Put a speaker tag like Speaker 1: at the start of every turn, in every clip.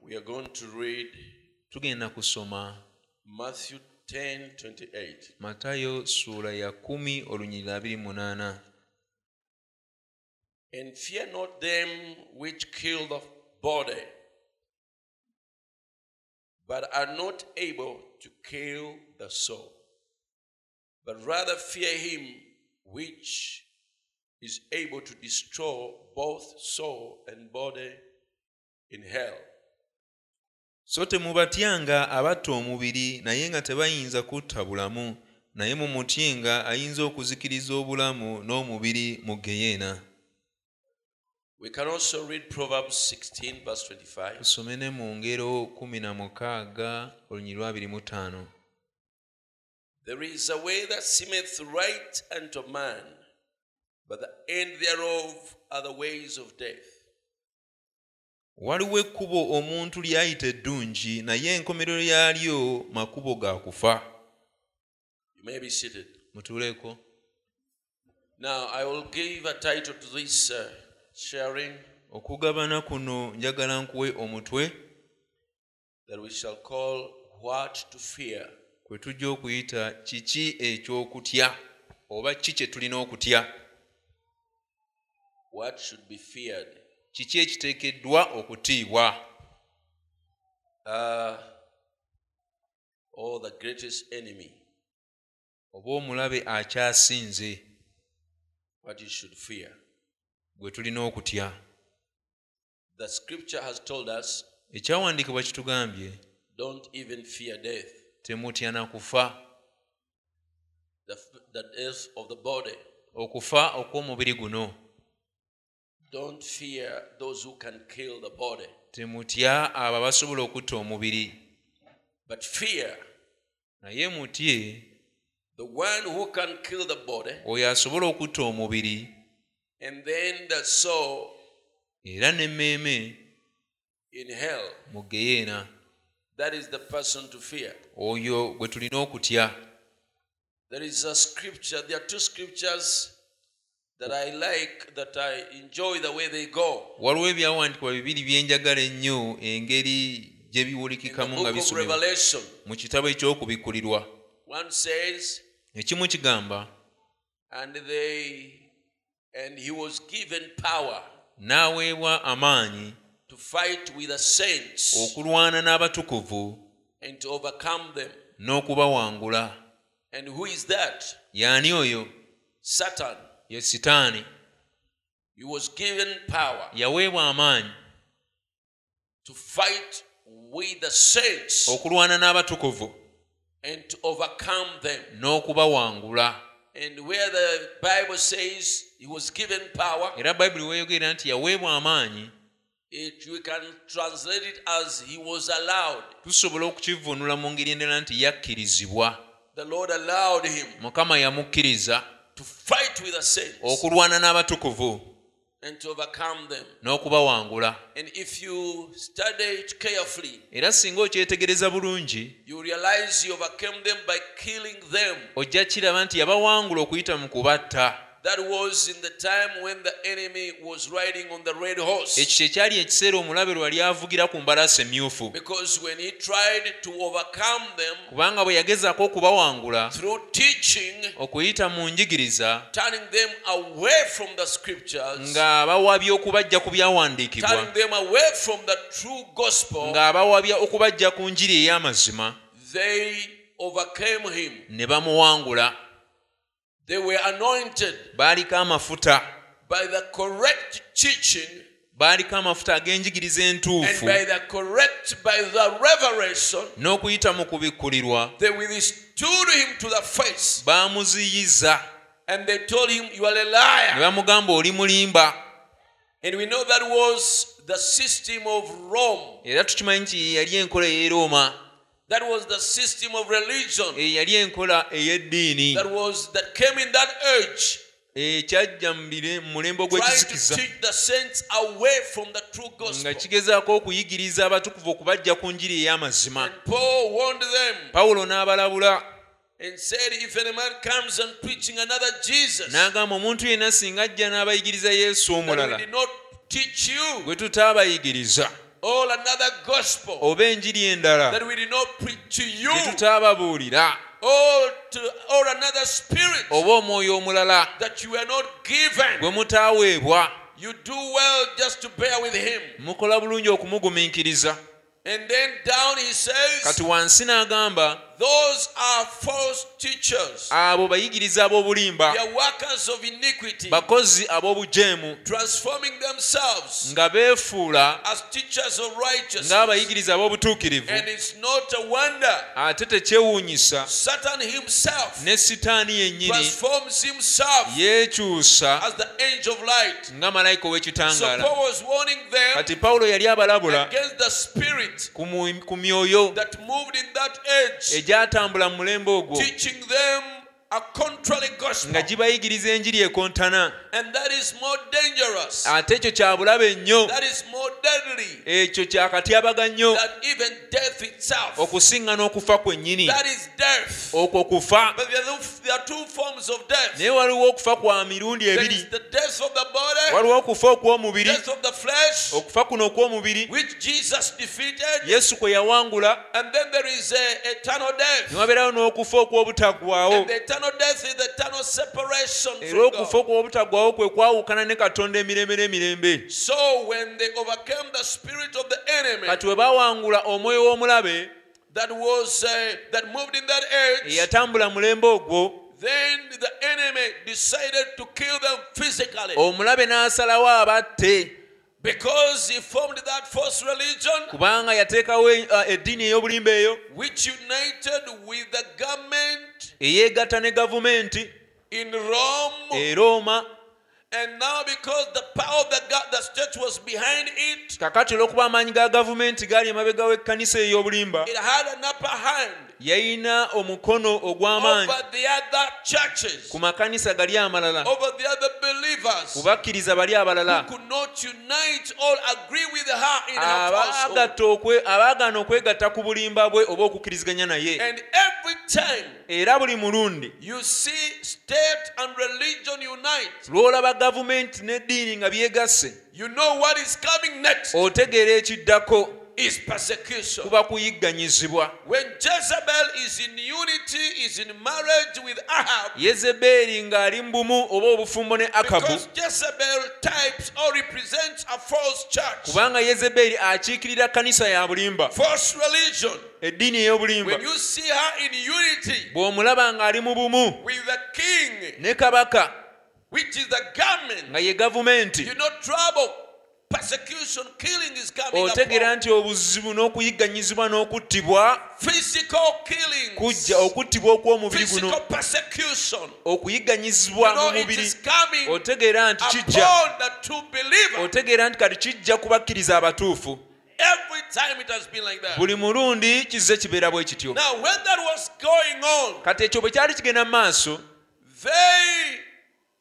Speaker 1: We are going to read
Speaker 2: tugenda kusoma
Speaker 1: Matthew 10 28.
Speaker 2: matayo ssuula ya 1 olunyirira 28
Speaker 1: And fear not them which kill the body, but are not able to kill the soul, but rather fear him which is able to destroy both soul and body in hell.
Speaker 2: so temubatyanga abatta omubiri naye nga tebayinza kutta bulamu naye mumutyenga ayinza okuzikiriza obulamu n'omubiri mu geyeena
Speaker 1: We can also read Proverbs 16, verse 25.
Speaker 2: tusome ne mu ngero 16 olunyi lwa 25
Speaker 1: There is a way that seemeth right unto man, but the end thereof are the ways of death.
Speaker 2: waliwo ekkubo omuntu ly'ayita eddungi naye enkomerero yaalyo makubo ga kufa
Speaker 1: You may be seated.
Speaker 2: mutuuleeko
Speaker 1: Now, I will give a title to this uh, sharing
Speaker 2: okugabana kuno njagala nkuwe omutwe
Speaker 1: that we shall call What to Fear.
Speaker 2: kwe tujja okuyita kiki eky'okutya oba ki kye tulina okutya
Speaker 1: What should be feared?
Speaker 2: kiki ekiteekeddwa okutiibwa
Speaker 1: Uh, oh, the greatest enemy,
Speaker 2: oba omulabe akyasinze
Speaker 1: what you should fear.
Speaker 2: gwe tulina okutya
Speaker 1: The scripture has told us
Speaker 2: ekyawandiikibwa kitugambye
Speaker 1: don't even fear death,
Speaker 2: temutya na kufa
Speaker 1: the, f- the death of the body.
Speaker 2: okufa okw'omubiri guno
Speaker 1: Don't fear those who can kill the body,
Speaker 2: temutya abo abasobola okutta omubiri
Speaker 1: but fear
Speaker 2: naye mutye
Speaker 1: the one who can kill the body
Speaker 2: oyo asobola okutta omubiri
Speaker 1: and then the soul
Speaker 2: era n'emmeeme
Speaker 1: in hell.
Speaker 2: mu geyeena
Speaker 1: That is the person to fear.
Speaker 2: oyo gwe tulina okutya
Speaker 1: There is a scripture, there are two scriptures that I like, that I enjoy the way they go.
Speaker 2: waliwo ebyawandiikibwa bibiri byenjagala ennyo engeri gye
Speaker 1: In the
Speaker 2: biwulikikamu nga
Speaker 1: book of
Speaker 2: bisomebwa
Speaker 1: Revelation,
Speaker 2: mu kitabo eky'okubikkulirwa
Speaker 1: one says,
Speaker 2: ekimu kigamba
Speaker 1: and they and he was given power
Speaker 2: n'aweebwa amaanyi
Speaker 1: to fight with the saints
Speaker 2: okulwana n'abatukuvu
Speaker 1: and to overcome them.
Speaker 2: n'okubawangula
Speaker 1: And who is that?
Speaker 2: y'ani oyo
Speaker 1: Satan.
Speaker 2: ye sitaani
Speaker 1: He was given power
Speaker 2: yaweebwa amaanyi
Speaker 1: to fight with the saints
Speaker 2: okulwana n'abatukuvu
Speaker 1: and to overcome them.
Speaker 2: n'okubawangula
Speaker 1: And where the Bible says he was given power,
Speaker 2: era bayibuli weeyogera nti yaweebwa amaanyi
Speaker 1: it, we can translate it as he was allowed.
Speaker 2: tusobola okukivvuunula mu ngeri endala nti yakkirizibwa
Speaker 1: The Lord allowed him
Speaker 2: mukama yamukkiriza
Speaker 1: to fight with the saints
Speaker 2: okulwana n'abatukuvu
Speaker 1: and to overcome them.
Speaker 2: n'okubawangula
Speaker 1: And if you study it carefully,
Speaker 2: era singa okyetegereza bulungi
Speaker 1: you realize you overcame them by killing them.
Speaker 2: ojja kiraba nti yabawangula okuyita mu kubatta
Speaker 1: That was in the time when the enemy was riding on the red horse.
Speaker 2: ekyo kye kyali ekiseera omulabe lwe yali avugira ku mbalaasi emyufu
Speaker 1: Because when he tried to overcome them
Speaker 2: kubanga bwe yagezaako okubawangula
Speaker 1: through teaching,
Speaker 2: okuyita mu njigiriza
Speaker 1: turning them away from the scriptures,
Speaker 2: ng'abawabya okubajja ku byawandiikibwa
Speaker 1: turning them away from the true gospel,
Speaker 2: ng'abawabya okubajja ku njiri ey'amazima
Speaker 1: they overcame him.
Speaker 2: ne bamuwangula
Speaker 1: They were anointed
Speaker 2: baaliko amafuta
Speaker 1: by the correct teaching
Speaker 2: baaliko amafuta ag'enjigiriza
Speaker 1: and
Speaker 2: entuufu
Speaker 1: by the correct, by the revelation.
Speaker 2: n'okuyita mu kubikkulirwa
Speaker 1: They withstood him to the face
Speaker 2: baamuziyiza
Speaker 1: and they told him, You are a
Speaker 2: ne
Speaker 1: liar.
Speaker 2: bamugamba oli mulimba
Speaker 1: And we know that was the system of Rome,
Speaker 2: era tukimanyi nti yeyali enkola ey'erooma
Speaker 1: that was the system of religion
Speaker 2: eyali e enkola ey'eddiini
Speaker 1: that was that came in that age.
Speaker 2: ekyajja mu bire- mu mulembe
Speaker 1: Trying to
Speaker 2: gw'ekizikiza
Speaker 1: teach the saints away from the true gospel.
Speaker 2: nga kigezaako okuyigiriza abatukuvu okubajja ku njiri ey'amazima
Speaker 1: And Paul warned them
Speaker 2: pawulo n'abalabula
Speaker 1: and said, If any man comes and preaching another Jesus, that
Speaker 2: n'agamba omuntu yenna singa ajja n'abayigiriza yesu
Speaker 1: we
Speaker 2: omulala
Speaker 1: did not teach you,
Speaker 2: gwe tutaabayigiriza
Speaker 1: All another gospel
Speaker 2: oba enjiri endala
Speaker 1: that we did not preach to you.
Speaker 2: gye tutaababuulira
Speaker 1: All to all another spirit
Speaker 2: oba omwoyo omulala
Speaker 1: that you were not given.
Speaker 2: gwe mutaaweebwa
Speaker 1: You do well just to bear with him.
Speaker 2: mukola bulungi okumugumiikiriza
Speaker 1: And then down he
Speaker 2: kati
Speaker 1: says,
Speaker 2: wansi n'agamba
Speaker 1: Those are false teachers.
Speaker 2: abo bayigiriza
Speaker 1: They
Speaker 2: ab'obulimba
Speaker 1: are workers of iniquity,
Speaker 2: bakozi ab'obujeemu
Speaker 1: transforming themselves
Speaker 2: nga beefuula
Speaker 1: as teachers of righteousness.
Speaker 2: ng'abayigiriza ab'obutuukirivu
Speaker 1: And it's not a wonder.
Speaker 2: ate tekyewuunyisa
Speaker 1: Satan himself
Speaker 2: ne sitaani yennyini
Speaker 1: transforms himself
Speaker 2: yeekyusa
Speaker 1: as the angel of light.
Speaker 2: nga malayika
Speaker 1: So
Speaker 2: ow'ekitangaala
Speaker 1: Paul was warning them
Speaker 2: kati pawulo yali abalabula
Speaker 1: against the spirit
Speaker 2: ku mu- ku myoyo
Speaker 1: that moved in that age,
Speaker 2: egyatambula mu mulembe ogwo
Speaker 1: teaching them a contrary gospel.
Speaker 2: nga gibayigiriza enjiri ekontana
Speaker 1: And that is more dangerous.
Speaker 2: ate ekyo kya bulabe nnyo
Speaker 1: That is more deadly
Speaker 2: ekyo kyakatyabaga nnyo
Speaker 1: than even death itself.
Speaker 2: okusinga n'okufa kwennyini
Speaker 1: That is death.
Speaker 2: okwo kufa
Speaker 1: But there are two- there are two forms of death.
Speaker 2: naye waliwo okufa kwa mirundi
Speaker 1: There is
Speaker 2: ebiri
Speaker 1: the death of the body,
Speaker 2: waliwo okufa okw'omubiri
Speaker 1: death of the flesh,
Speaker 2: okufa kuno okw'omubiri
Speaker 1: which Jesus defeated.
Speaker 2: yesu kwe yawangula
Speaker 1: And then there is a eternal
Speaker 2: ne
Speaker 1: death.
Speaker 2: wabeerawo n'okufa okw'obutaggwaawo
Speaker 1: And the eternal death is the eternal separation
Speaker 2: era okufa
Speaker 1: from God.
Speaker 2: okw'obutaggwaawo kwe kwawukana ne katonda emirembe n'emirembe
Speaker 1: So when they overcame the spirit of the enemy
Speaker 2: kati we bawangula omwoyo w'omulabe
Speaker 1: that was uh, that moved in that age,
Speaker 2: eyatambula mulembe ogwo
Speaker 1: then the enemy decided to kill them physically
Speaker 2: omulabe n'asalawo abatte
Speaker 1: because he formed that false religion
Speaker 2: kubanga yateekawo eh, eddiini ey'obulimba eyo
Speaker 1: which united with the government
Speaker 2: eyeegatta ne gavumenti
Speaker 1: in Rome.
Speaker 2: e rooma
Speaker 1: And now because the power of the God, the church was behind it,
Speaker 2: kakati olw'okuba amaanyi ga gavumenti gaali emabega w'ekkanisa ey'obulimba
Speaker 1: it had an upper hand.
Speaker 2: yalina omukono ogw'amaanyi
Speaker 1: over the other churches,
Speaker 2: ku makanisa gali amalala
Speaker 1: over the other believers
Speaker 2: kubakkiriza bali abalala
Speaker 1: who could not unite or agree with her in
Speaker 2: Ah,
Speaker 1: her household.
Speaker 2: abaagatta okwe- abaagaana okwegatta ku bulimba bwe oba okukkiriziganya naye
Speaker 1: And every time
Speaker 2: era buli mulundi
Speaker 1: you see state and religion unite,
Speaker 2: lw'olaba gavumenti n'eddiini nga byegasse
Speaker 1: you know what is coming next
Speaker 2: otegeera ekiddako
Speaker 1: is persecution.
Speaker 2: kuba kuyigganyizibwa
Speaker 1: When Jezebel is in unity, is in marriage with Ahab,
Speaker 2: yezebeeri ng'ali mu bumu oba obufumbo ne akabu
Speaker 1: because Jezebel types or represents a false church,
Speaker 2: kubanga yezebeeri akiikirira kanisa ya bulimba
Speaker 1: false religion.
Speaker 2: eddiini ey'obulimba
Speaker 1: When you see her in unity,
Speaker 2: bw'omulaba ng'ali mu bumu
Speaker 1: with the king,
Speaker 2: ne kabaka
Speaker 1: which is the government.
Speaker 2: nga ye gavumenti
Speaker 1: You know, trouble, persecution, killing is coming
Speaker 2: otegeera
Speaker 1: upon.
Speaker 2: nti obuzibu n'okuyigganyizibwa n'okuttibwa
Speaker 1: Physical killing,
Speaker 2: kujja okuttibwa okw'omubiri guno
Speaker 1: physical persecution.
Speaker 2: okuyigganyizibwa
Speaker 1: You know,
Speaker 2: mu
Speaker 1: it
Speaker 2: mubiri
Speaker 1: is coming
Speaker 2: Oh,
Speaker 1: upon
Speaker 2: otegeera nti kijja
Speaker 1: the true believer.
Speaker 2: otegeera nti kati kijja kubakkiriza abatuufu
Speaker 1: Every time it has been like that.
Speaker 2: Oh. buli mulundi kizze kibeera bwe kityo
Speaker 1: Now, when that was going on,
Speaker 2: kati ekyo bwe kyali kigenda mu maaso
Speaker 1: they,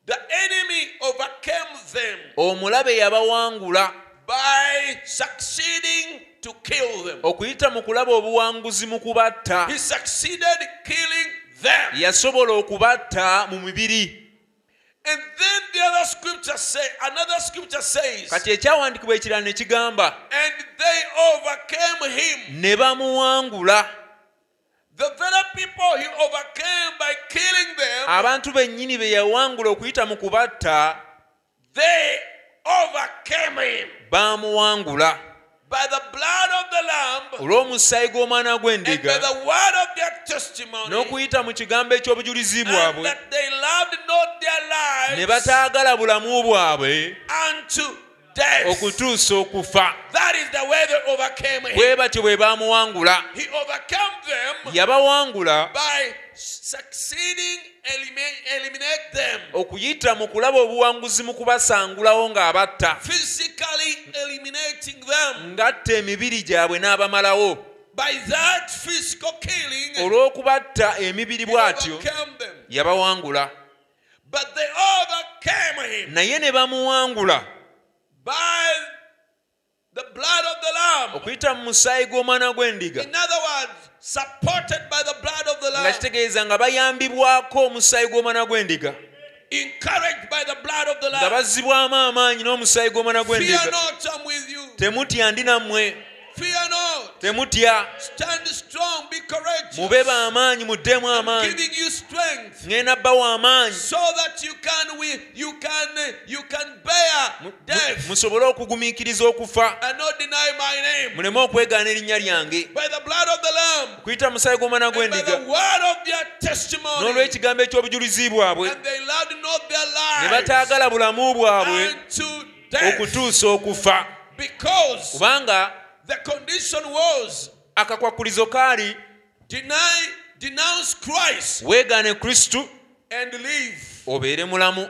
Speaker 1: the enemy, overcame them
Speaker 2: omulabe yabawangula
Speaker 1: by succeeding to kill them.
Speaker 2: okuyita mu kulaba obuwanguzi mu kubatta
Speaker 1: He succeeded killing them.
Speaker 2: yasobola okubatta mu mibiri
Speaker 1: And then the other scripture say, another scripture says,
Speaker 2: kati ekyawandiikibwa ekirala ne kigamba
Speaker 1: and they overcame him.
Speaker 2: ne bamuwangula
Speaker 1: The very people he overcame by killing them,
Speaker 2: abantu bennyini be yawangula okuyita mu kubatta
Speaker 1: they overcame him
Speaker 2: baamuwangula
Speaker 1: by the blood of the Lamb
Speaker 2: olw'omusaayi gw'omwana
Speaker 1: and by
Speaker 2: gw'endiga
Speaker 1: the word of their testimony,
Speaker 2: n'okuyita mu kigambo eky'obujulizi
Speaker 1: and
Speaker 2: bwabwe
Speaker 1: that they loved not
Speaker 2: ne
Speaker 1: their lives
Speaker 2: bataagala bulamu bwabwe
Speaker 1: unto death.
Speaker 2: okutuusa okufa
Speaker 1: That is the way they overcame him.
Speaker 2: bwe batyo bwe baamuwangula
Speaker 1: He overcame them
Speaker 2: yabawangula
Speaker 1: by succeeding eliminate, eliminate them
Speaker 2: okuyita mu kulaba obuwanguzi mu kubasangulawo ng'abatta
Speaker 1: physically eliminating them
Speaker 2: ngatta emibiri gyabwe n'abamalawo
Speaker 1: by that physical killing
Speaker 2: olw'okubatta emibiri
Speaker 1: he
Speaker 2: bw'atyo
Speaker 1: overcame them
Speaker 2: yabawangula
Speaker 1: but they overcame him
Speaker 2: naye ne bamuwangula
Speaker 1: by the blood of the lamb
Speaker 2: okuyita mu musaayi gw'omwana gw'endiga
Speaker 1: in other words supported by the blood of the
Speaker 2: nga
Speaker 1: lamb
Speaker 2: kitegeeza nga bayambibwako omusaayi gw'omwana gw'endiga
Speaker 1: encouraged by the blood of the
Speaker 2: nga
Speaker 1: Lamb.
Speaker 2: bazzibwamu amaanyi n'omusaayi gw'omwana
Speaker 1: Fear
Speaker 2: gw'endiga
Speaker 1: not, I'm with you.
Speaker 2: temutya ndi nammwe
Speaker 1: Fear not.
Speaker 2: temutya
Speaker 1: Stand strong, be
Speaker 2: mube
Speaker 1: courageous.
Speaker 2: b'amaanyi muddeemu amaanyi
Speaker 1: Giving you strength
Speaker 2: ŋŋenda bbawo amaanyi
Speaker 1: so that you can we, you can uh, you can bear
Speaker 2: Mu- mu-
Speaker 1: death
Speaker 2: musobole okugumiikiriza okufa
Speaker 1: and not deny my name.
Speaker 2: muleme okwegaana erinnya lyange
Speaker 1: By the blood of the Lamb
Speaker 2: kuyita musaayi gw'omwana
Speaker 1: and by
Speaker 2: gw'endiga
Speaker 1: the word of their testimony.
Speaker 2: n'olw'ekigambo eky'obujulizi bwabwe
Speaker 1: And they loved not
Speaker 2: ne
Speaker 1: their lives
Speaker 2: bataagala bulamu bwabwe
Speaker 1: unto death
Speaker 2: okutuusa okufa
Speaker 1: because
Speaker 2: kubanga
Speaker 1: the condition was
Speaker 2: akakwakulizo kaali
Speaker 1: deny denounce Christ
Speaker 2: weegaane kristu
Speaker 1: and live.
Speaker 2: obeere mulamu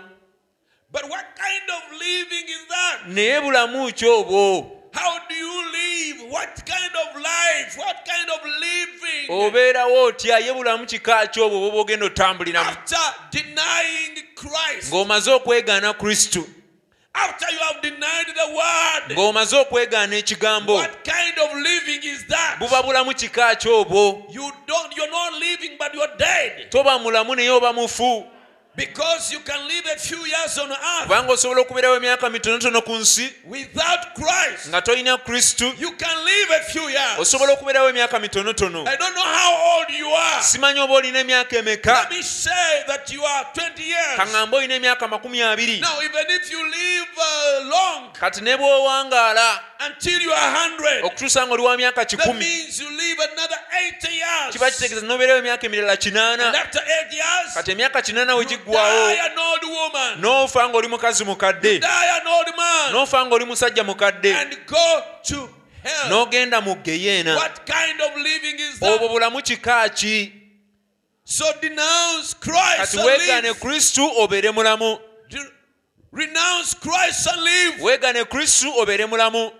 Speaker 1: But what kind of living is that?
Speaker 2: naye bulamu ki obwo
Speaker 1: How do you live? What kind of life? What kind of
Speaker 2: Oh,
Speaker 1: living?
Speaker 2: obeerawo otya ye bulamu kika ki obwo bwoba ogenda otambuliramu
Speaker 1: After denying Christ,
Speaker 2: ng'omaze okwegaana kristu
Speaker 1: after you have denied the word,
Speaker 2: ng'omaze okwegaana ekigambo
Speaker 1: what kind of living is
Speaker 2: buba
Speaker 1: that?
Speaker 2: bulamu kika ki obwo
Speaker 1: You don't, you're not living, but you're dead.
Speaker 2: toba mulamu naye oba mufu
Speaker 1: Because you can live a few years on earth
Speaker 2: kubanga osobola okubeerawo emyaka mitonotono ku nsi
Speaker 1: without Christ.
Speaker 2: nga Oh, tolina kristu
Speaker 1: You can live a few years.
Speaker 2: osobola okubeerawo emyaka mitonotono
Speaker 1: I don't know how old you are.
Speaker 2: simanyi oba olina emyaka
Speaker 1: Let
Speaker 2: emeka
Speaker 1: me say that you are 20 years.
Speaker 2: kaŋŋamba olina emyaka makumi abiri
Speaker 1: Now, even if you live uh, long
Speaker 2: kati ne bw'owangaala
Speaker 1: until you are 100,
Speaker 2: okutuusa ng'oli wa myaka
Speaker 1: that
Speaker 2: kikumi
Speaker 1: means you live another 80
Speaker 2: kiba
Speaker 1: years.
Speaker 2: kitegeeza n'obeerawo emyaka emirala
Speaker 1: And
Speaker 2: kinaana
Speaker 1: after 8 years,
Speaker 2: kati emyaka kinaana we
Speaker 1: you
Speaker 2: giggwawo
Speaker 1: die an old woman,
Speaker 2: n'ofa ng'oli mukazi mukadde
Speaker 1: die an old man,
Speaker 2: n'ofa ng'oli musajja mukadde
Speaker 1: and go to hell.
Speaker 2: n'ogenda mu geyeena
Speaker 1: What kind of living is
Speaker 2: obwo
Speaker 1: that?
Speaker 2: bulamu kika ki
Speaker 1: So denounce Christ
Speaker 2: kati
Speaker 1: and
Speaker 2: weegaane
Speaker 1: live.
Speaker 2: kristu obeere mulamu
Speaker 1: De- Renounce Christ and live.
Speaker 2: weegaane kristu obeere mulamu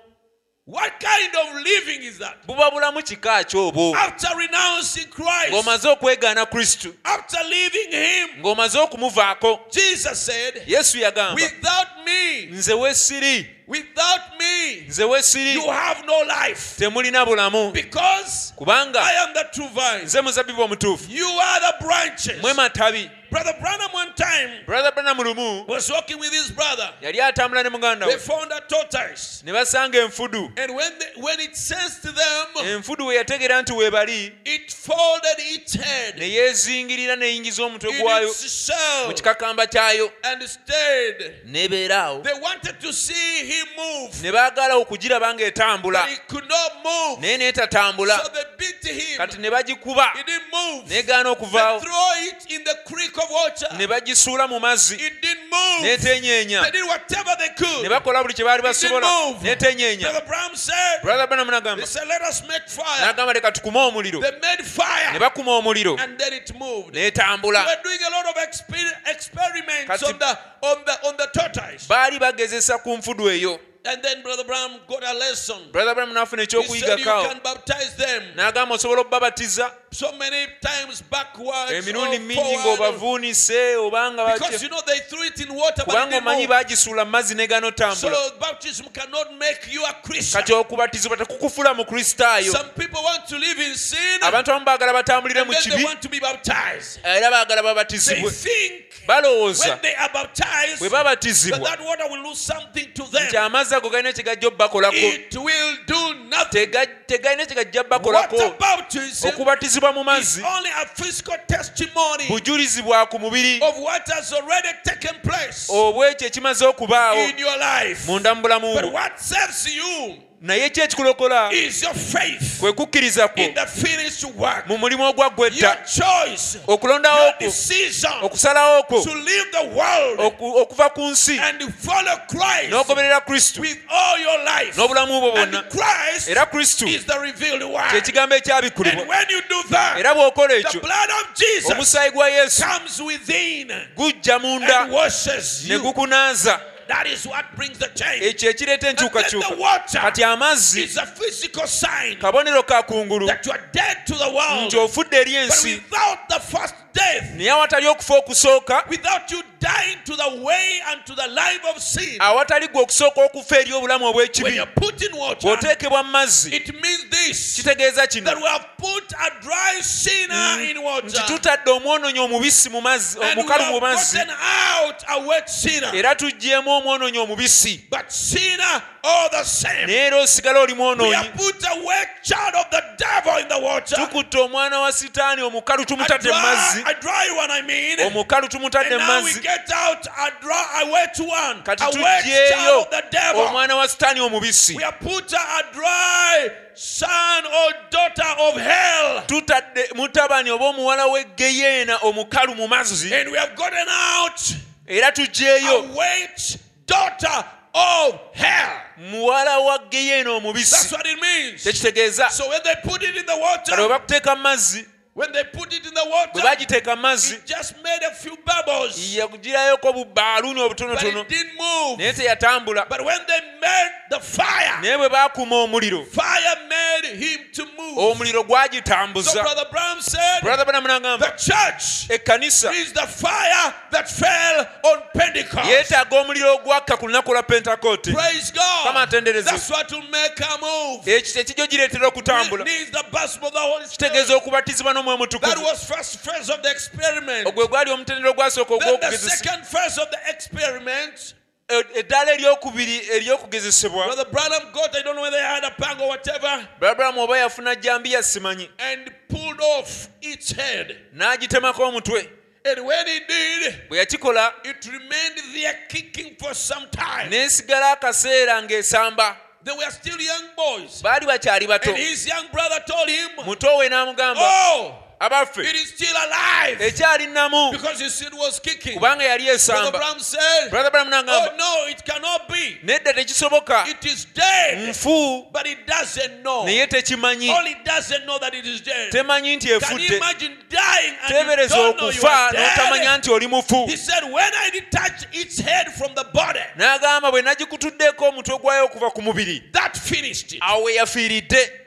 Speaker 1: What kind of living is that?
Speaker 2: buba bulamu kika ki obwo
Speaker 1: After renouncing Christ,
Speaker 2: ng'omaze okwegaana kristu
Speaker 1: after leaving Him,
Speaker 2: ng'omaze okumuvaako
Speaker 1: Jesus said,
Speaker 2: yesu yagamba
Speaker 1: Without me,
Speaker 2: nze weesiri
Speaker 1: without me,
Speaker 2: nze weesiri
Speaker 1: you have no life.
Speaker 2: temulina bulamu
Speaker 1: Because I
Speaker 2: kubanga
Speaker 1: am the true vine.
Speaker 2: nze muzabibu omutuufu
Speaker 1: You are the branches.
Speaker 2: mwe matabi
Speaker 1: Brother Branham, one time,
Speaker 2: brother branham lumu
Speaker 1: was walking with his brother.
Speaker 2: yali atambula ne muganda
Speaker 1: They
Speaker 2: we
Speaker 1: found a tortoise.
Speaker 2: ne basanga enfudu
Speaker 1: And when, they, when it sensed them,
Speaker 2: enfudu we yategeera nti weebali
Speaker 1: it folded its head
Speaker 2: ne yeezingirira neeyingiza omutwe
Speaker 1: in
Speaker 2: gwayo
Speaker 1: its
Speaker 2: mu
Speaker 1: shell
Speaker 2: kikakamba kyayo
Speaker 1: and stayed.
Speaker 2: n'ebeeraawo
Speaker 1: They wanted to see him move,
Speaker 2: ne baagala okugiraba ng'etambula
Speaker 1: but he could not move.
Speaker 2: naye
Speaker 1: So
Speaker 2: neetatambula
Speaker 1: they beat him.
Speaker 2: kati ne bagikuba
Speaker 1: He didn't move. They
Speaker 2: n'egaana
Speaker 1: throw
Speaker 2: okuvaawo
Speaker 1: it in the creek of water.
Speaker 2: ne bagisuula mu mazzi
Speaker 1: It didn't move.
Speaker 2: n'eteenyeenya
Speaker 1: They did whatever they
Speaker 2: ne
Speaker 1: could.
Speaker 2: bakola buli kye baali basobola
Speaker 1: didn't move.
Speaker 2: n'eteenyeenya
Speaker 1: Brother Brown said,
Speaker 2: brother branham
Speaker 1: They
Speaker 2: n'agamba
Speaker 1: said, Let us make fire.
Speaker 2: n'agamba leka tukume omuliro
Speaker 1: They made
Speaker 2: ne
Speaker 1: fire
Speaker 2: bakuma omuliro
Speaker 1: and then it moved. They
Speaker 2: n'etambula
Speaker 1: were doing a lot of exper- experiments
Speaker 2: Kati-
Speaker 1: on the, on the, on the tortoise.
Speaker 2: baali bagezesa ku nfudu eyo
Speaker 1: And then Brother Brown got a lesson.
Speaker 2: brother branham n'afuna
Speaker 1: He said, You
Speaker 2: ekyokuyigakaawo
Speaker 1: can baptize them.
Speaker 2: n'agamba osobola obbabatiza
Speaker 1: so many times backwards
Speaker 2: emirundi
Speaker 1: or
Speaker 2: mingi
Speaker 1: forward.
Speaker 2: ng'obavuunise obanga
Speaker 1: Because you know they threw it in water, but
Speaker 2: kubanga
Speaker 1: it
Speaker 2: omanyi
Speaker 1: didn't move.
Speaker 2: baagisuula mu mazzi ne
Speaker 1: So
Speaker 2: ganotambula
Speaker 1: baptism cannot make you a Christian.
Speaker 2: kati okubatizibwa tekukufula mu kristaayo
Speaker 1: Some people want to live in sin, and
Speaker 2: abantu abamu baagala batambulire mu
Speaker 1: then they
Speaker 2: kibi
Speaker 1: want to be baptized.
Speaker 2: era baagala
Speaker 1: They
Speaker 2: babatizibwe
Speaker 1: think when
Speaker 2: balowooza
Speaker 1: they are baptized
Speaker 2: bwe
Speaker 1: that
Speaker 2: babatizibwa
Speaker 1: that water will do something to
Speaker 2: nti
Speaker 1: them.
Speaker 2: amazzi ago galina kye gajja obbakolako
Speaker 1: It will do nothing.
Speaker 2: Tega- tegalina kye gajja
Speaker 1: What
Speaker 2: bbakolako
Speaker 1: baptism
Speaker 2: okubatizibwa mu
Speaker 1: is
Speaker 2: mazzi
Speaker 1: only a physical testimony
Speaker 2: bujulizi bwa ku mubiri
Speaker 1: of what has already taken place
Speaker 2: obwekyo ekimaze okubaawo
Speaker 1: in your life.
Speaker 2: Oh, munda mu bulamu
Speaker 1: Oh, But
Speaker 2: bwo
Speaker 1: what saves you
Speaker 2: naye ki ekikulokola
Speaker 1: is your faith
Speaker 2: kwe kukkiriza kwo
Speaker 1: in the finished work.
Speaker 2: mu mulimu ogwa
Speaker 1: Your
Speaker 2: gwedda
Speaker 1: choice,
Speaker 2: okulondawo
Speaker 1: your
Speaker 2: okwo
Speaker 1: decision
Speaker 2: okusalawo kwo
Speaker 1: to leave the world
Speaker 2: oku- okuva ku nsi
Speaker 1: and follow Christ
Speaker 2: n'ogoberera kristu
Speaker 1: with all your life.
Speaker 2: n'obulamu bwo
Speaker 1: And
Speaker 2: bwonna
Speaker 1: Christ
Speaker 2: era kristu
Speaker 1: is the revealed
Speaker 2: kye
Speaker 1: word.
Speaker 2: kigambo
Speaker 1: And
Speaker 2: ekyabikulibwa
Speaker 1: when you do that,
Speaker 2: era bw'okola
Speaker 1: the
Speaker 2: ekyo
Speaker 1: blood of Jesus
Speaker 2: omusaayi gwa yesu
Speaker 1: comes within
Speaker 2: gujja munda
Speaker 1: and washes
Speaker 2: ne
Speaker 1: you.
Speaker 2: gukunaaza
Speaker 1: That is what brings the change.
Speaker 2: ekyo ekireeta
Speaker 1: And then the
Speaker 2: enkyukakyuka kati
Speaker 1: water
Speaker 2: amazzi
Speaker 1: is a physical sign
Speaker 2: kabonero ka kungulu
Speaker 1: that you are dead to the
Speaker 2: nti
Speaker 1: world.
Speaker 2: ofudde eri
Speaker 1: But
Speaker 2: ensi
Speaker 1: without the first death,
Speaker 2: naye awatali okufa okusooka
Speaker 1: without you dying to the way and to the life of sin,
Speaker 2: awatali gwe okusooka okufa eri obulamu
Speaker 1: when
Speaker 2: obw'ekibi
Speaker 1: you put in water,
Speaker 2: bw'oteekebwa mu mazzi
Speaker 1: it means this
Speaker 2: kitegeeza
Speaker 1: that
Speaker 2: kino
Speaker 1: we have put a dry sinner
Speaker 2: Mm.
Speaker 1: in
Speaker 2: nti
Speaker 1: water.
Speaker 2: tutadde omwonoonyi omubisi mu mazzi
Speaker 1: And we
Speaker 2: omukalu
Speaker 1: have
Speaker 2: mu mazzi
Speaker 1: gotten out a wet sinner.
Speaker 2: era tuggyemu omwonoonyi omubisi
Speaker 1: But sinner all the same.
Speaker 2: naye era osigala oli
Speaker 1: We
Speaker 2: mwonoonyi
Speaker 1: have put a wet child of the devil in the water.
Speaker 2: tukutte omwana wa sitaani omukalu
Speaker 1: A
Speaker 2: tumutadde mu mazzi
Speaker 1: dry, a dry one, I mean.
Speaker 2: omukalu tumutadde
Speaker 1: And
Speaker 2: mu
Speaker 1: now we
Speaker 2: mazzi
Speaker 1: get out a dry, a wet one.
Speaker 2: kati
Speaker 1: A wet child
Speaker 2: tuggyeyo
Speaker 1: of the devil.
Speaker 2: omwana wa sitaani omubisi
Speaker 1: We have put a a dry son or daughter of hell.
Speaker 2: tutadde mutabani oba omuwala w'eggeyeena omukalu mu mazzi
Speaker 1: And we have gotten out
Speaker 2: era tugyeyo
Speaker 1: a wet daughter of hell.
Speaker 2: muwala wa geyeena
Speaker 1: That's
Speaker 2: omubisi
Speaker 1: what it means.
Speaker 2: tekitegeeza
Speaker 1: So when they put it in the
Speaker 2: kale
Speaker 1: water,
Speaker 2: bwe bakuteeka mu mazzi
Speaker 1: When they put it in the
Speaker 2: bwe
Speaker 1: water,
Speaker 2: bagiteeka mu mazzi
Speaker 1: it just made a few bubbles,
Speaker 2: yakugirayoko obubaaluuni
Speaker 1: but
Speaker 2: obutonotono
Speaker 1: it didn't move.
Speaker 2: naye teyatambula
Speaker 1: But when they made the fire,
Speaker 2: naye bwe baakuma omuliro
Speaker 1: fire made him to move.
Speaker 2: omuliro
Speaker 1: So
Speaker 2: gwagitambuza
Speaker 1: Brother Brown said,
Speaker 2: Oh, brother banamu
Speaker 1: the
Speaker 2: n'agamba
Speaker 1: church
Speaker 2: ekkanisa
Speaker 1: is the fire that fell on Pentecost.
Speaker 2: yeetaaga omuliro ogwakka ku lunaku lwa pentakoote
Speaker 1: Praise
Speaker 2: Kama
Speaker 1: God.
Speaker 2: atendereze.
Speaker 1: That's what will make a move.
Speaker 2: ekyo tekijjo gireetera okutambula
Speaker 1: It needs the baptism of the Holy Spirit.
Speaker 2: kitegeeza okubatizibwa n'omwoyo
Speaker 1: That
Speaker 2: mutukuvu
Speaker 1: was first phase of the experiment.
Speaker 2: ogwe gwali omutendero gwasooka
Speaker 1: Then the
Speaker 2: ogw'okugezesa
Speaker 1: second phase of the experiment
Speaker 2: E- eddaala eryokubiri ery'okugezesebwa
Speaker 1: Brother Branham got, I don't know whether he had a bag or whatever,
Speaker 2: balabulamu oba yafuna jambiya simanyi
Speaker 1: and pulled off its head.
Speaker 2: n'agitemako omutwe
Speaker 1: And when he did,
Speaker 2: bwe yakikola
Speaker 1: it remained there kicking for some time.
Speaker 2: n'esigala akaseera ng'esamba
Speaker 1: They were still young boys.
Speaker 2: baali bakyali bato
Speaker 1: And his young brother told him,
Speaker 2: muto we n'amugamba
Speaker 1: Oh, it
Speaker 2: abaffe
Speaker 1: is still alive.
Speaker 2: ekyali nnamu
Speaker 1: Because his seed was kicking.
Speaker 2: kubanga yali
Speaker 1: Brother
Speaker 2: esamba
Speaker 1: Branham said,
Speaker 2: brother balamu
Speaker 1: Oh,
Speaker 2: n'agamba
Speaker 1: no, it cannot be.
Speaker 2: nedda tekisoboka
Speaker 1: It is dead.
Speaker 2: Mm. nfu
Speaker 1: But it doesn't know.
Speaker 2: naye tekimanyi
Speaker 1: All it doesn't know that it is dead.
Speaker 2: temanyi nti
Speaker 1: Can you
Speaker 2: efudde
Speaker 1: imagine dying and you
Speaker 2: teebereza
Speaker 1: don't know you
Speaker 2: okufa
Speaker 1: are dead?
Speaker 2: n'otamanya nti oli mufu
Speaker 1: He said, When I detached its head from the body,
Speaker 2: n'agamba bwe nagikutuddeko omutwe gwayo okuva ku mubiri
Speaker 1: that finished it.
Speaker 2: awo we yafiiridde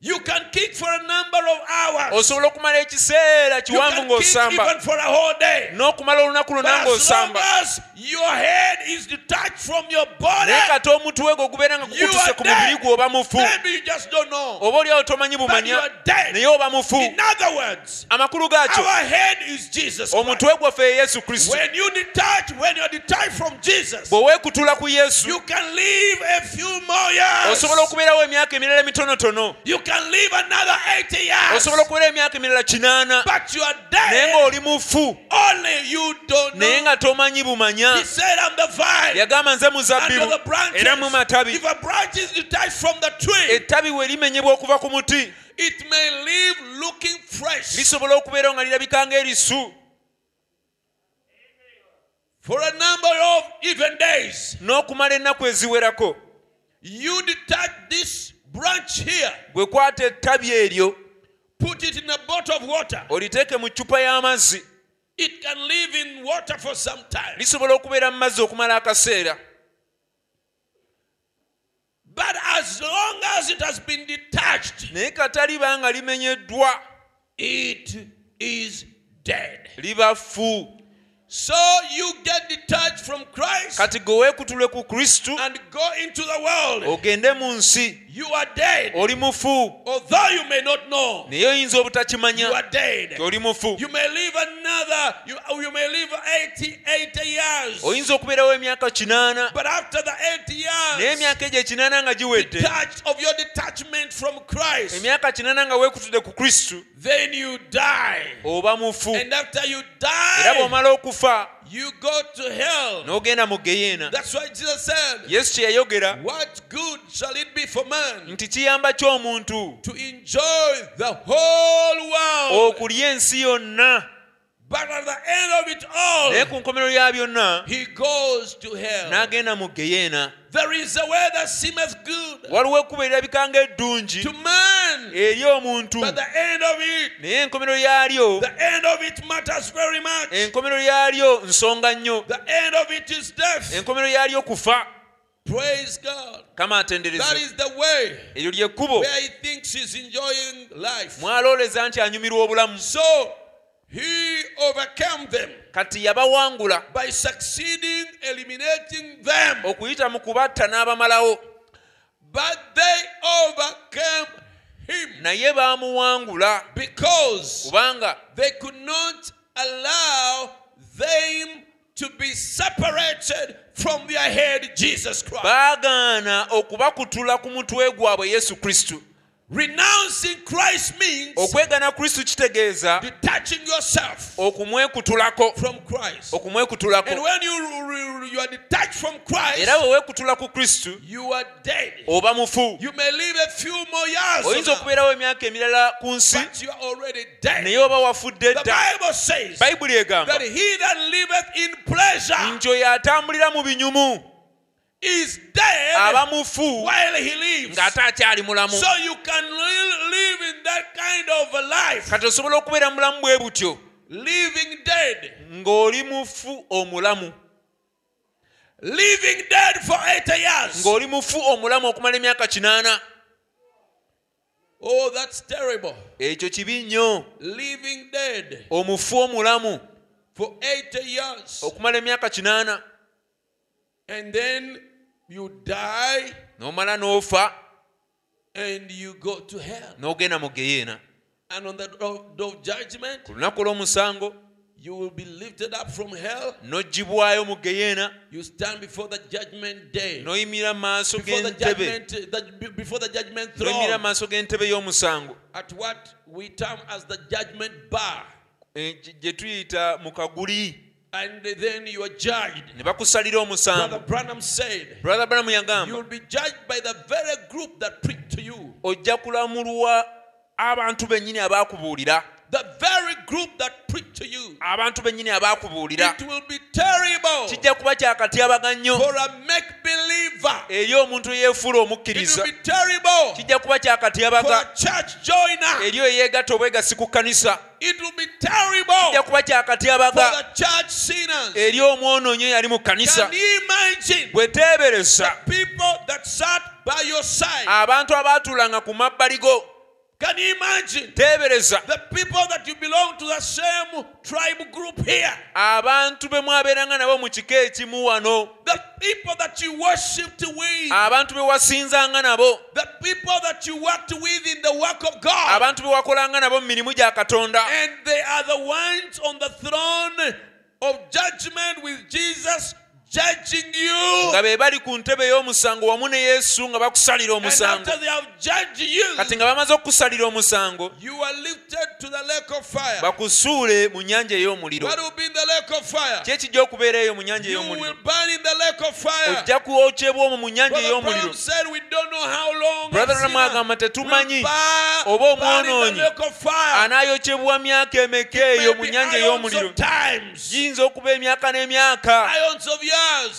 Speaker 1: You can kick for a number of hours.
Speaker 2: osobola okumala ekiseera
Speaker 1: You
Speaker 2: kiwanvu
Speaker 1: can kick
Speaker 2: ng'osamba
Speaker 1: even for a whole day.
Speaker 2: n'okumala
Speaker 1: But
Speaker 2: olunaku lwonna
Speaker 1: as long
Speaker 2: ng'osamba
Speaker 1: as your head is detached from your body,
Speaker 2: naye kati omutwe gwe gubeera nga gukutuse ku mubiri gwe oba mufu
Speaker 1: maybe you just don't know.
Speaker 2: oba oliawo tomanyi
Speaker 1: But you
Speaker 2: bumanya
Speaker 1: are dead.
Speaker 2: naye oba mufu
Speaker 1: In other words,
Speaker 2: amakulu gaakyo
Speaker 1: our head is Jesus. Christ.
Speaker 2: omutwe gwaffe ye yesu kristo
Speaker 1: When you detach, when you're detached from Jesus,
Speaker 2: bw'oweekutula ku yesu
Speaker 1: you can live a few more years.
Speaker 2: osobola okubeerawo emyaka emirala emitonotono
Speaker 1: You can live another 80 years.
Speaker 2: osobola okubeera emyaka emirala kinaana
Speaker 1: But you are
Speaker 2: naye
Speaker 1: dead.
Speaker 2: ng'oli mufu
Speaker 1: Only you don't
Speaker 2: naye
Speaker 1: know.
Speaker 2: nga tomanyi
Speaker 1: He
Speaker 2: bumanya
Speaker 1: said, I'm the vine.
Speaker 2: yagamba nze
Speaker 1: And
Speaker 2: muzabbibu
Speaker 1: to the branches.
Speaker 2: era mu matabi
Speaker 1: If a branch is detached from the tree,
Speaker 2: ettabi we limenyebwa okuva ku muti
Speaker 1: it may live looking fresh
Speaker 2: lisobola okubeerawo nga lirabika ng'erisu
Speaker 1: for a number of even days.
Speaker 2: n'okumala ennaku eziwerako
Speaker 1: You detach this branch here,
Speaker 2: gwe kwata ettabi eryo
Speaker 1: put it in a bottle of water.
Speaker 2: oliteeke mu ccupa y'amazzi
Speaker 1: It can live in water for some time.
Speaker 2: lisobola okubeera mu mazzi okumala akaseera
Speaker 1: But as long as it has been detached,
Speaker 2: naye kataliba nga limenyeddwa
Speaker 1: it is dead.
Speaker 2: liba ffu
Speaker 1: So you get detached from Christ
Speaker 2: kati gwe weekutule ku kristu
Speaker 1: and go into the world.
Speaker 2: ogende mu nsi
Speaker 1: You are dead.
Speaker 2: oli mufu
Speaker 1: Although you may not know,
Speaker 2: naye oyinza
Speaker 1: you
Speaker 2: obutakimanya
Speaker 1: are dead.
Speaker 2: nti oli mufu
Speaker 1: You may live another, you, oh, you may live 80, 80 years.
Speaker 2: oyinza okubeerawo emyaka kinaana
Speaker 1: But after the 80
Speaker 2: naye
Speaker 1: years,
Speaker 2: emyaka egyo ekinaana nga giwedde
Speaker 1: detached of your detachment from Christ,
Speaker 2: emyaka kinaana nga weekutudde ku kristu
Speaker 1: then you die.
Speaker 2: oba mufu
Speaker 1: And after you
Speaker 2: era
Speaker 1: die,
Speaker 2: bw'omala okufa
Speaker 1: you go to hell.
Speaker 2: n'ogenda mu geyeena
Speaker 1: That's why Jesus said,
Speaker 2: yesu kye yayogera
Speaker 1: What good shall it be for man
Speaker 2: nti kiyamba ky'omuntu
Speaker 1: to enjoy the whole world?
Speaker 2: okulya ensi yonna
Speaker 1: But at the end of it
Speaker 2: naye
Speaker 1: all,
Speaker 2: ku nkomero ya byonna
Speaker 1: he goes to hell.
Speaker 2: n'agenda mu geyeena
Speaker 1: There is a way that seemeth good
Speaker 2: waliwo ekkuba erirabika ng'eddungi
Speaker 1: to man,
Speaker 2: eri omuntu
Speaker 1: but the end of it,
Speaker 2: naye enkomero yaalyo
Speaker 1: the end of it matters very much.
Speaker 2: enkomero yaalyo nsonga nnyo
Speaker 1: The end of it is death.
Speaker 2: enkomero yaalyo kufa
Speaker 1: Praise God.
Speaker 2: kama
Speaker 1: That
Speaker 2: atendereze
Speaker 1: is the way
Speaker 2: eryo lyekkubo
Speaker 1: where he thinks he's enjoying life.
Speaker 2: mwalooleza nti anyumirwa obulamu
Speaker 1: So he overcame them
Speaker 2: kati yabawangula
Speaker 1: by succeeding eliminating them.
Speaker 2: okuyita mu kubatta n'abamalawo
Speaker 1: But they overcame him
Speaker 2: naye baamuwangula
Speaker 1: because
Speaker 2: kubanga
Speaker 1: they could not allow them to be separated from their head, Jesus Christ.
Speaker 2: baagaana okubakutula ku mutwe gwabwe yesu kristo
Speaker 1: Renouncing Christ means
Speaker 2: okwegaana kristo kitegeeza
Speaker 1: detaching yourself
Speaker 2: okumwekutulako
Speaker 1: from Christ. And
Speaker 2: okumwekutulako
Speaker 1: when you, you are detached from Christ,
Speaker 2: era bwe weekutula ku kristo
Speaker 1: you are dead.
Speaker 2: oba mufu
Speaker 1: You may live a few more years,
Speaker 2: oyinza
Speaker 1: on earth,
Speaker 2: okubeerawo emyaka emirala ku nsi
Speaker 1: but you are already dead.
Speaker 2: naye oba
Speaker 1: The
Speaker 2: wafudde dda
Speaker 1: Bible says that
Speaker 2: bayibuli egamba
Speaker 1: he that liveth in pleasure
Speaker 2: nti oyo atambulira mu binyumu
Speaker 1: is dead
Speaker 2: aba mufu
Speaker 1: while he lives.
Speaker 2: ng'ate akyali mulamu
Speaker 1: So you can li- live in that kind of a life,
Speaker 2: kati osobola okubeera mulamu bwe butyo
Speaker 1: living dead,
Speaker 2: ng'oli mufu omulamu
Speaker 1: living dead for eight years.
Speaker 2: ng'oli mufu omulamu okumala emyaka kinaana
Speaker 1: Oh, that's terrible.
Speaker 2: ekyo kibi nnyo
Speaker 1: Living dead
Speaker 2: omufu omulamu
Speaker 1: for eight years,
Speaker 2: okumala emyaka kinaana
Speaker 1: and then you die
Speaker 2: n'omala n'ofa
Speaker 1: and you go to hell.
Speaker 2: n'ogenda mu geyeena
Speaker 1: And on the day of judgment,
Speaker 2: ku lunaku olw'omusango
Speaker 1: you will be lifted up from hell.
Speaker 2: n'oggibwayo mu geyeena
Speaker 1: You stand before the judgment day,
Speaker 2: n'oyimirira mu maaso
Speaker 1: before the
Speaker 2: g'entebe
Speaker 1: judgment, the, before the judgment throne,
Speaker 2: n'oyimirira mu maaso g'entebe y'omusango
Speaker 1: at what we term as the judgment bar,
Speaker 2: Eh, gye- gye tuyita mu kaguli
Speaker 1: and then you are judged.
Speaker 2: ne bakusalira
Speaker 1: Brother
Speaker 2: omusango
Speaker 1: Branham said,
Speaker 2: brother baramu
Speaker 1: "You
Speaker 2: yagamba
Speaker 1: will be judged by the very group that preached to you,
Speaker 2: ojja kulamulwa abantu bennyini abaakubuulira
Speaker 1: the very group that preached to you."
Speaker 2: abantu bennyini abaakubuulira
Speaker 1: It will be terrible
Speaker 2: kijja kuba kyakatyabaga nnyo
Speaker 1: for a make believer.
Speaker 2: eri omuntu eyeefuula
Speaker 1: It will
Speaker 2: omukkiriza
Speaker 1: be terrible
Speaker 2: kijja kuba
Speaker 1: for
Speaker 2: kyakatyabaga
Speaker 1: a church joiner.
Speaker 2: eri eyeegatta obwegasi ku kkanisa
Speaker 1: It will be
Speaker 2: kijja
Speaker 1: terrible
Speaker 2: kuba
Speaker 1: for
Speaker 2: kyakatyabaga
Speaker 1: the church sinners.
Speaker 2: eri omwonoonyi eyali mu kkanisa
Speaker 1: Can you imagine the
Speaker 2: bweteebereza
Speaker 1: people that sat by your side?
Speaker 2: abantu abaatuulanga ku mabbali go
Speaker 1: Can you imagine
Speaker 2: teebereza
Speaker 1: the people that you belong to the same tribe group here?
Speaker 2: abantu be mwabeeranga nabo mu kika ekimu wano
Speaker 1: The people that you worshipped with?
Speaker 2: abantu be wasinzanga nabo
Speaker 1: The people that you worked with in the work of God?
Speaker 2: abantu be wakolanga nabo mu mirimu gya katonda
Speaker 1: And they are the ones on the throne of judgment with Jesus judging you.
Speaker 2: nga be bali ku ntebe ey'omusango wamu ne yesu nga bakusalira
Speaker 1: And
Speaker 2: omusango
Speaker 1: after they have judged you,
Speaker 2: kati nga bamaze okukusalira omusango
Speaker 1: you are lifted to the lake of fire.
Speaker 2: bakusuule mu nnyanja ey'omuliro
Speaker 1: What will be in the lake of fire?
Speaker 2: ki ekijja okubeera eyo mu nnyanja
Speaker 1: You will
Speaker 2: ey'omuliro
Speaker 1: burn in the lake of fire.
Speaker 2: ojja kuwokyebwa omwo mu nnyanja
Speaker 1: Brother
Speaker 2: ey'omuliro
Speaker 1: Branham said we don't know how long.
Speaker 2: Brother
Speaker 1: a sinner
Speaker 2: Branham agamba,
Speaker 1: will
Speaker 2: "Tetumanyi
Speaker 1: burn-
Speaker 2: oba
Speaker 1: burn in the
Speaker 2: omwonoonyi
Speaker 1: lake of fire.
Speaker 2: anaayokyebwa myaka emeka eyo mu
Speaker 1: Maybe
Speaker 2: nnyanja
Speaker 1: ions
Speaker 2: ey'omuliro
Speaker 1: of times,
Speaker 2: giyinza okuba emyaka n'emyaka
Speaker 1: ions of years.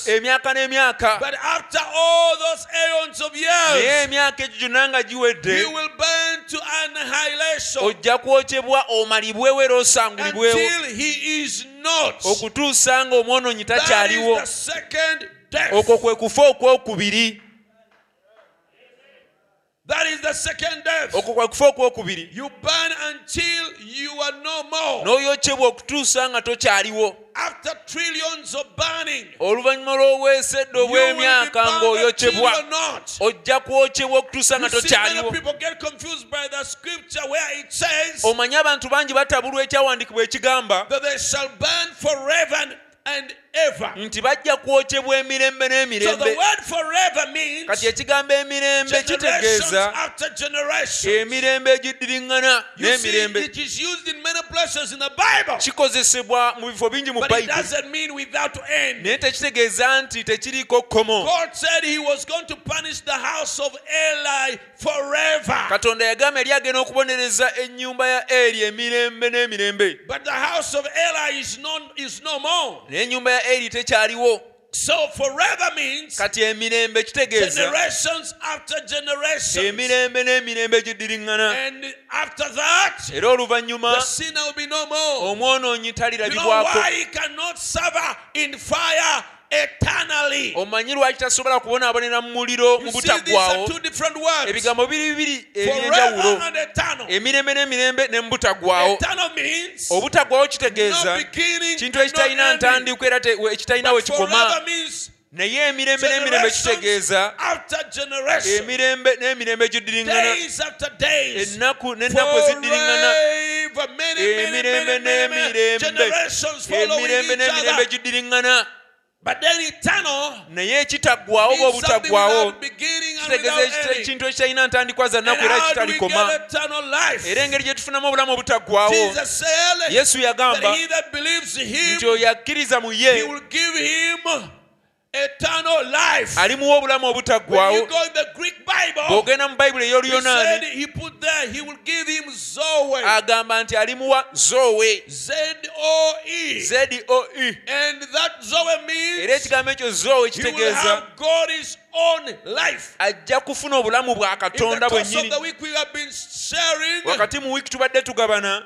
Speaker 2: emyaka n'emyaka
Speaker 1: But after all those aeons of
Speaker 2: naye
Speaker 1: years,
Speaker 2: emyaka egyo gyonna nga giwedde
Speaker 1: You will burn to annihilation
Speaker 2: ojja kwokyebwa omalibwewo era osangulibwewo
Speaker 1: until he is not.
Speaker 2: okutuusa nga omwonoonyi
Speaker 1: That is
Speaker 2: takyaliwo
Speaker 1: the second death.
Speaker 2: okwo kwe kufa okwokubiri
Speaker 1: That is the second death.
Speaker 2: okwo kwe kufa okwokubiri
Speaker 1: You burn until you are no more.
Speaker 2: n'oyokyebwa okutuusa nga tokyaliwo
Speaker 1: After trillions of burning,
Speaker 2: oluvannyuma lw'oweesedde
Speaker 1: you will be
Speaker 2: obw'emyaka
Speaker 1: burned until you
Speaker 2: ng'oyokyebwa
Speaker 1: are not.
Speaker 2: ojja kwokyebwa okutuusa nga
Speaker 1: You see, many
Speaker 2: tokyaliwo
Speaker 1: people get confused by the scripture where it says
Speaker 2: omanye abantu bangi batabulwa ekyawandiikibwa ekigamba
Speaker 1: that they shall burn forever and ever.
Speaker 2: nti bajja kwokyebwa emirembe
Speaker 1: So the
Speaker 2: n'emirembe
Speaker 1: word forever means
Speaker 2: kati ekigambo emirembe
Speaker 1: generations
Speaker 2: kitegeeza
Speaker 1: after generations.
Speaker 2: emirembe egiddiriŋŋana
Speaker 1: You see,
Speaker 2: n'emirembe
Speaker 1: it is used in many places in the Bible,
Speaker 2: kikozesebwa mu bifo bingi mu
Speaker 1: but it
Speaker 2: bayibuli
Speaker 1: doesn't mean without end.
Speaker 2: naye tekitegeeza nti tekiriiko kkomo
Speaker 1: God said He was going to punish the house of Eli forever,
Speaker 2: katonda yagamba yali agenda okubonereza ennyumba ya eri emirembe n'emirembe
Speaker 1: but the house of Eli is non is no more.
Speaker 2: naye ennyumba ya eri tekyaliwo
Speaker 1: So forever means
Speaker 2: kati emirembe kitegeeza
Speaker 1: generations after generations,
Speaker 2: emirembe n'emirembe egiddiriŋŋana
Speaker 1: and after that,
Speaker 2: era
Speaker 1: the
Speaker 2: oluvannyuma Oh,
Speaker 1: sinner will be no more.
Speaker 2: omwonoonyi
Speaker 1: You know
Speaker 2: talirabibwako
Speaker 1: why he cannot suffer in fire eternally.
Speaker 2: omanyi lwaki tasobola kubonaabonera mu muliro mu
Speaker 1: You see, these are
Speaker 2: butaggwawo
Speaker 1: two different words.
Speaker 2: ebigambo biri bibiri
Speaker 1: Forever
Speaker 2: ebyenjawulo
Speaker 1: and eternal.
Speaker 2: emirembe n'emirembe ne mu butaggwawo
Speaker 1: Eternal means
Speaker 2: obutaggwawo
Speaker 1: no
Speaker 2: kitegeeza
Speaker 1: beginning and
Speaker 2: kintu
Speaker 1: no
Speaker 2: ekitalina
Speaker 1: ending.
Speaker 2: ntandikwa era te- we- ekitalina we
Speaker 1: But
Speaker 2: kikoma
Speaker 1: Forever means
Speaker 2: naye emirembe n'emirembe
Speaker 1: generations
Speaker 2: kitegeeza
Speaker 1: after generation,
Speaker 2: emirembe n'emirembe giddiringana
Speaker 1: days after days.
Speaker 2: ennaku n'ennaku ziddiringana
Speaker 1: Forever, many, many, many,
Speaker 2: emirembe
Speaker 1: many, many
Speaker 2: n'emirembe
Speaker 1: generations following
Speaker 2: emirembe
Speaker 1: each other.
Speaker 2: n'emirembe giddiringana
Speaker 1: But then eternal
Speaker 2: naye ekitaggwawo oba
Speaker 1: means something
Speaker 2: obutaggwawawo
Speaker 1: without beginning and
Speaker 2: kitegeeza
Speaker 1: without
Speaker 2: ekita-
Speaker 1: ending.
Speaker 2: ekintu ekitalina ntandikwa za
Speaker 1: And
Speaker 2: nnaku era
Speaker 1: how do we
Speaker 2: ekitalikoma
Speaker 1: get eternal life?
Speaker 2: era engeri gye tufunamu obulamu obutaggwawo
Speaker 1: Jesus said
Speaker 2: yesu
Speaker 1: that
Speaker 2: yagamba
Speaker 1: he that believes in
Speaker 2: nti
Speaker 1: him,
Speaker 2: oyo akkiriza mu
Speaker 1: he
Speaker 2: ye
Speaker 1: will give him eternal life.
Speaker 2: alimuwa obulamu
Speaker 1: When you
Speaker 2: obutaggwawo
Speaker 1: go in the Greek Bible,
Speaker 2: bw'ogenda mu bayibuli
Speaker 1: he said
Speaker 2: ey'oluyonaani
Speaker 1: he put there, he will give him Zoe.
Speaker 2: agamba nti alimuwa zowe
Speaker 1: Z-O-E.
Speaker 2: zoe
Speaker 1: E. And that Zoe means
Speaker 2: era ekigambo ekyo zowe
Speaker 1: He will have
Speaker 2: kitegeeza
Speaker 1: God his own life.
Speaker 2: ajja kufuna obulamu bwa
Speaker 1: In the
Speaker 2: katonda
Speaker 1: course of
Speaker 2: bwennyini
Speaker 1: the week, we have been sharing
Speaker 2: wakati mu wiiki tubadde tugabana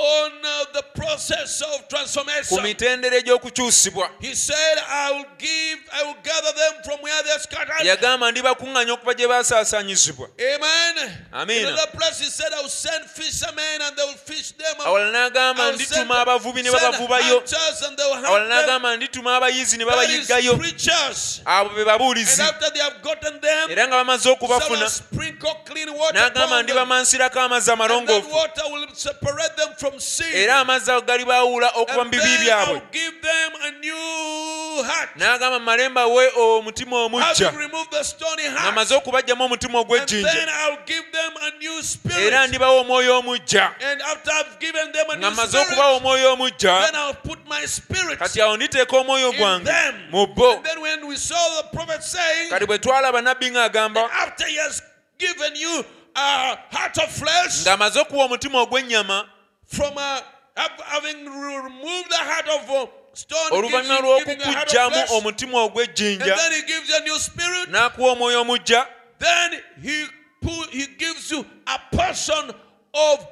Speaker 1: on uh, the process of
Speaker 2: ku
Speaker 1: transformation.
Speaker 2: mitendera egy'okukyusibwa
Speaker 1: He said, I will give, I will gather them from where they are scattered.
Speaker 2: yagamba ndibakuŋŋanya okuva gye baasaasaanyizibwa
Speaker 1: Amen.
Speaker 2: Amen.
Speaker 1: In another place, he said, I will send fishermen and they will fish them.
Speaker 2: awalala
Speaker 1: I
Speaker 2: n'agamba
Speaker 1: will send,
Speaker 2: ndituma abavubi ne
Speaker 1: send
Speaker 2: babavubayo
Speaker 1: hunters and they will
Speaker 2: awalala
Speaker 1: hunt them.
Speaker 2: n'agamba ndituma abayizi ne
Speaker 1: That is
Speaker 2: babayiggayo
Speaker 1: preachers.
Speaker 2: abo be babuulizi
Speaker 1: And after they have gotten them,
Speaker 2: era nga bamaze
Speaker 1: shall I
Speaker 2: okubafuna
Speaker 1: sprinkle clean water
Speaker 2: n'agamba
Speaker 1: upon them.
Speaker 2: ndibamansirako amazzi
Speaker 1: And that
Speaker 2: amalongoofu
Speaker 1: water will separate them from sin.
Speaker 2: era amazzi ago galibaawula okuva mu
Speaker 1: And
Speaker 2: bibi
Speaker 1: then I will
Speaker 2: byabwe
Speaker 1: give them a new heart.
Speaker 2: n'agamba malemba we omutima omuggya
Speaker 1: Having removed the stony
Speaker 2: nga
Speaker 1: heart.
Speaker 2: maze okubajjamu omutima
Speaker 1: And then
Speaker 2: ogw'ejjinja
Speaker 1: I'll give them a new spirit.
Speaker 2: era ndibawa omwoyo omuggya
Speaker 1: And after I've given them a
Speaker 2: nga
Speaker 1: new
Speaker 2: maze
Speaker 1: spirit,
Speaker 2: okubawa omwoyo
Speaker 1: then
Speaker 2: omuggya
Speaker 1: I'll put my spirit
Speaker 2: kati awo nditeeka omwoyo
Speaker 1: in
Speaker 2: gwange
Speaker 1: them.
Speaker 2: mu bo
Speaker 1: And then when we saw the prophet saying,
Speaker 2: kati bwe twalaba nabbi ng'agamba
Speaker 1: after he has given you a heart of flesh,
Speaker 2: ng'amaze okuwa omutima ogw'ennyama
Speaker 1: from a, hav- having re- removed the heart of uh, stone, gives
Speaker 2: oluvannyuma
Speaker 1: you- giving the heart of
Speaker 2: lw'okukuggyamu
Speaker 1: flesh,
Speaker 2: omutima
Speaker 1: And
Speaker 2: ogw'ejjinja
Speaker 1: then he gives you a new spirit.
Speaker 2: n'akuwa omwoyo omuggya
Speaker 1: Then he pu- he gives you a portion of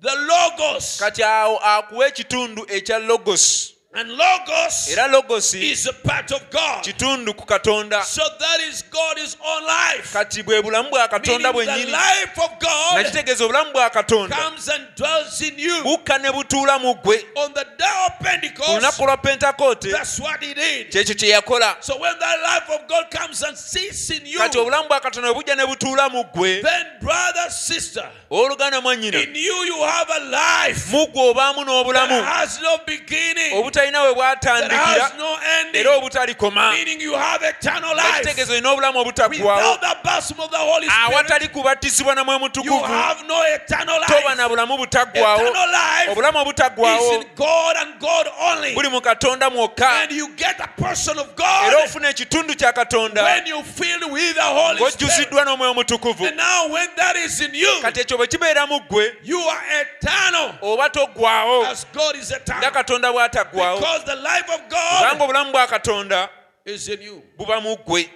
Speaker 1: the logos.
Speaker 2: kati awo akuwa ekitundu ekya logosi
Speaker 1: And logos
Speaker 2: era logosi
Speaker 1: is a part of God.
Speaker 2: kitundu ku katonda
Speaker 1: So that is God is on life.
Speaker 2: kati bwe bulamu bwa
Speaker 1: Meaning
Speaker 2: katonda
Speaker 1: the
Speaker 2: bwennyini
Speaker 1: life of
Speaker 2: nga
Speaker 1: God
Speaker 2: kitegeeza obulamu bwa katonda
Speaker 1: comes and dwells in you.
Speaker 2: bukka ne butuula mu ggwe
Speaker 1: On the day of
Speaker 2: ku
Speaker 1: Pentecost,
Speaker 2: lunaku lwa pentakoote
Speaker 1: that's what he did.
Speaker 2: kyekyo kye yakola
Speaker 1: So when that life of God comes and sits in you,
Speaker 2: kati obulamu bwa katonda bwe bujja ne butuula mu ggwe
Speaker 1: then brother, sister,
Speaker 2: owooluganda mwannyina
Speaker 1: in you you have a life
Speaker 2: mu ggwe obaamu
Speaker 1: that
Speaker 2: n'obulamu
Speaker 1: has no beginning.
Speaker 2: obutalina we
Speaker 1: that
Speaker 2: bwatandikira
Speaker 1: has no
Speaker 2: era
Speaker 1: ending,
Speaker 2: obutalikoma
Speaker 1: meaning you have eternal
Speaker 2: nga
Speaker 1: life.
Speaker 2: kitegeeza olina obulamu obutaggwawo
Speaker 1: Without the baptism of the Holy Spirit,
Speaker 2: awatali kubatizibwa namwe
Speaker 1: you
Speaker 2: mutukuvu
Speaker 1: have no eternal
Speaker 2: toba na
Speaker 1: life.
Speaker 2: bulamu butaggwawo
Speaker 1: Eternal life
Speaker 2: obulamu
Speaker 1: is
Speaker 2: obutaggwawo
Speaker 1: in God and God only.
Speaker 2: buli mu katonda mwokka
Speaker 1: And you get a portion of
Speaker 2: era
Speaker 1: God
Speaker 2: ofuna ekitundu kya katonda
Speaker 1: when you filled with the Holy Spirit.
Speaker 2: ng'ojjuziddwa n'omwoyo omutukuvu
Speaker 1: And now, when that is in you,
Speaker 2: kati ekyo bwe kibeera mu ggwe
Speaker 1: you are eternal
Speaker 2: oba toggwawo
Speaker 1: as God is
Speaker 2: nga
Speaker 1: eternal.
Speaker 2: katonda bw'ataggwawo
Speaker 1: Because the life of
Speaker 2: kubanga
Speaker 1: God
Speaker 2: obulamu bwa katonda
Speaker 1: is in you.
Speaker 2: buba mu ggwe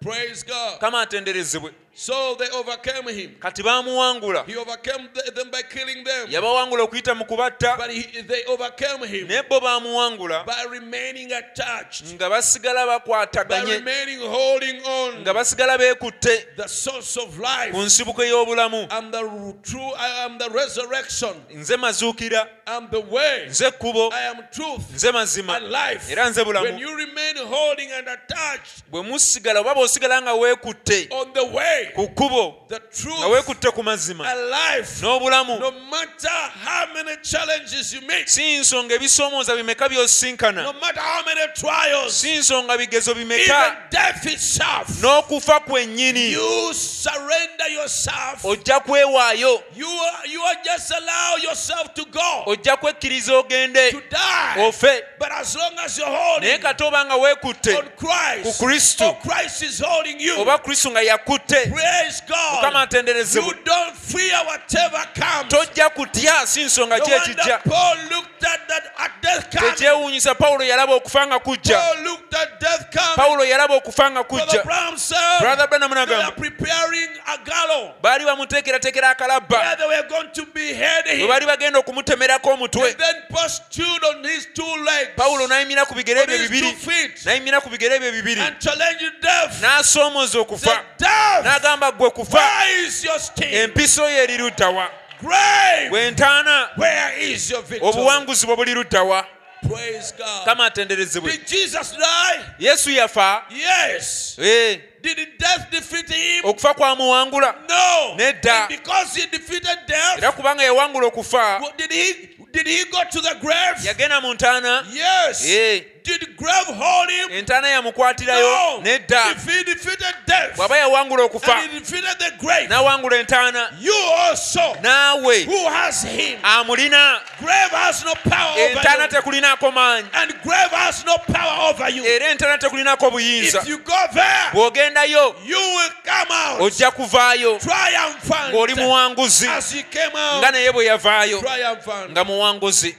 Speaker 1: Praise God.
Speaker 2: kama atenderezebwe
Speaker 1: So they overcame him.
Speaker 2: kati baamuwangula
Speaker 1: He overcame th- them by killing them.
Speaker 2: yabawangula okuyita mu kubatta
Speaker 1: But he, they overcame him
Speaker 2: naye bo baamuwangula
Speaker 1: by remaining attached,
Speaker 2: nga basigala
Speaker 1: by
Speaker 2: bakwataganye
Speaker 1: remaining holding on
Speaker 2: nga basigala beekutte
Speaker 1: the source of
Speaker 2: ku
Speaker 1: life.
Speaker 2: nsibuko ey'obulamu
Speaker 1: I'm the true, I am the resurrection.
Speaker 2: nze mazuukira
Speaker 1: I'm the way.
Speaker 2: nze kkubo
Speaker 1: I am truth
Speaker 2: nze mazima
Speaker 1: and life.
Speaker 2: era nze
Speaker 1: When
Speaker 2: bulamu
Speaker 1: you remain holding and attached
Speaker 2: bwe musigala oba bw'osigala nga weekutte
Speaker 1: on the way,
Speaker 2: ku kkubo
Speaker 1: the
Speaker 2: nga
Speaker 1: truth
Speaker 2: weekutte ku mazima
Speaker 1: and life, no
Speaker 2: n'obulamu
Speaker 1: matter how many challenges you meet,
Speaker 2: si nsonga ebisoomooza bimeka by'osinkana
Speaker 1: no matter how many trials,
Speaker 2: si nsonga bigezo
Speaker 1: even
Speaker 2: bimeka
Speaker 1: death itself,
Speaker 2: n'okufa kwennyini
Speaker 1: You surrender yourself.
Speaker 2: ojja kwewaayo
Speaker 1: You are, you are just allow yourself to go,
Speaker 2: ojja kwekkiriza
Speaker 1: to
Speaker 2: ogende
Speaker 1: die.
Speaker 2: ofe
Speaker 1: But as long as you're holding
Speaker 2: naye
Speaker 1: on
Speaker 2: kate oba nga weekutte ku Oh,
Speaker 1: Christ,
Speaker 2: kristo
Speaker 1: or Christ is holding you.
Speaker 2: oba kristo nga yakutte
Speaker 1: Praise
Speaker 2: mukama
Speaker 1: God. You
Speaker 2: atenderezebwe
Speaker 1: don't fear whatever comes.
Speaker 2: tojja kutya si nsonga ki
Speaker 1: No wonder
Speaker 2: ekijja
Speaker 1: Paul looked at that at death coming.
Speaker 2: tekyewuunyisa pawulo yalaba okufa nga kujja
Speaker 1: Paul looked at death coming.
Speaker 2: pawulo yalaba okufa nga
Speaker 1: Brother
Speaker 2: kujja
Speaker 1: Brown said
Speaker 2: brother branham
Speaker 1: they are
Speaker 2: nagamba
Speaker 1: preparing a gallow
Speaker 2: baali bamuteekerateekera akalabba
Speaker 1: where they were going to behead
Speaker 2: bwe
Speaker 1: him.
Speaker 2: baali bagenda okumutemerako
Speaker 1: And
Speaker 2: omutwe
Speaker 1: then postured on his two legs,
Speaker 2: pawulo n'ayimira ku bigere
Speaker 1: on
Speaker 2: ebyo
Speaker 1: his two
Speaker 2: bibiri
Speaker 1: feet,
Speaker 2: n'ayimira ku bigere ebyo bibiri
Speaker 1: and challenged death.
Speaker 2: n'asoomoza
Speaker 1: Said,
Speaker 2: okufa
Speaker 1: death,
Speaker 2: n'agamba ggwe kufa
Speaker 1: where is your sting?
Speaker 2: empiso yo eri luddawa
Speaker 1: Grave,
Speaker 2: gwe ntaana
Speaker 1: where is your victory?
Speaker 2: obuwanguzi bwo buli luddawa
Speaker 1: Praise God.
Speaker 2: kama atenderezebwe
Speaker 1: Did Jesus die?
Speaker 2: yesu yafa
Speaker 1: Yes.
Speaker 2: Eh,
Speaker 1: Did death defeat him?
Speaker 2: okufa kwamuwangula
Speaker 1: No.
Speaker 2: Nedda.
Speaker 1: And because he defeated death,
Speaker 2: era kubanga yawangula okufa
Speaker 1: what- did he did he go to the grave?
Speaker 2: yagenda mu ntaana
Speaker 1: Yes.
Speaker 2: Eh,
Speaker 1: Did grave hold him?
Speaker 2: entaana yamukwatirayo
Speaker 1: No.
Speaker 2: nedda
Speaker 1: If he defeated death,
Speaker 2: bw'aba yawangula okufa
Speaker 1: and he defeated the grave,
Speaker 2: n'awangula entaana
Speaker 1: you also
Speaker 2: naawe
Speaker 1: who has him,
Speaker 2: amulina
Speaker 1: grave has no power
Speaker 2: entaana
Speaker 1: over you,
Speaker 2: tekulinaako maanyi
Speaker 1: and grave has no power over you.
Speaker 2: era entaana tekulinaako buyinza
Speaker 1: If you go there,
Speaker 2: bw'ogendayo
Speaker 1: you will come out
Speaker 2: ojja kuvaayo ng'oli
Speaker 1: triumphant.
Speaker 2: muwanguzi
Speaker 1: As he came out,
Speaker 2: nga naye bwe yavaayo
Speaker 1: triumphant.
Speaker 2: nga muwanguzi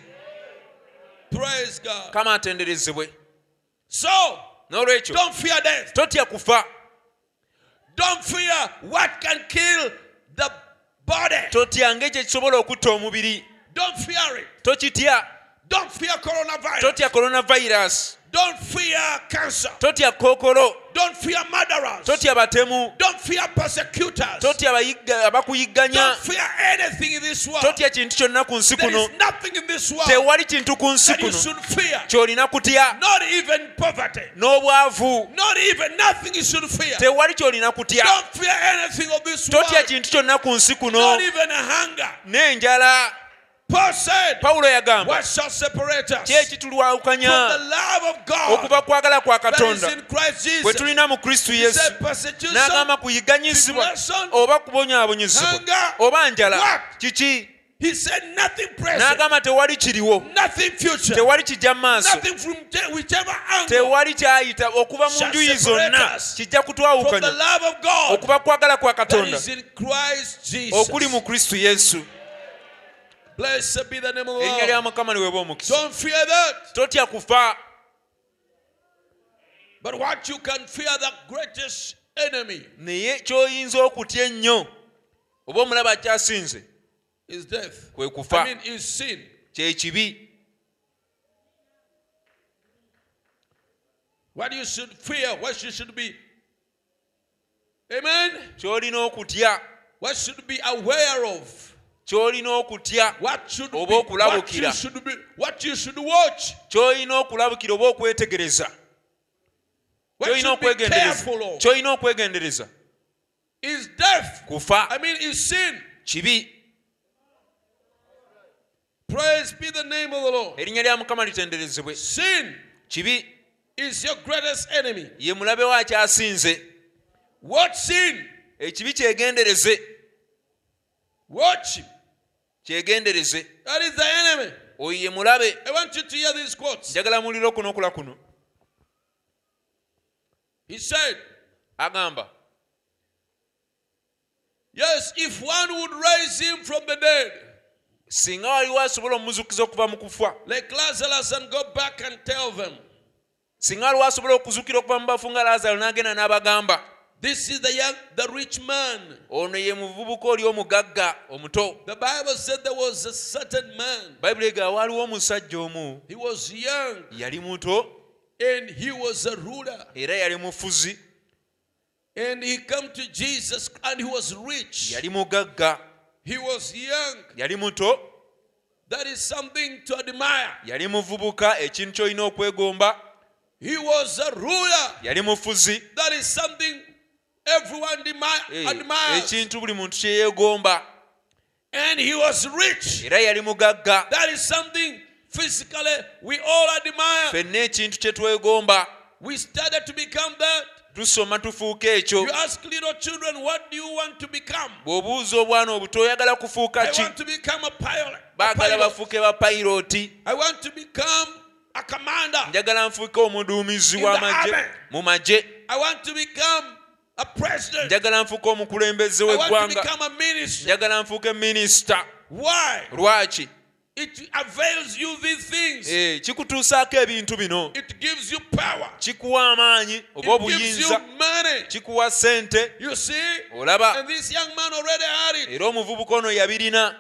Speaker 1: Praise God.
Speaker 2: kama atenderezebwe
Speaker 1: So,
Speaker 2: n'olwekyo
Speaker 1: don't fear death.
Speaker 2: totya kufa
Speaker 1: Don't fear what can kill the body.
Speaker 2: totyanga ekyo ekisobola okutta omubiri
Speaker 1: Don't fear it.
Speaker 2: tokitya
Speaker 1: Don't fear coronavirus.
Speaker 2: totya coronavirus
Speaker 1: Don't fear cancer.
Speaker 2: totya kookolo
Speaker 1: Don't fear murderers.
Speaker 2: totya batemu
Speaker 1: Don't fear persecutors.
Speaker 2: totya abayigga- abakuyigganya
Speaker 1: Don't fear anything in this world.
Speaker 2: totya kintu kyonna ku nsi
Speaker 1: There
Speaker 2: kuno
Speaker 1: is nothing in this world
Speaker 2: tewali kintu ku nsi
Speaker 1: that you
Speaker 2: kuno
Speaker 1: should fear.
Speaker 2: ky'olina kutya
Speaker 1: Not even poverty.
Speaker 2: n'obwavu
Speaker 1: Not even nothing you should fear.
Speaker 2: tewali ky'olina kutya
Speaker 1: Don't fear anything of this world.
Speaker 2: totya kintu kyonna ku nsi kuno
Speaker 1: Not even a hunger.
Speaker 2: n'enjala
Speaker 1: Paul said,
Speaker 2: pawulo yagamba
Speaker 1: What shall separate us
Speaker 2: ki
Speaker 1: from
Speaker 2: ekitulwawukanya
Speaker 1: the love of God
Speaker 2: okuva kwagala kwa
Speaker 1: that is
Speaker 2: katonda
Speaker 1: in Christ
Speaker 2: bwe
Speaker 1: Jesus?
Speaker 2: tulina mu kristu
Speaker 1: He
Speaker 2: yesu
Speaker 1: said, Persecution,
Speaker 2: n'agamba kuyigganyizibwa
Speaker 1: tribulation,
Speaker 2: oba kubonyaabonyezebwa
Speaker 1: hunger.
Speaker 2: oba njala
Speaker 1: What?
Speaker 2: kiki
Speaker 1: He said, Nothing present,
Speaker 2: n'agamba tewali kiriwo
Speaker 1: nothing future,
Speaker 2: tewali kijja mu maaso
Speaker 1: nothing from te- whichever angle
Speaker 2: tewali kyayita okuva mu
Speaker 1: Shall
Speaker 2: njuyi
Speaker 1: separate
Speaker 2: zonna
Speaker 1: us
Speaker 2: kijja
Speaker 1: from the
Speaker 2: kutwawukanya
Speaker 1: love of God
Speaker 2: okuba kwagala kwa
Speaker 1: that
Speaker 2: katonda
Speaker 1: is in Christ Jesus.
Speaker 2: okuli mu kristu yesu
Speaker 1: Blessed be the name of the
Speaker 2: erinnya lya
Speaker 1: Lord.
Speaker 2: mukama liweba omukisa
Speaker 1: Oh. Don't fear that.
Speaker 2: totya kufa
Speaker 1: But what you can fear, the greatest enemy
Speaker 2: naye ky'oyinza okutya ennyo oba omulaba akyasinze
Speaker 1: is death.
Speaker 2: kwe kufa
Speaker 1: I mean, is sin.
Speaker 2: kyekibi
Speaker 1: What you should fear, what you should be. Amen.
Speaker 2: ky'olina okutya
Speaker 1: What should be aware of.
Speaker 2: ky'olina okutya
Speaker 1: What should be,
Speaker 2: Oba
Speaker 1: what
Speaker 2: okulabukira.
Speaker 1: you should be, what you should watch.
Speaker 2: ky'olina okulabukira oba okwetegereza
Speaker 1: What
Speaker 2: ky'olina
Speaker 1: should be
Speaker 2: okwegendereza
Speaker 1: careful of
Speaker 2: ky'olina okwegendereza
Speaker 1: is death. I
Speaker 2: kufa
Speaker 1: mean, is sin.
Speaker 2: kibi
Speaker 1: Praise be the name of the Lord.
Speaker 2: erinnya lya mukama litenderezebwe
Speaker 1: Sin
Speaker 2: kibi
Speaker 1: is your greatest enemy.
Speaker 2: ye mulabe we akyasinze
Speaker 1: Watch sin.
Speaker 2: ekibi kyegendereze
Speaker 1: Watch him.
Speaker 2: kyegendereze
Speaker 1: That is the enemy.
Speaker 2: oyo ye mulabe
Speaker 1: I want you to hear these quotes.
Speaker 2: njagala muliro kuno okula kuno
Speaker 1: He said,
Speaker 2: agamba
Speaker 1: Yes, if one would raise him from the dead,
Speaker 2: singa waliwo asobola omumuzukiza okuva mu kufa
Speaker 1: like Lazarus, and go back and tell them,
Speaker 2: singa waliwo asobola okuzukira okuva mu bafu nga laazaalo n'agenda n'abagamba
Speaker 1: This is the young, the rich man.
Speaker 2: ono ye muvubuka oli omugagga omuto
Speaker 1: The Bible said there was a certain man.
Speaker 2: bayibuli ega waaliwo omusajja omu
Speaker 1: He was young
Speaker 2: yali muto
Speaker 1: and he was a ruler.
Speaker 2: era yali mufuzi
Speaker 1: And he come to Jesus and he was rich.
Speaker 2: yali mugagga
Speaker 1: He was young.
Speaker 2: yali muto
Speaker 1: That is something to admire.
Speaker 2: yali muvubuka ekintu ky'olina okwegomba
Speaker 1: He was a ruler.
Speaker 2: yali mufuzi
Speaker 1: That is something everyone demi-
Speaker 2: Eh,
Speaker 1: admires.
Speaker 2: ekintu buli muntu kye yeegomba
Speaker 1: And he was rich.
Speaker 2: era yali mugagga
Speaker 1: That is something physically we all admire.
Speaker 2: ffenna ekintu kye twegomba
Speaker 1: We started to become that.
Speaker 2: tusoma tufuuka ekyo
Speaker 1: You ask little children, what do you want to become?
Speaker 2: bw'obuuza obwana obuto oyagala kufuuka
Speaker 1: I
Speaker 2: ki
Speaker 1: want to become a pilot. A
Speaker 2: baagala
Speaker 1: pilot.
Speaker 2: bafuuke ba payiroti
Speaker 1: I want to become a commander.
Speaker 2: njagala nfuuke omuduumizi
Speaker 1: In the
Speaker 2: w'amagye
Speaker 1: army.
Speaker 2: mu magye
Speaker 1: I want to become a president.
Speaker 2: njagala nfuuke omukulembeze
Speaker 1: I want to
Speaker 2: w'eggwanga
Speaker 1: become a minister.
Speaker 2: njagala nfuuke minisita
Speaker 1: Why?
Speaker 2: lwaki
Speaker 1: It avails you these things.
Speaker 2: Eh, kikutuusaako ebintu bino
Speaker 1: It gives you power.
Speaker 2: kikuwa amaanyi oba
Speaker 1: It gives you
Speaker 2: obuyinza
Speaker 1: money.
Speaker 2: kikuwa ssente
Speaker 1: You see?
Speaker 2: olaba
Speaker 1: And this young man already had it.
Speaker 2: era omuvubuka ono yabirina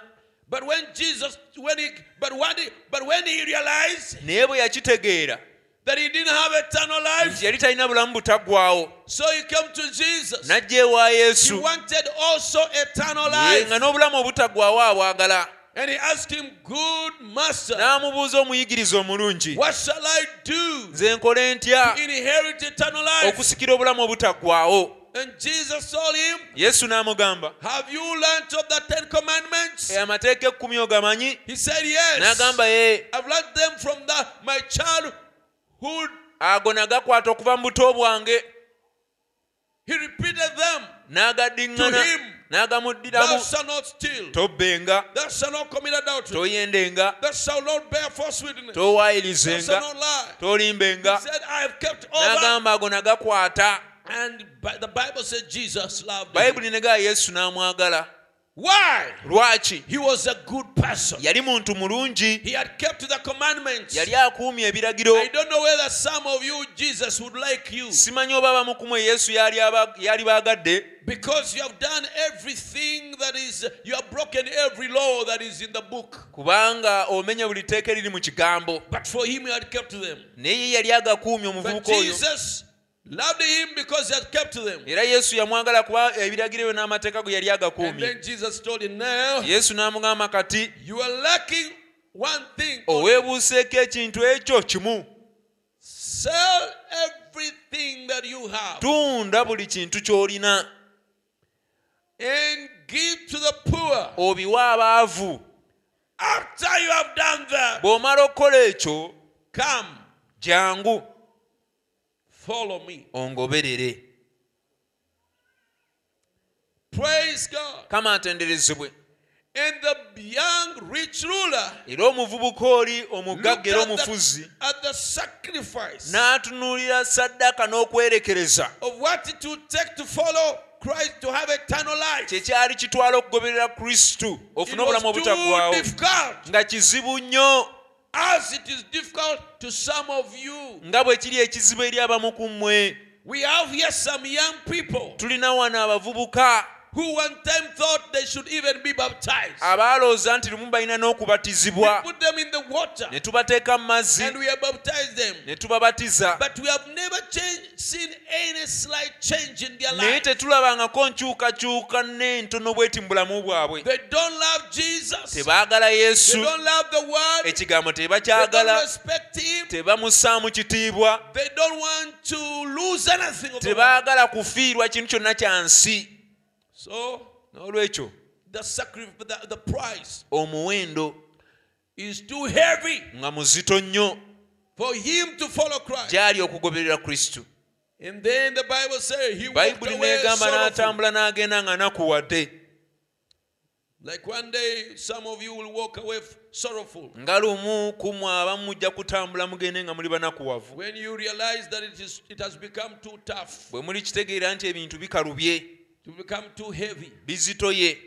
Speaker 1: But when Jesus, when he, but when he, but when he realized
Speaker 2: naye bwe yakitegeera
Speaker 1: that he didn't have eternal life,
Speaker 2: nti yali talina bulamu butaggwawo
Speaker 1: so he came to Jesus.
Speaker 2: n'ajja ewa
Speaker 1: He
Speaker 2: yesu
Speaker 1: wanted also eternal
Speaker 2: Ye nga
Speaker 1: life.
Speaker 2: n'obulamu obutaggwawo abwagala
Speaker 1: And he asked him, Good master,
Speaker 2: n'amubuuza omuyigiriza omulungi
Speaker 1: what shall I do
Speaker 2: nze nkole ntya
Speaker 1: to inherit eternal life?
Speaker 2: okusikira obulamu obutaggwawo
Speaker 1: And Jesus told him,
Speaker 2: yesu n'amugamba
Speaker 1: Have you learnt of the Ten Commandments?
Speaker 2: "E, amateeka ekkumi ogamanyi
Speaker 1: He said, Yes.
Speaker 2: n'agamba ye
Speaker 1: I've learned them from the, my childhood.
Speaker 2: ago nagakwata okuva mu buto bwange
Speaker 1: He repeated them.
Speaker 2: n'agaddiŋŋana
Speaker 1: To him. Thou
Speaker 2: n'agamuddiramu
Speaker 1: shalt not steal.
Speaker 2: tobbenga
Speaker 1: Thou shalt not commit adultery.
Speaker 2: toyendenga
Speaker 1: Thou shalt not bear false witness. Thou
Speaker 2: towaayirizenga
Speaker 1: shalt not lie. He
Speaker 2: tolimbenga
Speaker 1: said, I have kept all that.
Speaker 2: n'agamba ago nagakwata
Speaker 1: And Bi- the Bible said Jesus loved him.
Speaker 2: bayibuli ne gaa yesu n'amwagala
Speaker 1: Why?
Speaker 2: lwaki
Speaker 1: He was a good person.
Speaker 2: yali muntu mulungi
Speaker 1: He had kept the commandments.
Speaker 2: yali akuumye ebiragiro
Speaker 1: I don't know whether some of you, Jesus, would like you
Speaker 2: simanyi oba abamu ku mwe yesu yali aba- yali baagadde
Speaker 1: because you have done everything that is, you have broken every law that is in the book.
Speaker 2: kubanga omenya buli tteeka eriri mu kigambo
Speaker 1: But for him, he had kept them.
Speaker 2: naye ye yali agakuumye
Speaker 1: But
Speaker 2: omuvubuka oyo
Speaker 1: Jesus loved him because he had kept them.
Speaker 2: era yesu yamwagala kuba ebiragiro byo n'amateeka go yali
Speaker 1: And
Speaker 2: agakuumye
Speaker 1: then Jesus told him, Now
Speaker 2: yesu n'amugamba kati
Speaker 1: you are lacking one thing.
Speaker 2: oweebuuseeko ekintu ekyo kimu
Speaker 1: Sell everything that you have
Speaker 2: tunda buli kintu ky'olina
Speaker 1: and give to the poor.
Speaker 2: obiwe abaavu
Speaker 1: After you have done that,
Speaker 2: bw'omala okukola ekyo
Speaker 1: come,
Speaker 2: jangu
Speaker 1: follow me.
Speaker 2: ongoberere
Speaker 1: Praise God.
Speaker 2: kama atenderezebwe
Speaker 1: And the young rich ruler
Speaker 2: era omuvubuka oli omugagga era omufuzi
Speaker 1: the, at the sacrifice
Speaker 2: n'atunuulira saddaaka n'okwerekereza
Speaker 1: of what it would take to follow Christ to have eternal life. It
Speaker 2: kyekyali kitwala okugoberera kristu ofune obulamu
Speaker 1: was
Speaker 2: obutaggwawo
Speaker 1: too difficult,
Speaker 2: nga kizibu nnyo
Speaker 1: as it is difficult to some of you.
Speaker 2: nga bwe kiri ekizibu eri abamu ku mmwe
Speaker 1: We have here some young people
Speaker 2: tulina wano abavubuka
Speaker 1: who one time thought they should even be baptized.
Speaker 2: abalowooza nti lumu balina
Speaker 1: We
Speaker 2: n'okubatizibwa
Speaker 1: put them in the water
Speaker 2: ne tubateeka mu mazzi
Speaker 1: and we have baptized them.
Speaker 2: ne tubabatiza
Speaker 1: But we have never changed, seen any slight change in their
Speaker 2: naye
Speaker 1: life.
Speaker 2: tetulabangako nkyukakyuka n'entono bweti mu bulamu bwabwe
Speaker 1: They don't love Jesus.
Speaker 2: tebaagala
Speaker 1: They
Speaker 2: yesu
Speaker 1: don't love the word.
Speaker 2: ekigambo
Speaker 1: They don't
Speaker 2: tebakyagala
Speaker 1: respect him.
Speaker 2: tebamussaamu kitiibwa
Speaker 1: They don't want to lose anything of the word.
Speaker 2: tebaagala kufiirwa kintu kyonna kya nsi
Speaker 1: So
Speaker 2: n'olwekyo
Speaker 1: the sacrifice, the, the price
Speaker 2: omuwendo
Speaker 1: is too heavy
Speaker 2: nga muzito nnyo
Speaker 1: for him to follow Christ.
Speaker 2: gyali okugoberera kristu
Speaker 1: And then the Bible says he walked
Speaker 2: bayibuli
Speaker 1: away
Speaker 2: n'egamba
Speaker 1: sorrowful.
Speaker 2: n'atambula n'agenda nga nakuwadde
Speaker 1: Like one day, some of you will walk away f- sorrowful
Speaker 2: nga lumu kumwe abamu mujja kutambula mugende nga muli banakuwavu
Speaker 1: when you realize that it is it has become too tough,
Speaker 2: bwe mulikitegeera nti ebintu bikalubye
Speaker 1: to become too heavy.
Speaker 2: bizitoye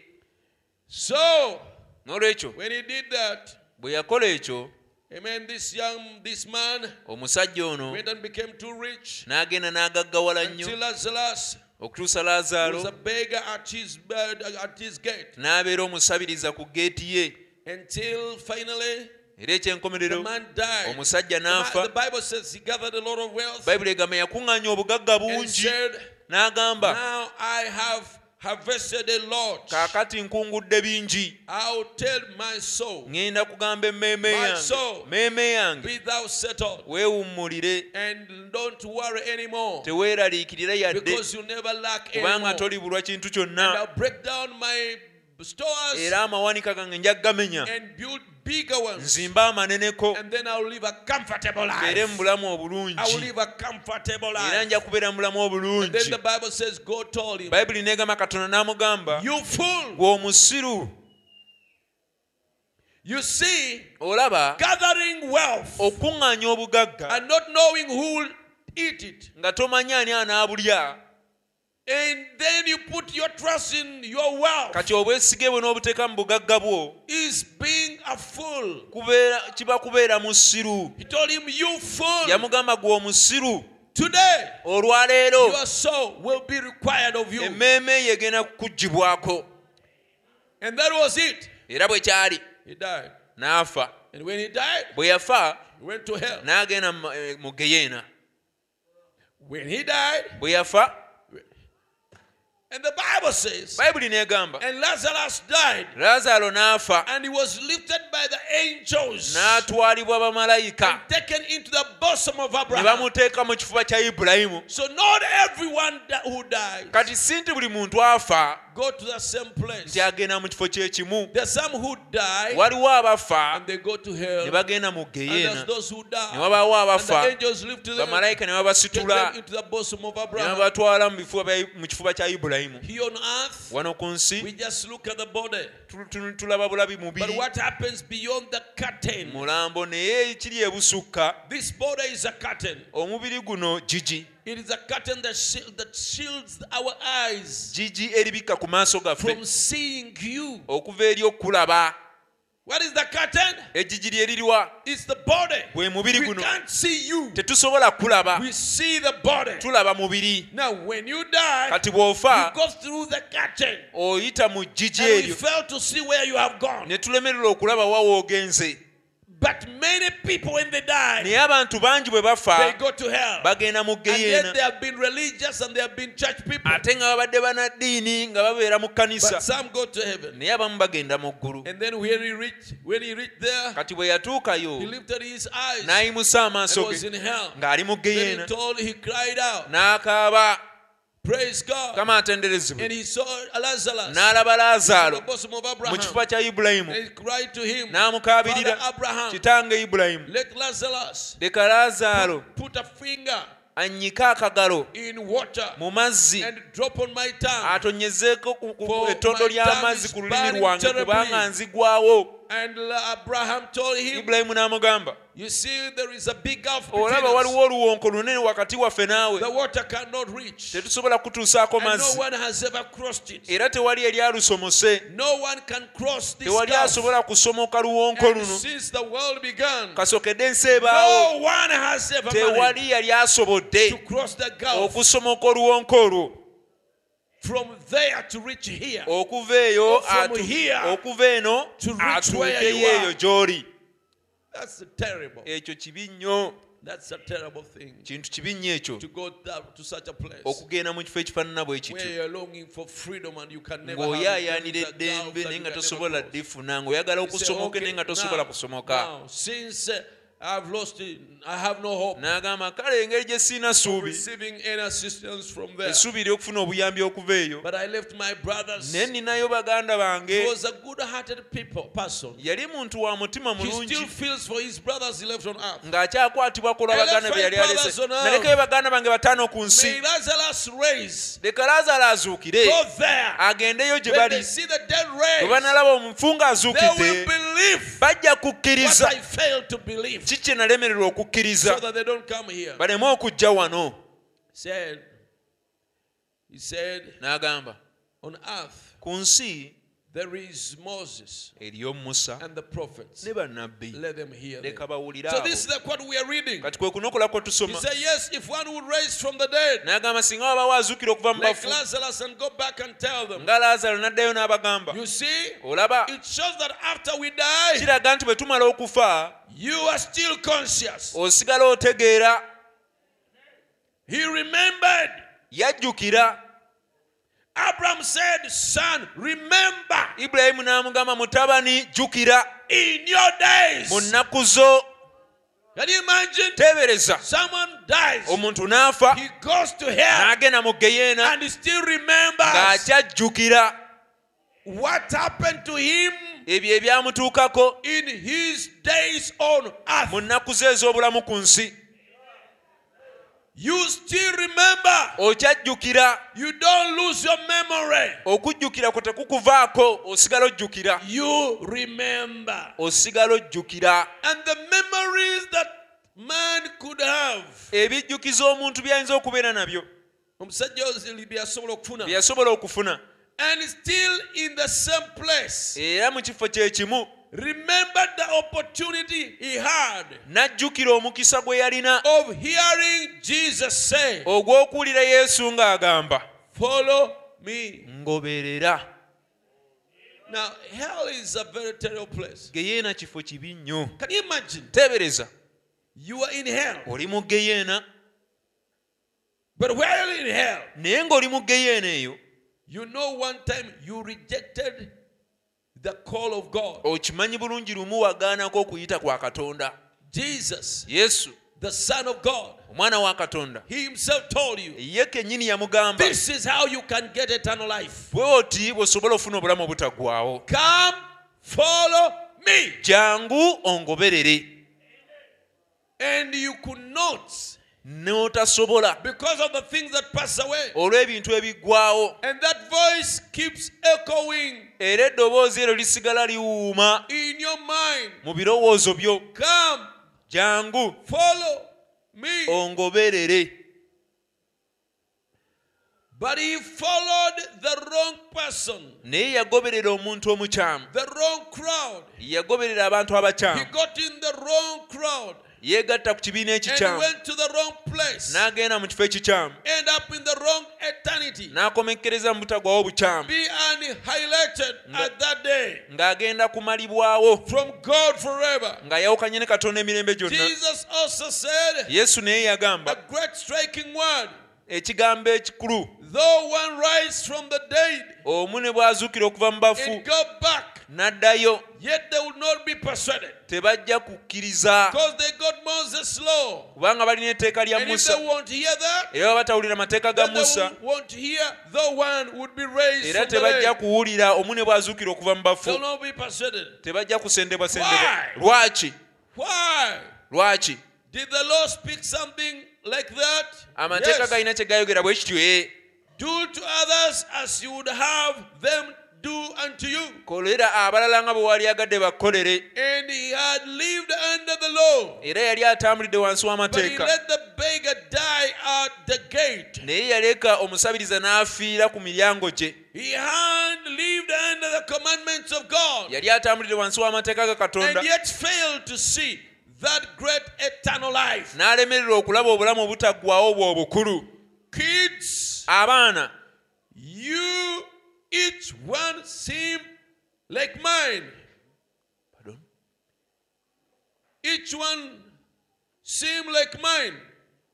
Speaker 1: So
Speaker 2: n'olwekyo
Speaker 1: when he did that,
Speaker 2: bwe yakola ekyo
Speaker 1: amen. This young this man
Speaker 2: omusajja ono
Speaker 1: went and became too rich
Speaker 2: n'agenda n'agaggawala nnyo
Speaker 1: until Lazarus
Speaker 2: okutuusa
Speaker 1: who was a
Speaker 2: laazaalo
Speaker 1: beggar at his bed, at his gate.
Speaker 2: n'abeera omusabiriza ku geeti ye
Speaker 1: Until finally
Speaker 2: era ekyenkomerero
Speaker 1: the man died.
Speaker 2: omusajja
Speaker 1: The ma-
Speaker 2: n'afa
Speaker 1: The Bible says he gathered a lot of wealth
Speaker 2: bayibuli egamba yakuŋŋaanya obugagga
Speaker 1: and
Speaker 2: bungi
Speaker 1: said,
Speaker 2: n'agamba
Speaker 1: "Now I have harvested a lot.
Speaker 2: kaakati nkungudde bingi
Speaker 1: I'll tell my soul,
Speaker 2: ŋŋenda kugamba emmeeme
Speaker 1: My
Speaker 2: yange
Speaker 1: soul.
Speaker 2: meeme yange
Speaker 1: be thou settled,
Speaker 2: weewummulire
Speaker 1: and don't worry anymore,
Speaker 2: teweeraliikirira yadde
Speaker 1: because you never lack
Speaker 2: kubanga
Speaker 1: anymore.
Speaker 2: tolibulwa kintu
Speaker 1: And
Speaker 2: kyonna
Speaker 1: I'll break down my stores
Speaker 2: era amawanika gange nja kugamenya
Speaker 1: and build bigger ones,
Speaker 2: nzimbe amaneneko
Speaker 1: and then I'll live a comfortable
Speaker 2: mbeere mu
Speaker 1: life.
Speaker 2: bulamu
Speaker 1: I will
Speaker 2: obulungi
Speaker 1: live a comfortable
Speaker 2: era
Speaker 1: life."
Speaker 2: nja kubeera mu bulamu
Speaker 1: Then
Speaker 2: obulungi
Speaker 1: the Bible says, "God told him,
Speaker 2: bayibuli negamba katonda n'amugamba
Speaker 1: you fool,
Speaker 2: gwe omusiru
Speaker 1: you see."
Speaker 2: olaba
Speaker 1: gathering
Speaker 2: Oh.
Speaker 1: wealth
Speaker 2: okuŋŋaanya obugagga
Speaker 1: and not knowing who will eat it
Speaker 2: nga tomanyi ani anaabulya
Speaker 1: And then you put your trust in your wealth.
Speaker 2: kati obwesige bwe n'obuteeka mu bugagga bwo
Speaker 1: Is being a fool.
Speaker 2: kubeera kiba kubeera musiru
Speaker 1: He told him, You fool,
Speaker 2: yamugamba gwe omusiru
Speaker 1: today
Speaker 2: olwaleero
Speaker 1: your soul will be required of you.
Speaker 2: emmeeme ye egenda kukugibwako
Speaker 1: And that was it.
Speaker 2: era bwe kyali
Speaker 1: He died.
Speaker 2: n'afa
Speaker 1: And when he died,
Speaker 2: bwe yafa
Speaker 1: he went to hell.
Speaker 2: n'agenda mu- eh, mu geyeena
Speaker 1: When he died,
Speaker 2: bwe yafa
Speaker 1: and the Bible says,
Speaker 2: bayibuli n'egamba
Speaker 1: and Lazarus died,
Speaker 2: laazaalo n'afa
Speaker 1: and he was lifted by the angels
Speaker 2: n'atwalibwa bamalayika
Speaker 1: and taken into the bosom of
Speaker 2: ne
Speaker 1: Abraham.
Speaker 2: bamuteeka mu kifuba kya ibulayimu
Speaker 1: So not everyone that, who dies
Speaker 2: kati si nti buli muntu afa
Speaker 1: go to the same place.
Speaker 2: nti agenda mu kifo kyekimu
Speaker 1: There's some who die
Speaker 2: waliwo abafa
Speaker 1: and they go to
Speaker 2: ne
Speaker 1: hell.
Speaker 2: bagenda mu
Speaker 1: And there's
Speaker 2: geyeena
Speaker 1: those who
Speaker 2: ne
Speaker 1: die.
Speaker 2: wabaawo
Speaker 1: And the
Speaker 2: abafa
Speaker 1: angels lifted them,
Speaker 2: bamalayika ne
Speaker 1: took
Speaker 2: babasitula
Speaker 1: them into the bosom of
Speaker 2: ne
Speaker 1: Abraham.
Speaker 2: babatwala mu bifuba bya- mu kifuba kya ibulayimu
Speaker 1: Here on earth,
Speaker 2: wano ku
Speaker 1: we
Speaker 2: nsi
Speaker 1: just look at the body.
Speaker 2: tu- tu- tulaba bulabi mubiri
Speaker 1: But what happens beyond the curtain?
Speaker 2: mulambo naye kiri ebusukka
Speaker 1: This border is a curtain.
Speaker 2: omubiri guno gigi
Speaker 1: It is a curtain that, shil- that shields our eyes
Speaker 2: gigi eribikka ku maaso
Speaker 1: from
Speaker 2: gaffe
Speaker 1: seeing you.
Speaker 2: okuva eri okulaba
Speaker 1: What is the curtain?
Speaker 2: egigi lyeririwa
Speaker 1: It's the body.
Speaker 2: gwe mubiri
Speaker 1: We
Speaker 2: guno
Speaker 1: can't see you.
Speaker 2: tetusobola kulaba
Speaker 1: We see the body.
Speaker 2: tulaba mubiri
Speaker 1: Now, when you die,
Speaker 2: kati
Speaker 1: you
Speaker 2: bw'ofa
Speaker 1: go through the curtain
Speaker 2: oyita mu gigi
Speaker 1: and we
Speaker 2: eryo
Speaker 1: fail to see where you have gone.
Speaker 2: ne tulemererwa okulaba wawoogenze
Speaker 1: But many people, when they die,
Speaker 2: naye abantu bangi bwe
Speaker 1: they
Speaker 2: bafa
Speaker 1: go to hell.
Speaker 2: bagenda mu
Speaker 1: And yet they
Speaker 2: geyeena
Speaker 1: have been religious and they have been church people.
Speaker 2: ate nga babadde banaddiini nga babeera mu
Speaker 1: But
Speaker 2: kkanisa
Speaker 1: some go to heaven.
Speaker 2: naye abamu bagenda mu ggulu
Speaker 1: And then when he reached, when he reached there,
Speaker 2: kati bwe yatuukayo
Speaker 1: He lifted his eyes and
Speaker 2: n'ayimusa amaaso
Speaker 1: was in
Speaker 2: ge
Speaker 1: hell.
Speaker 2: ng'ali mu
Speaker 1: Then
Speaker 2: geyeena
Speaker 1: he told, he cried out,
Speaker 2: n'akaaba
Speaker 1: Praise God.
Speaker 2: kama atenderezebwe
Speaker 1: And he saw Lazarus,
Speaker 2: n'alaba
Speaker 1: in
Speaker 2: laazaalo
Speaker 1: the bosom of
Speaker 2: mu
Speaker 1: Abraham.
Speaker 2: kifuba kya ibulayimu
Speaker 1: And he cried to him,
Speaker 2: n'amukaabirira
Speaker 1: Father Abraham,
Speaker 2: kitange ibulayimu
Speaker 1: let Lazarus
Speaker 2: leka laazaalo
Speaker 1: put a finger
Speaker 2: annyike akagalo
Speaker 1: in water
Speaker 3: mu mazzi
Speaker 1: and drop on my tongue.
Speaker 3: atonyezeeko ku- ku- ku
Speaker 1: For
Speaker 3: ettondo
Speaker 1: my
Speaker 3: ly'amazzi
Speaker 1: tongue
Speaker 3: ku lulimi
Speaker 1: is burning
Speaker 3: lwange
Speaker 1: terribly.
Speaker 3: kubanga nzigwawo
Speaker 1: And Abraham told him,
Speaker 3: ibulayimu n'amugamba
Speaker 1: You see, there is a big
Speaker 2: Oh,
Speaker 1: gulf between
Speaker 3: olaba
Speaker 1: us.
Speaker 3: waliwo oluwonko lunene wakati waffe naawe
Speaker 1: The water cannot reach. And
Speaker 3: tetusobola kutuusaako
Speaker 1: no
Speaker 3: mazzi
Speaker 1: one has ever crossed it.
Speaker 3: era tewali eryalusomose
Speaker 1: No one can cross this
Speaker 3: tewali
Speaker 1: gulf.
Speaker 3: asobola kusomoka luwonko
Speaker 1: And
Speaker 3: luno
Speaker 1: since the world began,
Speaker 3: kasokedde ensi ebaawo
Speaker 1: no one has ever managed
Speaker 3: tewali yali
Speaker 1: to
Speaker 3: asobodde
Speaker 1: cross the gulf
Speaker 3: okusomoka oluwonko olwo
Speaker 1: from there to reach here.
Speaker 3: okuva eyo
Speaker 1: Or from
Speaker 3: atu-
Speaker 1: here
Speaker 3: okuva eno
Speaker 1: to reach where you
Speaker 3: atuukeyo
Speaker 1: are.
Speaker 3: eyo gy'oli
Speaker 1: That's terrible.
Speaker 3: ekyo kibi nnyo
Speaker 1: That's a terrible thing
Speaker 3: kintu kibi nnyo ekyo
Speaker 1: to go down to such a place
Speaker 3: okugenda mu kifo ekifaanana bwe
Speaker 1: where
Speaker 3: kityo
Speaker 1: you're longing for freedom and you can never have it.
Speaker 3: ng'oyaayaanira
Speaker 1: There is a gulf
Speaker 3: eddembe
Speaker 1: that
Speaker 3: naye
Speaker 1: you
Speaker 3: nga
Speaker 1: can
Speaker 3: tosobola
Speaker 1: never cross.
Speaker 3: ddifuna ng'oyagala
Speaker 1: You say,
Speaker 3: okusomoka naye
Speaker 1: "Okay,
Speaker 3: nga tosobola
Speaker 1: now-
Speaker 3: kusomoka
Speaker 1: now, since uh, I've lost it, I have no hope
Speaker 3: n'agamba kale engeri gye siina
Speaker 1: of
Speaker 3: ssuubi
Speaker 1: receiving any assistance from there.
Speaker 3: essuubi ly'okufuna obuyambi okuva eyo
Speaker 1: But I left my brothers.
Speaker 3: naye ninayo baganda
Speaker 2: Eh,
Speaker 1: He
Speaker 3: bange
Speaker 1: was a good-hearted people person.
Speaker 3: yali muntu wa mutima
Speaker 1: He still
Speaker 3: mulungi
Speaker 1: feels for his brothers he left on earth.
Speaker 3: ng'akyakwatibwa ku
Speaker 1: I left
Speaker 3: lwabaganda be
Speaker 1: five
Speaker 3: yali
Speaker 1: brothers
Speaker 3: alese
Speaker 1: on earth.
Speaker 3: nalekayo baganda bange bataano ku
Speaker 1: May
Speaker 3: nsi
Speaker 1: Lazarus raise.
Speaker 3: leka laazaalo
Speaker 2: eh,
Speaker 3: azuukire
Speaker 1: Go there.
Speaker 2: ah,
Speaker 3: agendeyo gye
Speaker 1: When they
Speaker 3: bali
Speaker 1: see the dead
Speaker 3: bwe
Speaker 1: raised,
Speaker 3: banalaba omufu
Speaker 1: they will
Speaker 3: ng'azuukidde
Speaker 1: believe
Speaker 3: bajja
Speaker 1: what
Speaker 3: kukkiriza
Speaker 1: I failed to believe
Speaker 3: ki kye nalemererwa
Speaker 1: so
Speaker 3: okukkiriza
Speaker 1: that they don't come here.
Speaker 3: baleme okujja wano
Speaker 1: Said, he said,
Speaker 3: n'agamba
Speaker 1: on earth
Speaker 3: ku nsi
Speaker 1: there is Moses
Speaker 3: eriyo musa
Speaker 1: and the prophets.
Speaker 3: ne bannabbi
Speaker 1: Let them hear. them.
Speaker 3: leka bawulire
Speaker 1: So
Speaker 3: awo
Speaker 1: this is the, what we are reading.
Speaker 3: kati kwe kunokola kwe
Speaker 1: He
Speaker 3: tusoma
Speaker 1: said, yes, if one would raise from the dead,
Speaker 3: n'agamba singa wabawo azuukira okuva mu
Speaker 1: like
Speaker 3: bafu
Speaker 1: Lazarus, and go back and tell them.
Speaker 3: nga laazaalo n'addayo n'abagamba
Speaker 1: You see,
Speaker 3: olaba
Speaker 1: it shows that after we die,
Speaker 3: kiraga nti bwe tumala okufa
Speaker 1: you are still conscious.
Speaker 3: osigala otegeera
Speaker 1: He remembered.
Speaker 3: yajjukira
Speaker 1: Abraham said, Son, remember
Speaker 3: ibulayimu n'amugamba mutabani jjukira
Speaker 1: in your days.
Speaker 3: mu nnaku zo
Speaker 1: Can you imagine?
Speaker 3: teebereza
Speaker 1: Someone dies,
Speaker 3: omuntu n'afa
Speaker 1: he goes to hell,
Speaker 3: n'agenda mu geyeena
Speaker 1: and he still remembers
Speaker 3: ng'akyajjukira
Speaker 1: what happened to him
Speaker 3: ebyo ebyamutuukako
Speaker 1: in his days on earth.
Speaker 3: mu nnaku ze ez'obulamu ku nsi
Speaker 1: You still remember.
Speaker 3: okyajjukira
Speaker 1: You don't lose your memory.
Speaker 3: okujjukira kwe tekukuvaako osigala ojjukira
Speaker 1: You remember.
Speaker 3: osigala ojjukira
Speaker 1: And the memories that man could have
Speaker 3: ebijjukizo omuntu by'ayinza okubeera nabyo
Speaker 1: omusajja oyo ziri bye yasobola okufuna
Speaker 2: bye yasobola okufuna
Speaker 1: and still in the same place
Speaker 2: era mu kifo kye kimu
Speaker 1: remembered the opportunity he had
Speaker 2: n'ajjukira omukisa gwe yalina
Speaker 1: of hearing jesus say
Speaker 2: ogw'okuwulira yesu ng'agamba
Speaker 1: follow me
Speaker 2: ngoberera
Speaker 1: now hell is a very terrible place
Speaker 2: geyeena kifo kibi nnyo
Speaker 1: can you imagine
Speaker 2: teebereza
Speaker 1: you are in hell
Speaker 2: oli mu geyeena
Speaker 1: but while you're in hell
Speaker 2: naye ng'oli mu geyeena eyo
Speaker 1: you know one time you rejected the call of god
Speaker 2: okimanyi bulungi lumu wagaanako okuyita kwa katonda
Speaker 1: jesus
Speaker 2: yesu
Speaker 1: the son of god
Speaker 2: omwana wa katonda
Speaker 1: he himself told you
Speaker 2: ye kennyini yamugamba
Speaker 1: This is how you can get eternal life.
Speaker 2: bwe oti bw'osobola ofuna obulamu obutaggwaawo
Speaker 1: Come, follow me.
Speaker 2: jangu ongoberere
Speaker 1: And you could not
Speaker 2: n'otasobola
Speaker 1: because of the things that pass away.
Speaker 2: olw'ebintu ebiggwaawo
Speaker 1: And that voice keeps echoing
Speaker 2: era eddoboozi eryo lisigala liwuuma
Speaker 1: in your mind.
Speaker 2: mu birowoozo byo
Speaker 1: Come,
Speaker 2: jangu
Speaker 1: follow me.
Speaker 2: ongoberere
Speaker 1: But he followed the wrong person,
Speaker 2: naye yagoberera omuntu omukyamu
Speaker 1: the wrong crowd.
Speaker 2: yagoberera abantu
Speaker 1: He
Speaker 2: abakyamu
Speaker 1: got in the wrong crowd
Speaker 2: yeegatta ku kibiina
Speaker 1: and
Speaker 2: ekikyamu
Speaker 1: went to the wrong place.
Speaker 2: n'agenda mu kifo ekikyamu
Speaker 1: End up in the wrong eternity.
Speaker 2: n'akomekkereza mu butagwawo obukyamu
Speaker 1: Be annihilated at that day.
Speaker 2: ng'agenda kumalibwawo
Speaker 1: from God forever.
Speaker 2: ng'ayawukanye ne katonda emirembe gyonna
Speaker 1: Jesus also said
Speaker 2: yesu naye
Speaker 1: a
Speaker 2: yagamba
Speaker 1: great striking word
Speaker 2: ekigambo ekikulu
Speaker 1: though one rise from the dead
Speaker 2: omu ne bw'azuukira okuva mu bafu
Speaker 1: and go back,
Speaker 2: n'addayo
Speaker 1: yet they will not be persuaded
Speaker 2: tebajja kukkiriza
Speaker 1: because they got Moses' law.
Speaker 2: kubanga balina etteeka lya
Speaker 1: And if
Speaker 2: musa
Speaker 1: they won't hear that,
Speaker 2: era baba batawulira mateeka ga
Speaker 1: then they
Speaker 2: musa
Speaker 1: won't- won't hear though one would be raised
Speaker 2: era
Speaker 1: from the
Speaker 2: tebajja
Speaker 1: dead.
Speaker 2: kuwulira omu ne bw'azuukira okuva mu
Speaker 1: They'll
Speaker 2: bafu
Speaker 1: not be persuaded.
Speaker 2: tebajja kusendebwasendebwa
Speaker 1: Why?
Speaker 2: lwaki
Speaker 1: Why?
Speaker 2: lwaki
Speaker 1: Did the law speak something like that?
Speaker 2: amateeka
Speaker 1: Yes.
Speaker 2: galina kye gayogera bwe kityo eh? ee
Speaker 1: Do to others as you would have them do unto you.
Speaker 2: kolera abalala nga bwe wali agadde bakkolere
Speaker 1: And he had lived under the law.
Speaker 2: era yali atambulidde
Speaker 1: But
Speaker 2: wansi
Speaker 1: he
Speaker 2: w'amateeka
Speaker 1: let the beggar die at the gate.
Speaker 2: naye yaleka omusabiriza n'afiira ku miryango gye
Speaker 1: He had lived under the commandments of God.
Speaker 2: yali atambulidde wansi w'amateeka ga katonda
Speaker 1: And yet failed to see that great eternal life.
Speaker 2: n'alemererwa okulaba obulamu obutaggwawo bwe obukulu
Speaker 1: Kids,
Speaker 2: abaana
Speaker 1: you each one seem like mine.
Speaker 2: Pardon?
Speaker 1: Each one seem like mine.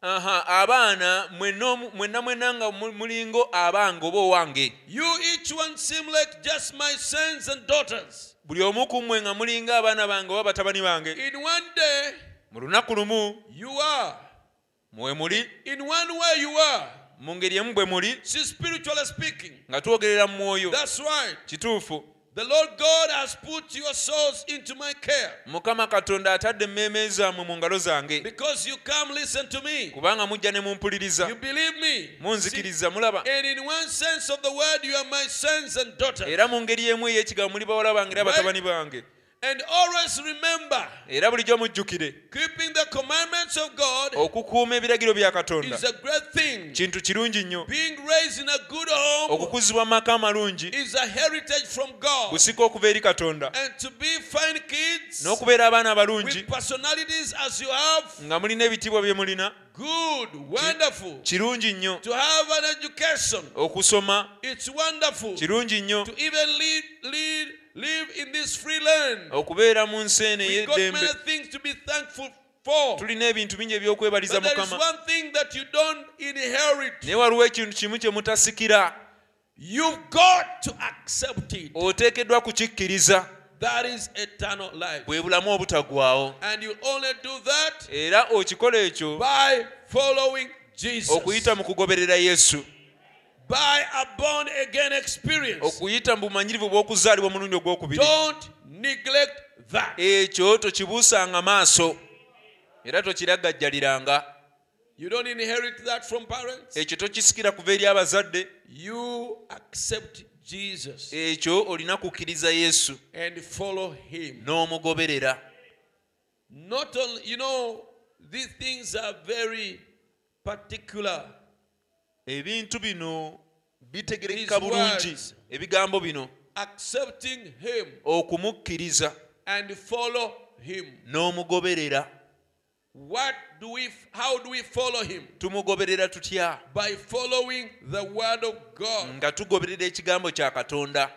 Speaker 2: aha abaana mwenna omu- mwenna mwenna nga mu- mulingo abange oba owange
Speaker 1: You each one seem like just my sons and daughters.
Speaker 2: buli omu ku mmwe nga mulinga abaana bange oba batabani bange
Speaker 1: In one day,
Speaker 2: mu lunaku lumu
Speaker 1: you are.
Speaker 2: mwe muli
Speaker 1: In one way, you are.
Speaker 2: mu ngeri emu bwe muli
Speaker 1: See, spiritually speaking,
Speaker 2: nga twogerera mu mwoyo
Speaker 1: that's right.
Speaker 2: kituufu
Speaker 1: The Lord God has put your souls into my care
Speaker 2: mukama katonda atadde emmeeme zammwe mu ngalo zange
Speaker 1: because you come listen to me.
Speaker 2: kubanga mujja ne mumpuliriza
Speaker 1: You believe me.
Speaker 2: munzikiriza mulaba
Speaker 1: And in one sense of the word, you are my sons and daughters.
Speaker 2: era mu ngeri emu ey'ekigambo muli bawala bange era batabani bange
Speaker 1: And always remember,
Speaker 2: era bulijjo mujjukire
Speaker 1: keeping the commandments of God
Speaker 2: okukuuma ebiragiro bya katonda
Speaker 1: is a great thing.
Speaker 2: kintu kirungi nnyo
Speaker 1: Being raised in a good home
Speaker 2: okukuzibwa mu maka amalungi
Speaker 1: is a heritage from God.
Speaker 2: kusika okuva eri katonda
Speaker 1: And to be fine kids
Speaker 2: n'okubeera abaana abalungi
Speaker 1: with personalities as you have,
Speaker 2: nga mulina ebitiibwa bye mulina
Speaker 1: good, wonderful.
Speaker 2: kirungi nnyo
Speaker 1: To have an education,
Speaker 2: okusoma
Speaker 1: it's wonderful.
Speaker 2: kirungi nnyo
Speaker 1: To even lead, lead, live in this free land,
Speaker 2: Oh, okubeera mu nsi eno
Speaker 1: we got
Speaker 2: ey'eddembe
Speaker 1: many things to be thankful for.
Speaker 2: tulina ebintu bingi ebyokwebaliza
Speaker 1: But there is
Speaker 2: mukama
Speaker 1: one thing that you don't inherit.
Speaker 2: naye waliwo ekintu kimu kye mutasikira
Speaker 1: You've got to accept it.
Speaker 2: oteekeddwa kukikkiriza
Speaker 1: That is eternal life,
Speaker 2: bwe bulamu obutaggwaawo
Speaker 1: and you only do that
Speaker 2: era okikola ekyo
Speaker 1: by following Jesus,
Speaker 2: okuyita mu kugoberera yesu
Speaker 1: by a born again experience.
Speaker 2: okuyita mu bumanyirivu bw'okuzaalibwa omulundi ogwokubiri
Speaker 1: Don't neglect that.
Speaker 2: ekyo tokibuusanga maaso era tokiragajjaliranga
Speaker 1: You don't inherit that from parents.
Speaker 2: ekyo tokisikira kuva eri abazadde
Speaker 1: You accept Jesus
Speaker 2: ekyo olina kukkiriza yesu
Speaker 1: and follow him.
Speaker 2: n'omugoberera
Speaker 1: Not only, you know, these things are very particular
Speaker 2: ebintu bino bitegerekeka
Speaker 1: These
Speaker 2: bulungi
Speaker 1: words.
Speaker 2: ebigambo bino
Speaker 1: accepting him
Speaker 2: okumukkiriza
Speaker 1: and follow him.
Speaker 2: n'omugoberera
Speaker 1: What do we how do we follow him?
Speaker 2: tumugoberera tutya
Speaker 1: By following the word of God.
Speaker 2: nga tugoberera ekigambo kya katonda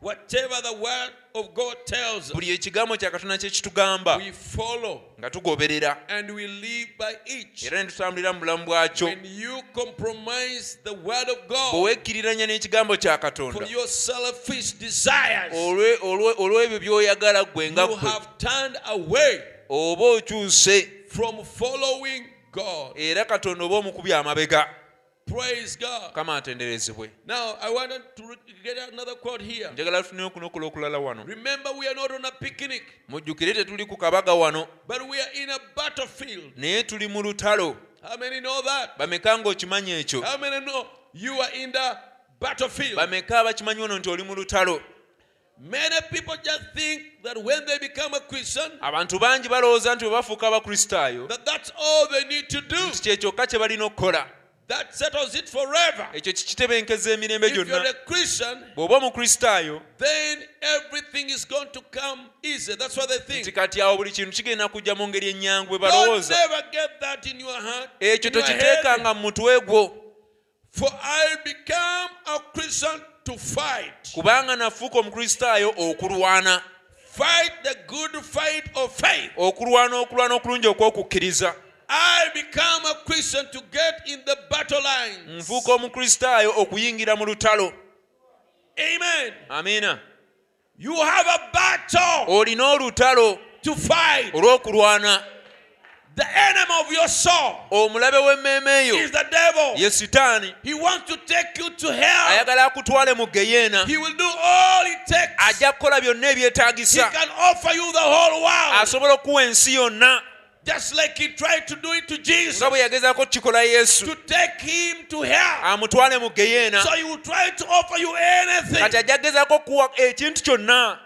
Speaker 1: Whatever the word of God tells us,
Speaker 2: buli ekigambo kya katonda kye kitugamba
Speaker 1: we follow
Speaker 2: nga tugoberera
Speaker 1: and we live by each.
Speaker 2: era ne tutambulira mu bulamu bwakyo
Speaker 1: When you compromise the word of
Speaker 2: bwe
Speaker 1: God
Speaker 2: weekkiriranya n'ekigambo
Speaker 1: for
Speaker 2: kya katonda
Speaker 1: your selfish desires,
Speaker 2: olwe- olwe- olw'ebyo by'oyagala gwe nga
Speaker 1: you
Speaker 2: ggwe
Speaker 1: have turned away
Speaker 2: oba okyuse
Speaker 1: from following God.
Speaker 2: era katonda oba omukubi amabega
Speaker 1: Praise God.
Speaker 2: mukama atenderezebwe
Speaker 1: Now, I wanted to re- get another quote here.
Speaker 2: njagala tufuneyo kunokola okulala wano
Speaker 1: Remember, we are not on a picnic,
Speaker 2: mujjukire tetuli ku kabaga wano
Speaker 1: but we are in a battlefield.
Speaker 2: naye tuli mu lutalo
Speaker 1: How many know that?
Speaker 2: bameka ng'okimanyi ekyo
Speaker 1: How many know you are in the battlefield?
Speaker 2: bameka abakimanyi wano nti oli mu lutalo
Speaker 1: Many people just think that when they become a Christian,
Speaker 2: abantu bangi balowooza nti bwe bafuuka abakristaayo
Speaker 1: that that's all they need to do.
Speaker 2: nti kye kyokka kye balina okukola
Speaker 1: That settles it forever.
Speaker 2: ekyo kikitebenkeza emirembe
Speaker 1: If
Speaker 2: gyonna
Speaker 1: you're a Christian,
Speaker 2: bw'oba omukristaayo
Speaker 1: then everything is going to come easy. That's what they
Speaker 2: nti
Speaker 1: think.
Speaker 2: kati awo buli kintu kigenda kujja mu ngeri ennyangu bwe
Speaker 1: Don't
Speaker 2: balowooza
Speaker 1: never get that in your heart.
Speaker 2: ekyo
Speaker 1: in your head.
Speaker 2: tokiteekanga mu mutwe gwo
Speaker 1: For I become a Christian to fight.
Speaker 2: kubanga nafuuka omukristaayo okulwana
Speaker 1: Fight the good fight of faith.
Speaker 2: okulwana okulwana okulungi okw'okukkiriza
Speaker 1: I become a Christian to get in the battle lines.
Speaker 2: nfuuka omukristaayo okuyingira mu lutalo
Speaker 1: Amen.
Speaker 2: amiina
Speaker 1: You have a battle
Speaker 2: olina olutalo
Speaker 1: to fight.
Speaker 2: olw'okulwana
Speaker 1: The enemy of your soul
Speaker 2: omulabe w'emmeeme eyo
Speaker 1: is the devil.
Speaker 2: ye sitaani
Speaker 1: He wants to take you to hell.
Speaker 2: ayagala akutwale mu geyeena
Speaker 1: He will do all it takes.
Speaker 2: ajja kukola byonna
Speaker 1: He
Speaker 2: ebyetaagisa
Speaker 1: can offer you the whole world.
Speaker 2: asobola okuwa ensi yonna
Speaker 1: Just like he tried to do it to Jesus.
Speaker 2: nga bwe yagezaako okukikola yesu
Speaker 1: To take him to hell.
Speaker 2: amutwale mu geyeena
Speaker 1: So he will try to offer you
Speaker 2: kati
Speaker 1: anything
Speaker 2: ajja gezaako okuwa ekintu kyonna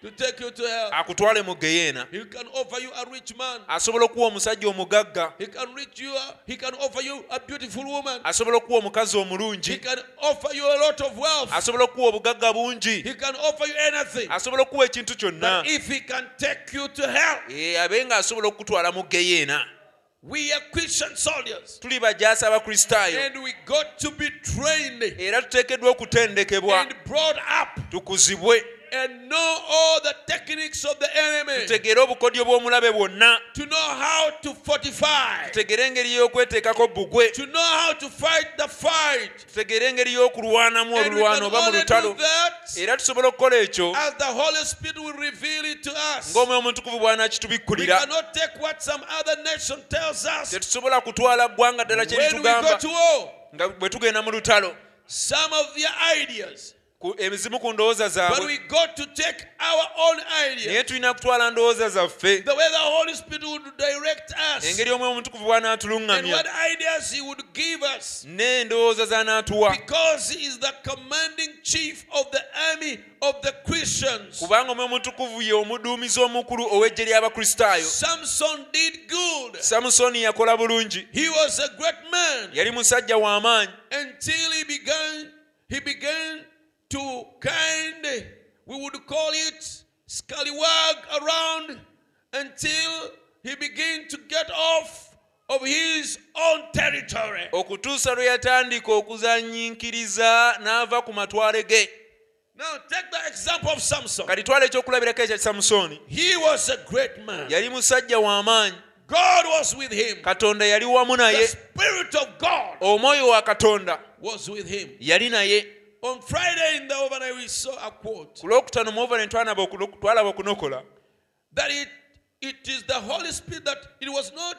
Speaker 1: to take you to hell.
Speaker 2: akutwale mu geyeena
Speaker 1: He can offer you a rich man.
Speaker 2: asobola okuwa omusajja omugagga
Speaker 1: He can reach you. uh, He can offer you a beautiful woman.
Speaker 2: asobola okuwa omukazi
Speaker 1: He
Speaker 2: omulungi
Speaker 1: can offer you a lot of wealth.
Speaker 2: asobola okuwa obugagga bungi
Speaker 1: He can offer you anything.
Speaker 2: asobola okuwa ekintu kyonna
Speaker 1: But if he can take you to hell,
Speaker 2: Eh, abe nga asobola okukutwala mu geyeena
Speaker 1: we are Christian soldiers.
Speaker 2: tuli bajaasi abakristaayo
Speaker 1: And we got to be trained
Speaker 2: era tuteekeddwa okutendekebwa
Speaker 1: and brought up
Speaker 2: tukuzibwe
Speaker 1: and know all the techniques of the enemy
Speaker 2: tutegere obukodyo bw'omulabe bwonna
Speaker 1: to know how to fortify,
Speaker 2: tutegere engeri y'okweteekako bbugwe
Speaker 1: to know how to fight the fight.
Speaker 2: tutegere engeri y'okulwanamu
Speaker 1: And we can
Speaker 2: olulwano oba mu
Speaker 1: only do
Speaker 2: lutalo
Speaker 1: that
Speaker 2: era tusobola okukola ekyo
Speaker 1: as the Holy Spirit will reveal it to us.
Speaker 2: ng'omwoyo omutukuvu
Speaker 1: We
Speaker 2: bw'anaakitubikkulira
Speaker 1: cannot take what some other nation tells us
Speaker 2: tetusobola kutwala ggwanga ddala kye
Speaker 1: when we go
Speaker 2: litugamba
Speaker 1: to war.
Speaker 2: nga bwe tugenda mu lutalo
Speaker 1: Some of their ideas,
Speaker 2: Ku- ebizimu ku ndowooza
Speaker 1: but
Speaker 2: zaabwe
Speaker 1: we got to take our own
Speaker 2: naye
Speaker 1: ideas.
Speaker 2: tulina kutwala ndowooza zaffe
Speaker 1: The way the Holy Spirit would direct us
Speaker 2: engeri omwoyo omutukuvu
Speaker 1: and what
Speaker 2: bw'anaatuluŋŋamya
Speaker 1: ideas He would give us.
Speaker 2: n'endowooza z'anaatuwa
Speaker 1: Because He is the commanding chief of the army of the Christians.
Speaker 2: kubanga omwoyo omutukuvu ye omuduumizi omukulu ow'eggye ly'abakristaayo
Speaker 1: Samson did good.
Speaker 2: samusoni yakola bulungi
Speaker 1: He was a great man.
Speaker 2: yali musajja w'amaanyi
Speaker 1: until he began he began to kind we would call it scallywag around until he began to get off of his own territory
Speaker 2: okutuusa lwe yatandika okuzanyinkiriza n'ava ku matwale ge
Speaker 1: now take the example of samson
Speaker 2: kati twala ekyokulabirako ekya samusoni
Speaker 1: he was a great man
Speaker 2: yali musajja w'amaanyi
Speaker 1: god was with him
Speaker 2: katonda yali wamu
Speaker 1: the
Speaker 2: naye
Speaker 1: spirit of god
Speaker 2: omwoyo wa katonda
Speaker 1: was with him
Speaker 2: yali naye
Speaker 1: on friday in the overnight we saw a quote
Speaker 2: ku lwokutaano mu ovane twanaba okuno- twalaba okunokola
Speaker 1: that it, it is the Holy Spirit that it was not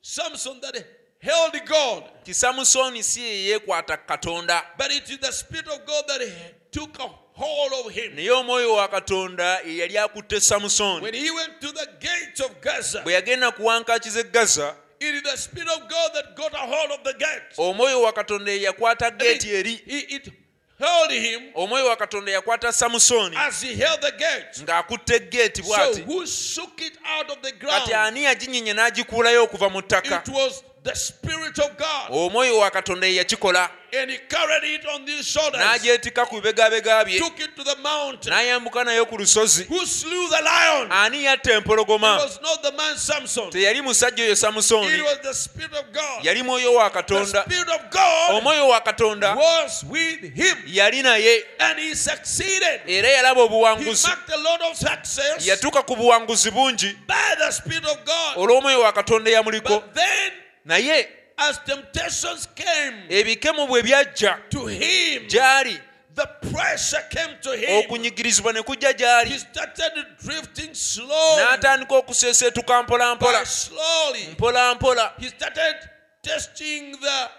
Speaker 1: Samson that held God,
Speaker 2: ti samusoni si ye yeekwata ku katonda
Speaker 1: but it is the Spirit of God that took a hold of him.
Speaker 2: naye omwoyo wa katonda ye yali akutte samusoni
Speaker 1: When he went to the gates of Gaza,
Speaker 2: bwe yagenda ku wankaaki z'e gaza
Speaker 1: it is the Spirit of God that got a hold of the gates.
Speaker 2: omwoyo wa katonda ye yakwata geeti
Speaker 1: It,
Speaker 2: eri
Speaker 1: it, it held him
Speaker 2: omwoyo wa katonda yakwata samusoni
Speaker 1: as he held the gates.
Speaker 2: Mm. ng'akutte geeti
Speaker 1: So
Speaker 2: bw'ati
Speaker 1: who shook it out of the
Speaker 2: kati
Speaker 1: ground?
Speaker 2: ani yaginyenye n'agikuulayo okuva mu ttaka
Speaker 1: It was the Spirit of God,
Speaker 2: omwoyo wa katonda ye yakikola
Speaker 1: and he carried it on his shoulders,
Speaker 2: n'agyetika ku bibegabega bye
Speaker 1: took it to the mountain.
Speaker 2: n'ayambuka nayo ku lusozi
Speaker 1: Who slew the lion?
Speaker 2: ani yatta
Speaker 1: It
Speaker 2: empologoma
Speaker 1: was not the man Samson.
Speaker 2: teyali musajja oyo
Speaker 1: It
Speaker 2: samusooni
Speaker 1: was the Spirit of God.
Speaker 2: yali mwoyo wa
Speaker 1: The
Speaker 2: katonda
Speaker 1: Spirit of God
Speaker 2: omwoyo wa katonda
Speaker 1: was with him,
Speaker 2: yali naye
Speaker 1: and he succeeded.
Speaker 2: era yalaba
Speaker 1: He
Speaker 2: obuwanguzi
Speaker 1: marked a lot of success
Speaker 2: yatuuka ku buwanguzi bungi
Speaker 1: by the Spirit of God.
Speaker 2: olw'omwoyo wa katonda eyamuliko
Speaker 1: But then,
Speaker 2: naye
Speaker 1: as temptations came
Speaker 2: ebikemo bwe byajja
Speaker 1: to him,
Speaker 2: gy'ali
Speaker 1: the pressure came to him.
Speaker 2: okunyigirizibwa ne kujja
Speaker 1: He
Speaker 2: gy'ali
Speaker 1: started drifting slowly,
Speaker 2: n'atandika okuseeseetuka
Speaker 1: by
Speaker 2: mpola mpola
Speaker 1: slowly.
Speaker 2: mpola mpola
Speaker 1: He started testing the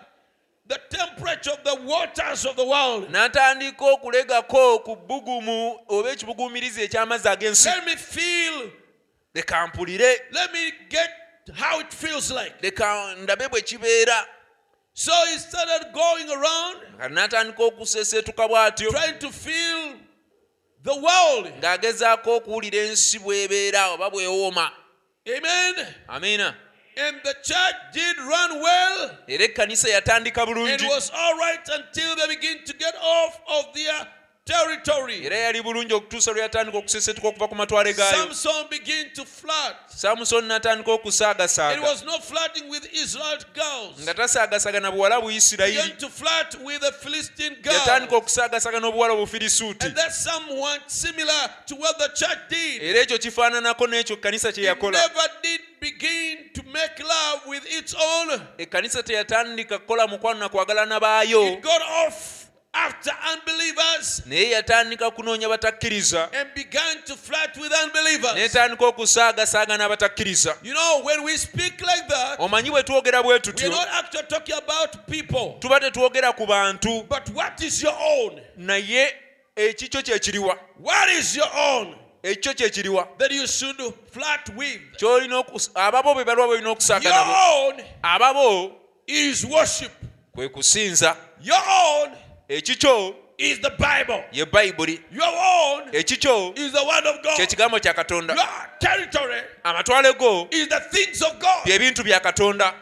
Speaker 1: the temperature of the waters of the world.
Speaker 2: n'atandika okulegako ku bbugumu oba ekibuguumirizi eky'amazzi ag'ensi
Speaker 1: Let me feel
Speaker 2: leka mpulire
Speaker 1: Let me get how it feels like.
Speaker 2: leka ndabe bwe kibeera
Speaker 1: So he started going around
Speaker 2: Kati n'atandika okuseeseetuka bw'atyo
Speaker 1: trying to feel the world.
Speaker 2: ng'agezaako okuwulira ensi bw'ebeera oba bw'ewooma
Speaker 1: Amen.
Speaker 2: amiina
Speaker 1: And the church did run well
Speaker 2: era ekkanisa yatandika
Speaker 1: and
Speaker 2: bulungi
Speaker 1: was all right until they begin to get off of their territory.
Speaker 2: era yali bulungi okutuusa lwe yatandika okuseeseetuka okuva ku matwale gaayo
Speaker 1: Samson began to flirt.
Speaker 2: samusoni n'atandika
Speaker 1: It
Speaker 2: okusaagasaaga
Speaker 1: was not flirting with Israel girls.
Speaker 2: nga tasaagasagana buwala buyisirayiri
Speaker 1: Began to flirt with the Philistine
Speaker 2: yatandika
Speaker 1: girls.
Speaker 2: okusaagasagana obuwala bufirisuuti
Speaker 1: And that's somewhat similar to what the church did.
Speaker 2: era ekyo kifaananako n'ekyo kanisa kye
Speaker 1: It
Speaker 2: yakola
Speaker 1: never did begin to make love with its own.
Speaker 2: ekkanisa teyatandika kukola mukwanona kwagalana baayo
Speaker 1: It got off after unbelievers
Speaker 2: naye yatandika kunoonya batakkiriza
Speaker 1: and began to flirt with unbelievers.
Speaker 2: n'etandika okusaagasaagana abatakkiriza
Speaker 1: You know, when we speak like that,
Speaker 2: omanyi bwe twogera bwe
Speaker 1: we are
Speaker 2: tutyo
Speaker 1: not actually talking about people,
Speaker 2: tuba tetwogera ku bantu
Speaker 1: but what is your own?
Speaker 2: naye ekikyo kyekiriwa
Speaker 1: What is your own
Speaker 2: ekikyo kyekiriwa
Speaker 1: that you should flirt with?
Speaker 2: kyolina okus- ababo be balwa bolina
Speaker 1: Your
Speaker 2: okusaaganabo
Speaker 1: own
Speaker 2: ababo
Speaker 1: is worship.
Speaker 2: kwe kusinza
Speaker 1: Your own
Speaker 2: ekikyo
Speaker 1: is the Bible.
Speaker 2: ye bayibuli
Speaker 1: Your own
Speaker 2: ekikyo
Speaker 1: is the Word of God.
Speaker 2: kye kigambo kya
Speaker 1: Your
Speaker 2: katonda
Speaker 1: territory
Speaker 2: amatwale go
Speaker 1: is the things of God.
Speaker 2: bye bintu bya katonda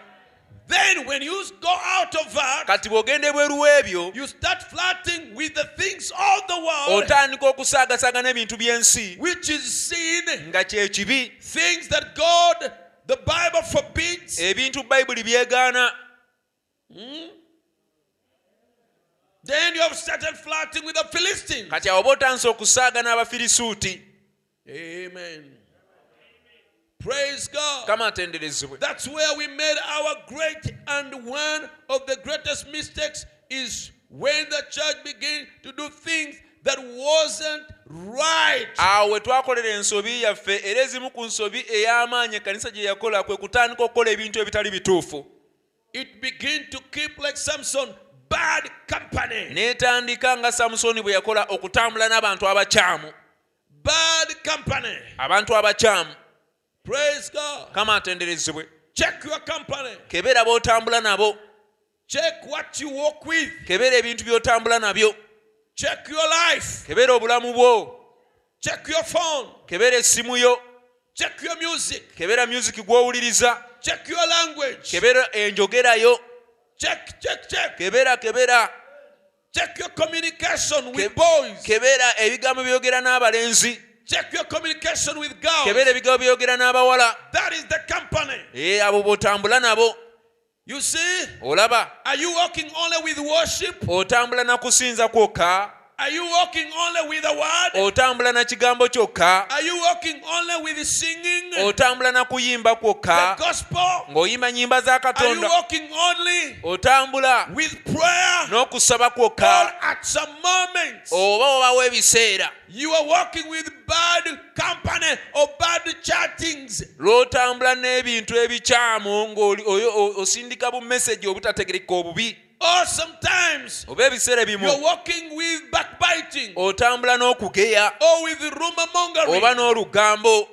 Speaker 1: Then, when you go out of that,
Speaker 2: kati bw'ogenda ebweru w'ebyo
Speaker 1: you start flirting with the things of the world,
Speaker 2: otandika okusaagasaagana ebintu by'ensi
Speaker 1: which is sin,
Speaker 2: nga kye kibi
Speaker 1: things that God, the Bible forbids.
Speaker 2: ebintu bayibuli byegaana
Speaker 1: Then you have started flirting with the Philistines.
Speaker 2: kati awo oba otandise okusaagana abafirisuuti
Speaker 1: Amen. Praise God.
Speaker 2: kama atenderezebwe
Speaker 1: That's where we made our great and one of the greatest mistakes is when the church began to do things that wasn't right.
Speaker 2: awo we twakolera ensobi yaffe era ezimu ku nsobi ey'amaanyi ekkanisa gye yakola kwe kutandika okukola ebintu ebitali bituufu
Speaker 1: It began to keep like Samson bad company.
Speaker 2: n'etandika nga samusoni bwe yakola okutambula n'abantu abakyamu
Speaker 1: bad company.
Speaker 2: abantu abakyamu
Speaker 1: Praise God.
Speaker 2: kama atenderezebwe
Speaker 1: Check your company.
Speaker 2: kebera b'otambula nabo
Speaker 1: Check what you walk with.
Speaker 2: kebera ebintu by'otambula nabyo
Speaker 1: Check your life.
Speaker 2: kebera obulamu bwo
Speaker 1: Check your phone.
Speaker 2: kebera essimu yo
Speaker 1: Check your music.
Speaker 2: kebera music gw'owuliriza
Speaker 1: Check your language.
Speaker 2: kebera enjogera yo
Speaker 1: Check, check, check.
Speaker 2: kebera kebera
Speaker 1: Check your communication
Speaker 2: Ke-
Speaker 1: with boys.
Speaker 2: kebera ebigambo byogera n'abalenzi
Speaker 1: Check your communication with girls.
Speaker 2: kebera ebigambo byogera n'abawala
Speaker 1: That is the company.
Speaker 2: Eh, abo b'otambula nabo
Speaker 1: You see?
Speaker 2: olaba
Speaker 1: Are you walking only with worship?
Speaker 2: otambula na kusinza kwokka
Speaker 1: Are you walking only with the word?
Speaker 2: otambula na kigambo kyokka
Speaker 1: Are you walking only with singing the
Speaker 2: otambula na kuyimba kwokka
Speaker 1: gospel?
Speaker 2: ng'oyimba nnyimba za
Speaker 1: Are you
Speaker 2: katonda
Speaker 1: walking only
Speaker 2: otambula
Speaker 1: with prayer?
Speaker 2: n'okusaba
Speaker 1: Or
Speaker 2: kwokka
Speaker 1: at some moments,
Speaker 2: oba obawo ebiseera
Speaker 1: you are walking with bad company or bad chattings.
Speaker 2: lw'otambula n'ebintu ebikyamu ng'osindika bumeseji obutategereka obubi
Speaker 1: Or sometimes,
Speaker 2: oba ebiseera
Speaker 1: you're
Speaker 2: bimu
Speaker 1: walking with
Speaker 2: Oh.
Speaker 1: backbiting
Speaker 2: otambula n'okugeya
Speaker 1: or with rumor mongering
Speaker 2: oba n'olugambo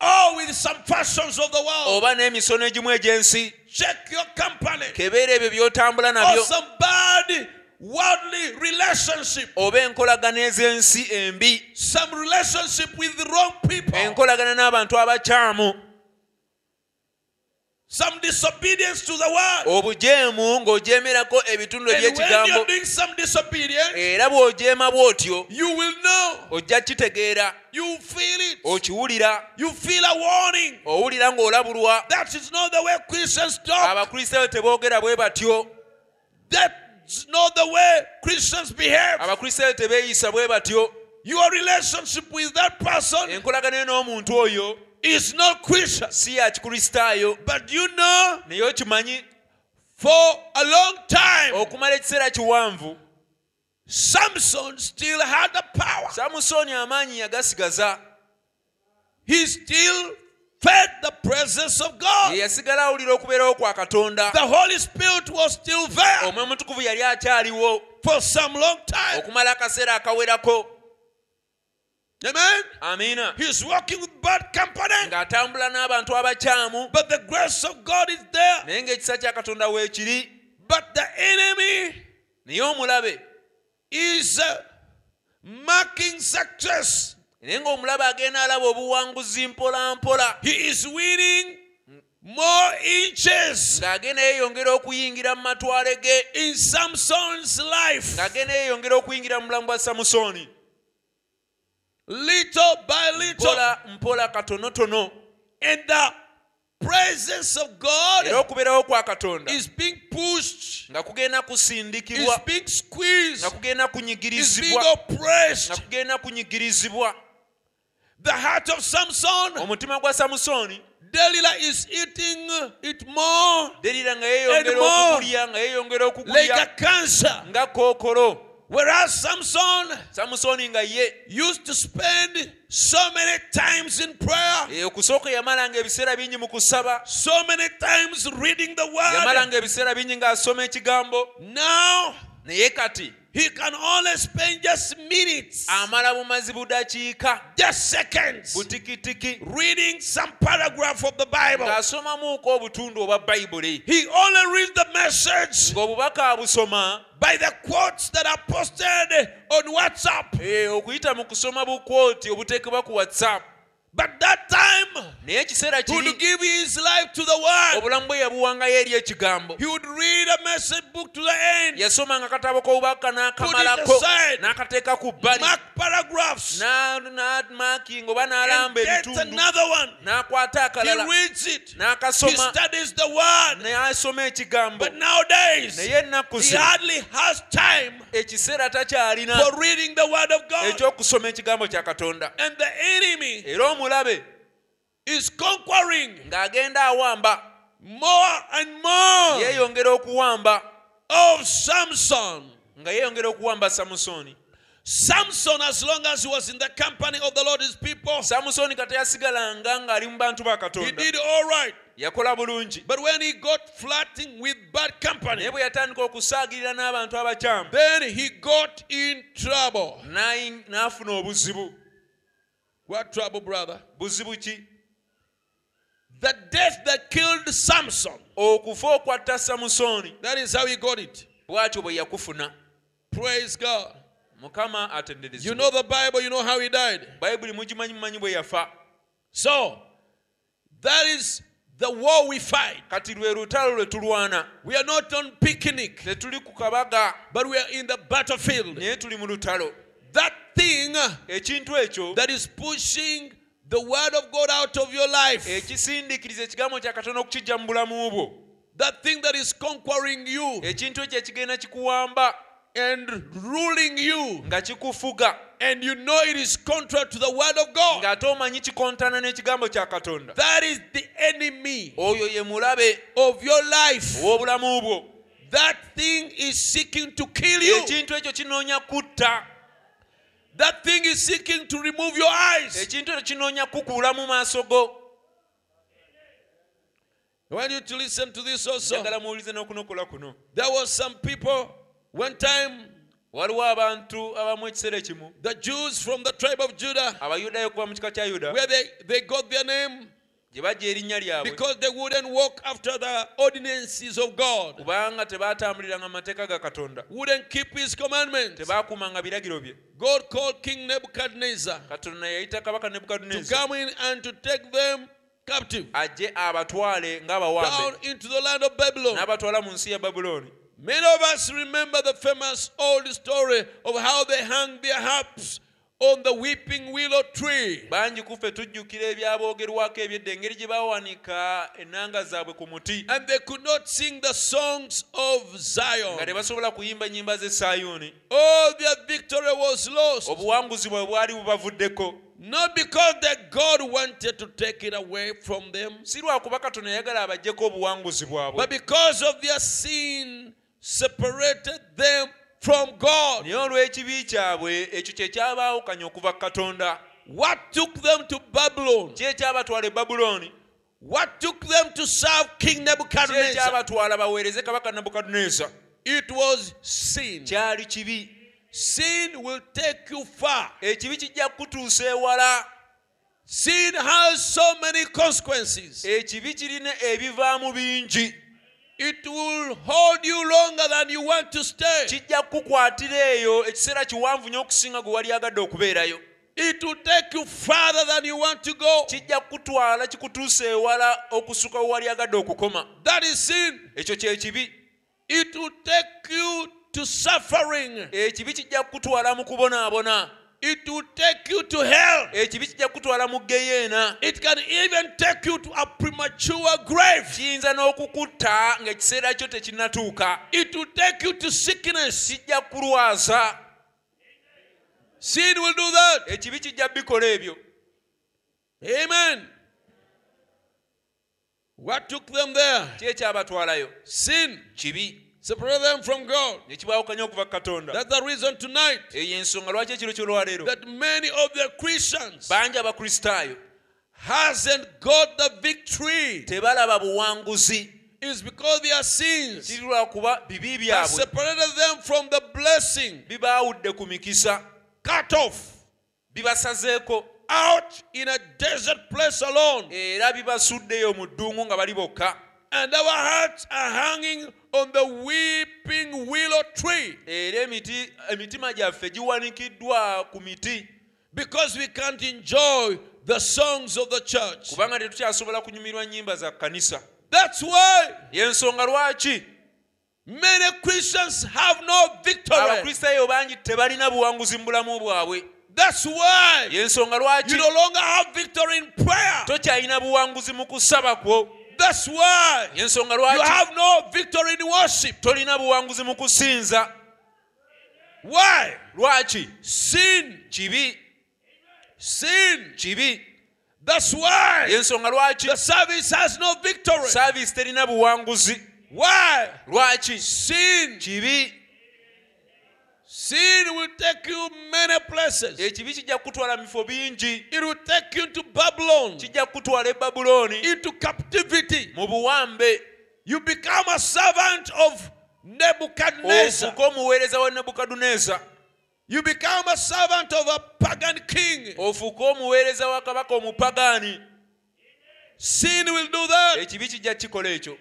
Speaker 1: or with some fashions of the world.
Speaker 2: oba n'emisono egimu egy'ensi
Speaker 1: Check your company.
Speaker 2: kebeera ebyo by'otambula
Speaker 1: Or
Speaker 2: nabyo
Speaker 1: some bad worldly relationship.
Speaker 2: oba enkolagana ez'ensi embi
Speaker 1: Some relationship with the wrong people.
Speaker 2: enkolagana n'abantu abakyamu
Speaker 1: some disobedience to the word.
Speaker 2: obujeemu ng'ogyemerako ebitundu
Speaker 1: And when
Speaker 2: eby'ekigambo
Speaker 1: you're doing some disobedience,
Speaker 2: era bw'ojeema bw'otyo
Speaker 1: you will know.
Speaker 2: ojja kitegeera
Speaker 1: You feel it.
Speaker 2: Oh. okiwulira
Speaker 1: You feel a warning.
Speaker 2: owulira ng'olabulwa
Speaker 1: That is not the way Christians talk.
Speaker 2: abakristaayo teboogera bwe batyo
Speaker 1: That's not the way Christians behave.
Speaker 2: abakristaayo tebeeyisa bwe batyo
Speaker 1: Your relationship with that person
Speaker 2: enkolagana yo n'omuntu oyo
Speaker 1: is not Christian.
Speaker 2: si ya kikristaayo
Speaker 1: But you know,
Speaker 2: naye okimanyi
Speaker 1: for a long time,
Speaker 2: okumala ekiseera kiwanvu
Speaker 1: Samson still had the power.
Speaker 2: samusoni amaanyi yagasigaza
Speaker 1: He still fed the presence of
Speaker 2: ye
Speaker 1: God.
Speaker 2: yasigala awulira okubeerawo kwa katonda
Speaker 1: The Holy Spirit was still there
Speaker 2: omwe mutukuvu yali akyaliwo
Speaker 1: for some long time.
Speaker 2: okumala akaseera akawerako
Speaker 1: Amen.
Speaker 2: amiina
Speaker 1: He's working with bad company,
Speaker 2: ng'atambula n'abantu abakyamu
Speaker 1: but the grace of God is there.
Speaker 2: naye ng'ekisa kya katonda weekiri
Speaker 1: But the enemy
Speaker 2: naye omulabe
Speaker 1: is uh, marking success.
Speaker 2: naye ng'omulabe agenda alaba obuwanguzi mpola mpola
Speaker 1: He is winning more inches
Speaker 2: ng'agenda yeeyongera okuyingira mu matwale ge
Speaker 1: in Samson's life,
Speaker 2: ng'agenda yeeyongera okuyingira mu bulamu bwa samusooni
Speaker 1: little by little.
Speaker 2: mpola mpola katonotono
Speaker 1: And the presence of
Speaker 2: era
Speaker 1: God
Speaker 2: okubeerawo kwa katonda
Speaker 1: is being pushed,
Speaker 2: nga kugenda
Speaker 1: is
Speaker 2: kusindikibwa
Speaker 1: being squeezed,
Speaker 2: nga kugenda
Speaker 1: is being
Speaker 2: kunyigirizibwa nga
Speaker 1: oppressed.
Speaker 2: kugenda kunyigirizibwa
Speaker 1: The heart of Samson,
Speaker 2: omutima gwa samusooni
Speaker 1: Delilah is eating it more
Speaker 2: derira nga yeeyongera
Speaker 1: Edmo.
Speaker 2: okugulya nga yeeyongera
Speaker 1: like a
Speaker 2: okugulya
Speaker 1: cancer.
Speaker 2: nga kookolo
Speaker 1: Whereas Samson
Speaker 2: samusooni nga ye
Speaker 1: used to spend so many times in prayer,
Speaker 2: e, okusooka yamalanga ebiseera bingi mu kusaba
Speaker 1: so many times reading the word.
Speaker 2: yamalanga ebiseera bingi ng'asoma ekigambo
Speaker 1: Now
Speaker 2: naye kati
Speaker 1: he can only spend just minutes,
Speaker 2: amala bumazi budakiika
Speaker 1: just seconds,
Speaker 2: butikitiki
Speaker 1: reading some paragraph of the Bible.
Speaker 2: ng'asomamuuko obutundu obwa bayibuli
Speaker 1: He only reads the message
Speaker 2: ng'obubaka abusoma
Speaker 1: by the quotes that are posted on WhatsApp.
Speaker 2: Eh, okuyita mu kusoma bukwoti obuteekebwa ku whatsapp
Speaker 1: But that time,
Speaker 2: naye ekiseera
Speaker 1: he would
Speaker 2: kiri
Speaker 1: give his life to the word.
Speaker 2: obulamu bwe yabuwangayo eri ekigambo
Speaker 1: He would read a message book to the end,
Speaker 2: yasomanga akatabo k'obubaka
Speaker 1: Put
Speaker 2: n'akamalako
Speaker 1: it aside.
Speaker 2: n'akateeka ku bbali
Speaker 1: mark paragraphs,
Speaker 2: n'amakinga oba
Speaker 1: and
Speaker 2: n'alamba
Speaker 1: get
Speaker 2: ebitundu
Speaker 1: another one.
Speaker 2: n'akwata
Speaker 1: He
Speaker 2: akalala
Speaker 1: reads it. He
Speaker 2: n'akasoma
Speaker 1: studies the word.
Speaker 2: n'asoma ekigambo
Speaker 1: But nowadays,
Speaker 2: naye ennaku
Speaker 1: he
Speaker 2: zino
Speaker 1: hardly has time
Speaker 2: ekiseera takyalina
Speaker 1: for reading the word of God.
Speaker 2: ekyokusoma ekigambo kya katonda
Speaker 1: And the enemy
Speaker 2: era omulabe
Speaker 1: is conquering
Speaker 2: ng'agenda awamba
Speaker 1: more and more
Speaker 2: yeeyongera okuwamba
Speaker 1: of Samson.
Speaker 2: nga yeeyongera okuwamba samusooni
Speaker 1: Samson, as long as he was in the company of the Lord, his people,
Speaker 2: samusoni kateyasigalanga ng'ali mu bantu ba
Speaker 1: he
Speaker 2: katonda
Speaker 1: did all right.
Speaker 2: yakola bulungi
Speaker 1: But when he got flirting with bad company,
Speaker 2: naye bwe yatandika okusaagirira n'abantu abakyamu
Speaker 1: then he got in trouble.
Speaker 2: n'ayi- n'afuna obuzibu
Speaker 1: What trouble, brother?
Speaker 2: buzibu ki
Speaker 1: The death that killed Samson.
Speaker 2: okufa okwatta samusoni
Speaker 1: That is how he got it.
Speaker 2: bw'atyo bwe yakufuna
Speaker 1: Praise God.
Speaker 2: mukama
Speaker 1: You know
Speaker 2: atenderezebwa
Speaker 1: the Bible, you know how he died.
Speaker 2: bayibuli mugimanyi mumanyi bwe yafa
Speaker 1: So, that is the war we fight.
Speaker 2: kati lwe lutalo lwe tulwana
Speaker 1: We are not on picnic,
Speaker 2: tetuli ku kabaga
Speaker 1: but we are in the battlefield.
Speaker 2: naye tuli mu lutalo
Speaker 1: That thing
Speaker 2: ekintu ekyo
Speaker 1: that is pushing the word of God out of your life,
Speaker 2: ekisindikiriza ekigambo kya katonda okukijja mu bulamu bwo
Speaker 1: that thing that is conquering you
Speaker 2: ekintu ekyo ekigenda kikuwamba
Speaker 1: and ruling you,
Speaker 2: nga kikufuga
Speaker 1: and you know it is contrary to the word of God,
Speaker 2: ng'ate omanyi kikontana n'ekigambo kya katonda
Speaker 1: that is the enemy
Speaker 2: oyo ye mulabe
Speaker 1: of your life.
Speaker 2: Oh. ow'obulamu bwo
Speaker 1: That thing is seeking to kill you.
Speaker 2: ekintu ekyo kinoonya kutta
Speaker 1: That thing is seeking to remove your eyes.
Speaker 2: ekintu ekyo kinoonya kukuula mu maaso go
Speaker 1: I want you to listen to this also.
Speaker 2: njagala muwulize n'okunokola kuno
Speaker 1: There was some people, one time,
Speaker 2: waliwo abantu abamu ekiseera ekimu
Speaker 1: the Jews from the tribe of Judah,
Speaker 2: abayudaaya okuva mu kika kya yuda
Speaker 1: where they, they got their name
Speaker 2: gye bajja erinnya lyabwe
Speaker 1: because they wouldn't walk after the ordinances of God,
Speaker 2: kubanga tebaatambuliranga mateeka ga katonda
Speaker 1: wouldn't keep his commandments.
Speaker 2: tebaakuumanga biragiro bye
Speaker 1: God called King Nebuchadnezzar
Speaker 2: katonda yayita kabaka
Speaker 1: to
Speaker 2: nebukadduneeza
Speaker 1: come in and to take them captive
Speaker 2: ajje abatwale
Speaker 1: down
Speaker 2: ng'abawambe
Speaker 1: into the land of Babylon.
Speaker 2: n'abatwala mu nsi ya babulooni
Speaker 1: Many of us remember the famous old story of how they hung their harps on the weeping willow tree.
Speaker 2: bangi kuffe tujjukira ebyaboogerwako ebyedda engeri gye bawanika ennanga zaabwe ku muti
Speaker 1: And they could not sing the songs of
Speaker 2: nga
Speaker 1: Zion.
Speaker 2: tebasobola kuyimba nnyimba ze sayoni
Speaker 1: All their victory was lost,
Speaker 2: obuwanguzi bwe bwali bubavuddeko
Speaker 1: not because that God wanted to take it away from them,
Speaker 2: si lwakuba katonda yayagala abaggyeko obuwanguzi bwabwe
Speaker 1: but because of their sin separated them from God.
Speaker 2: naye olw'ekibi kyabwe ekyo kye kyabaawukanya okuva ku katonda
Speaker 1: What took them to Babylon?
Speaker 2: ki ekyabatwala e babulooni
Speaker 1: What took them to serve King
Speaker 2: ki
Speaker 1: Nebuchadnezzar?
Speaker 2: ekyabatwala baweereze kabaka nebukadduneeza
Speaker 1: It was sin.
Speaker 2: kyali kibi
Speaker 1: Sin will take you far.
Speaker 2: ekibi kijja kukutuusa ewala
Speaker 1: Sin has so many consequences.
Speaker 2: ekibi kirina ebivaamu bingi
Speaker 1: It will hold you longer than you want to stay.
Speaker 2: kijja kukukwatira eyo ekiseera kiwanvu nnyo okusinga gwe wali agadde okubeerayo
Speaker 1: It will take you farther than you want to go.
Speaker 2: kijja kukutwala kikutuusa ewala okusuka we wali agadde okukoma
Speaker 1: That is sin.
Speaker 2: ekyo kyekibi
Speaker 1: It will take you to suffering.
Speaker 2: ekibi kijja kukutwala mu kubonaabona
Speaker 1: It will take you to hell.
Speaker 2: ekibi kijja kukutwala mu geyeena
Speaker 1: It can even take you to a premature grave.
Speaker 2: kiyinza n'okukutta ng'ekiseera kyo tekinnatuuka
Speaker 1: It will take you to sickness.
Speaker 2: kijja kukulwaza
Speaker 1: Sin will do that.
Speaker 2: ekibi kijja bikola ebyo
Speaker 1: Amen. What took them there?
Speaker 2: ki ekyabatwalayo
Speaker 1: Sin
Speaker 2: kibi
Speaker 1: separated them from God.
Speaker 2: ne kibawukanya okuva ku katonda
Speaker 1: That's the reason tonight
Speaker 2: eyo ensonga lwaki ekiro ky'olwaleero
Speaker 1: that many of the Christians
Speaker 2: bangi abakristaayo
Speaker 1: hasn't got the victory
Speaker 2: tebalaba buwanguzi
Speaker 1: is because their sins
Speaker 2: kiri lwakuba bibi
Speaker 1: have
Speaker 2: byabwe
Speaker 1: separated them from the blessing,
Speaker 2: bibaawudde ku mikisa
Speaker 1: cut off,
Speaker 2: bibasazeeko
Speaker 1: out in a desert place alone.
Speaker 2: era bibasuddeyo mu ddungu nga bali bokka
Speaker 1: And our hearts are hanging on the weeping willow tree
Speaker 2: era emiti emitima gyaffe giwanikiddwa ku miti
Speaker 1: because we can't enjoy the songs of the church.
Speaker 2: kubanga tetukyasobola kunyumirwa nnyimba za kkanisa
Speaker 1: That's why
Speaker 2: yensonga lwaki
Speaker 1: many Christians have no victory.
Speaker 2: abakristaayo bangi tebalina buwanguzi mu bulamu bwabwe
Speaker 1: That's why
Speaker 2: yensonga
Speaker 1: you
Speaker 2: lwaki
Speaker 1: no longer have victory in prayer.
Speaker 2: tokyalina buwanguzi mu kusaba kwo
Speaker 1: That's why
Speaker 2: yensonga
Speaker 1: you
Speaker 2: lwaki
Speaker 1: have no victory in worship.
Speaker 2: tolina buwanguzi mu kusinza
Speaker 1: Why?
Speaker 2: lwaki
Speaker 1: Sin.
Speaker 2: kibi
Speaker 1: Sin.
Speaker 2: kibi
Speaker 1: That's why
Speaker 2: yensonga lwaki
Speaker 1: the service has no victory.
Speaker 2: saavisi terina buwanguzi
Speaker 1: Why?
Speaker 2: lwaki
Speaker 1: Sin.
Speaker 2: kibi
Speaker 1: Sin will take you many places. It
Speaker 2: ekibi kijja kukutwala mu bifo bingi
Speaker 1: will take you to Babylon,
Speaker 2: kijja kukutwala e babulooni
Speaker 1: into captivity.
Speaker 2: mu buwambe
Speaker 1: You become a servant of Nebuchadnezzar.
Speaker 2: ofuuke omuweereza wa nebukaduneeza
Speaker 1: You become a servant of a pagan king.
Speaker 2: ofuuke omuweereza wa kabaka omupagaani
Speaker 1: Sin will do that.
Speaker 2: ekibi kijja kikola ekyo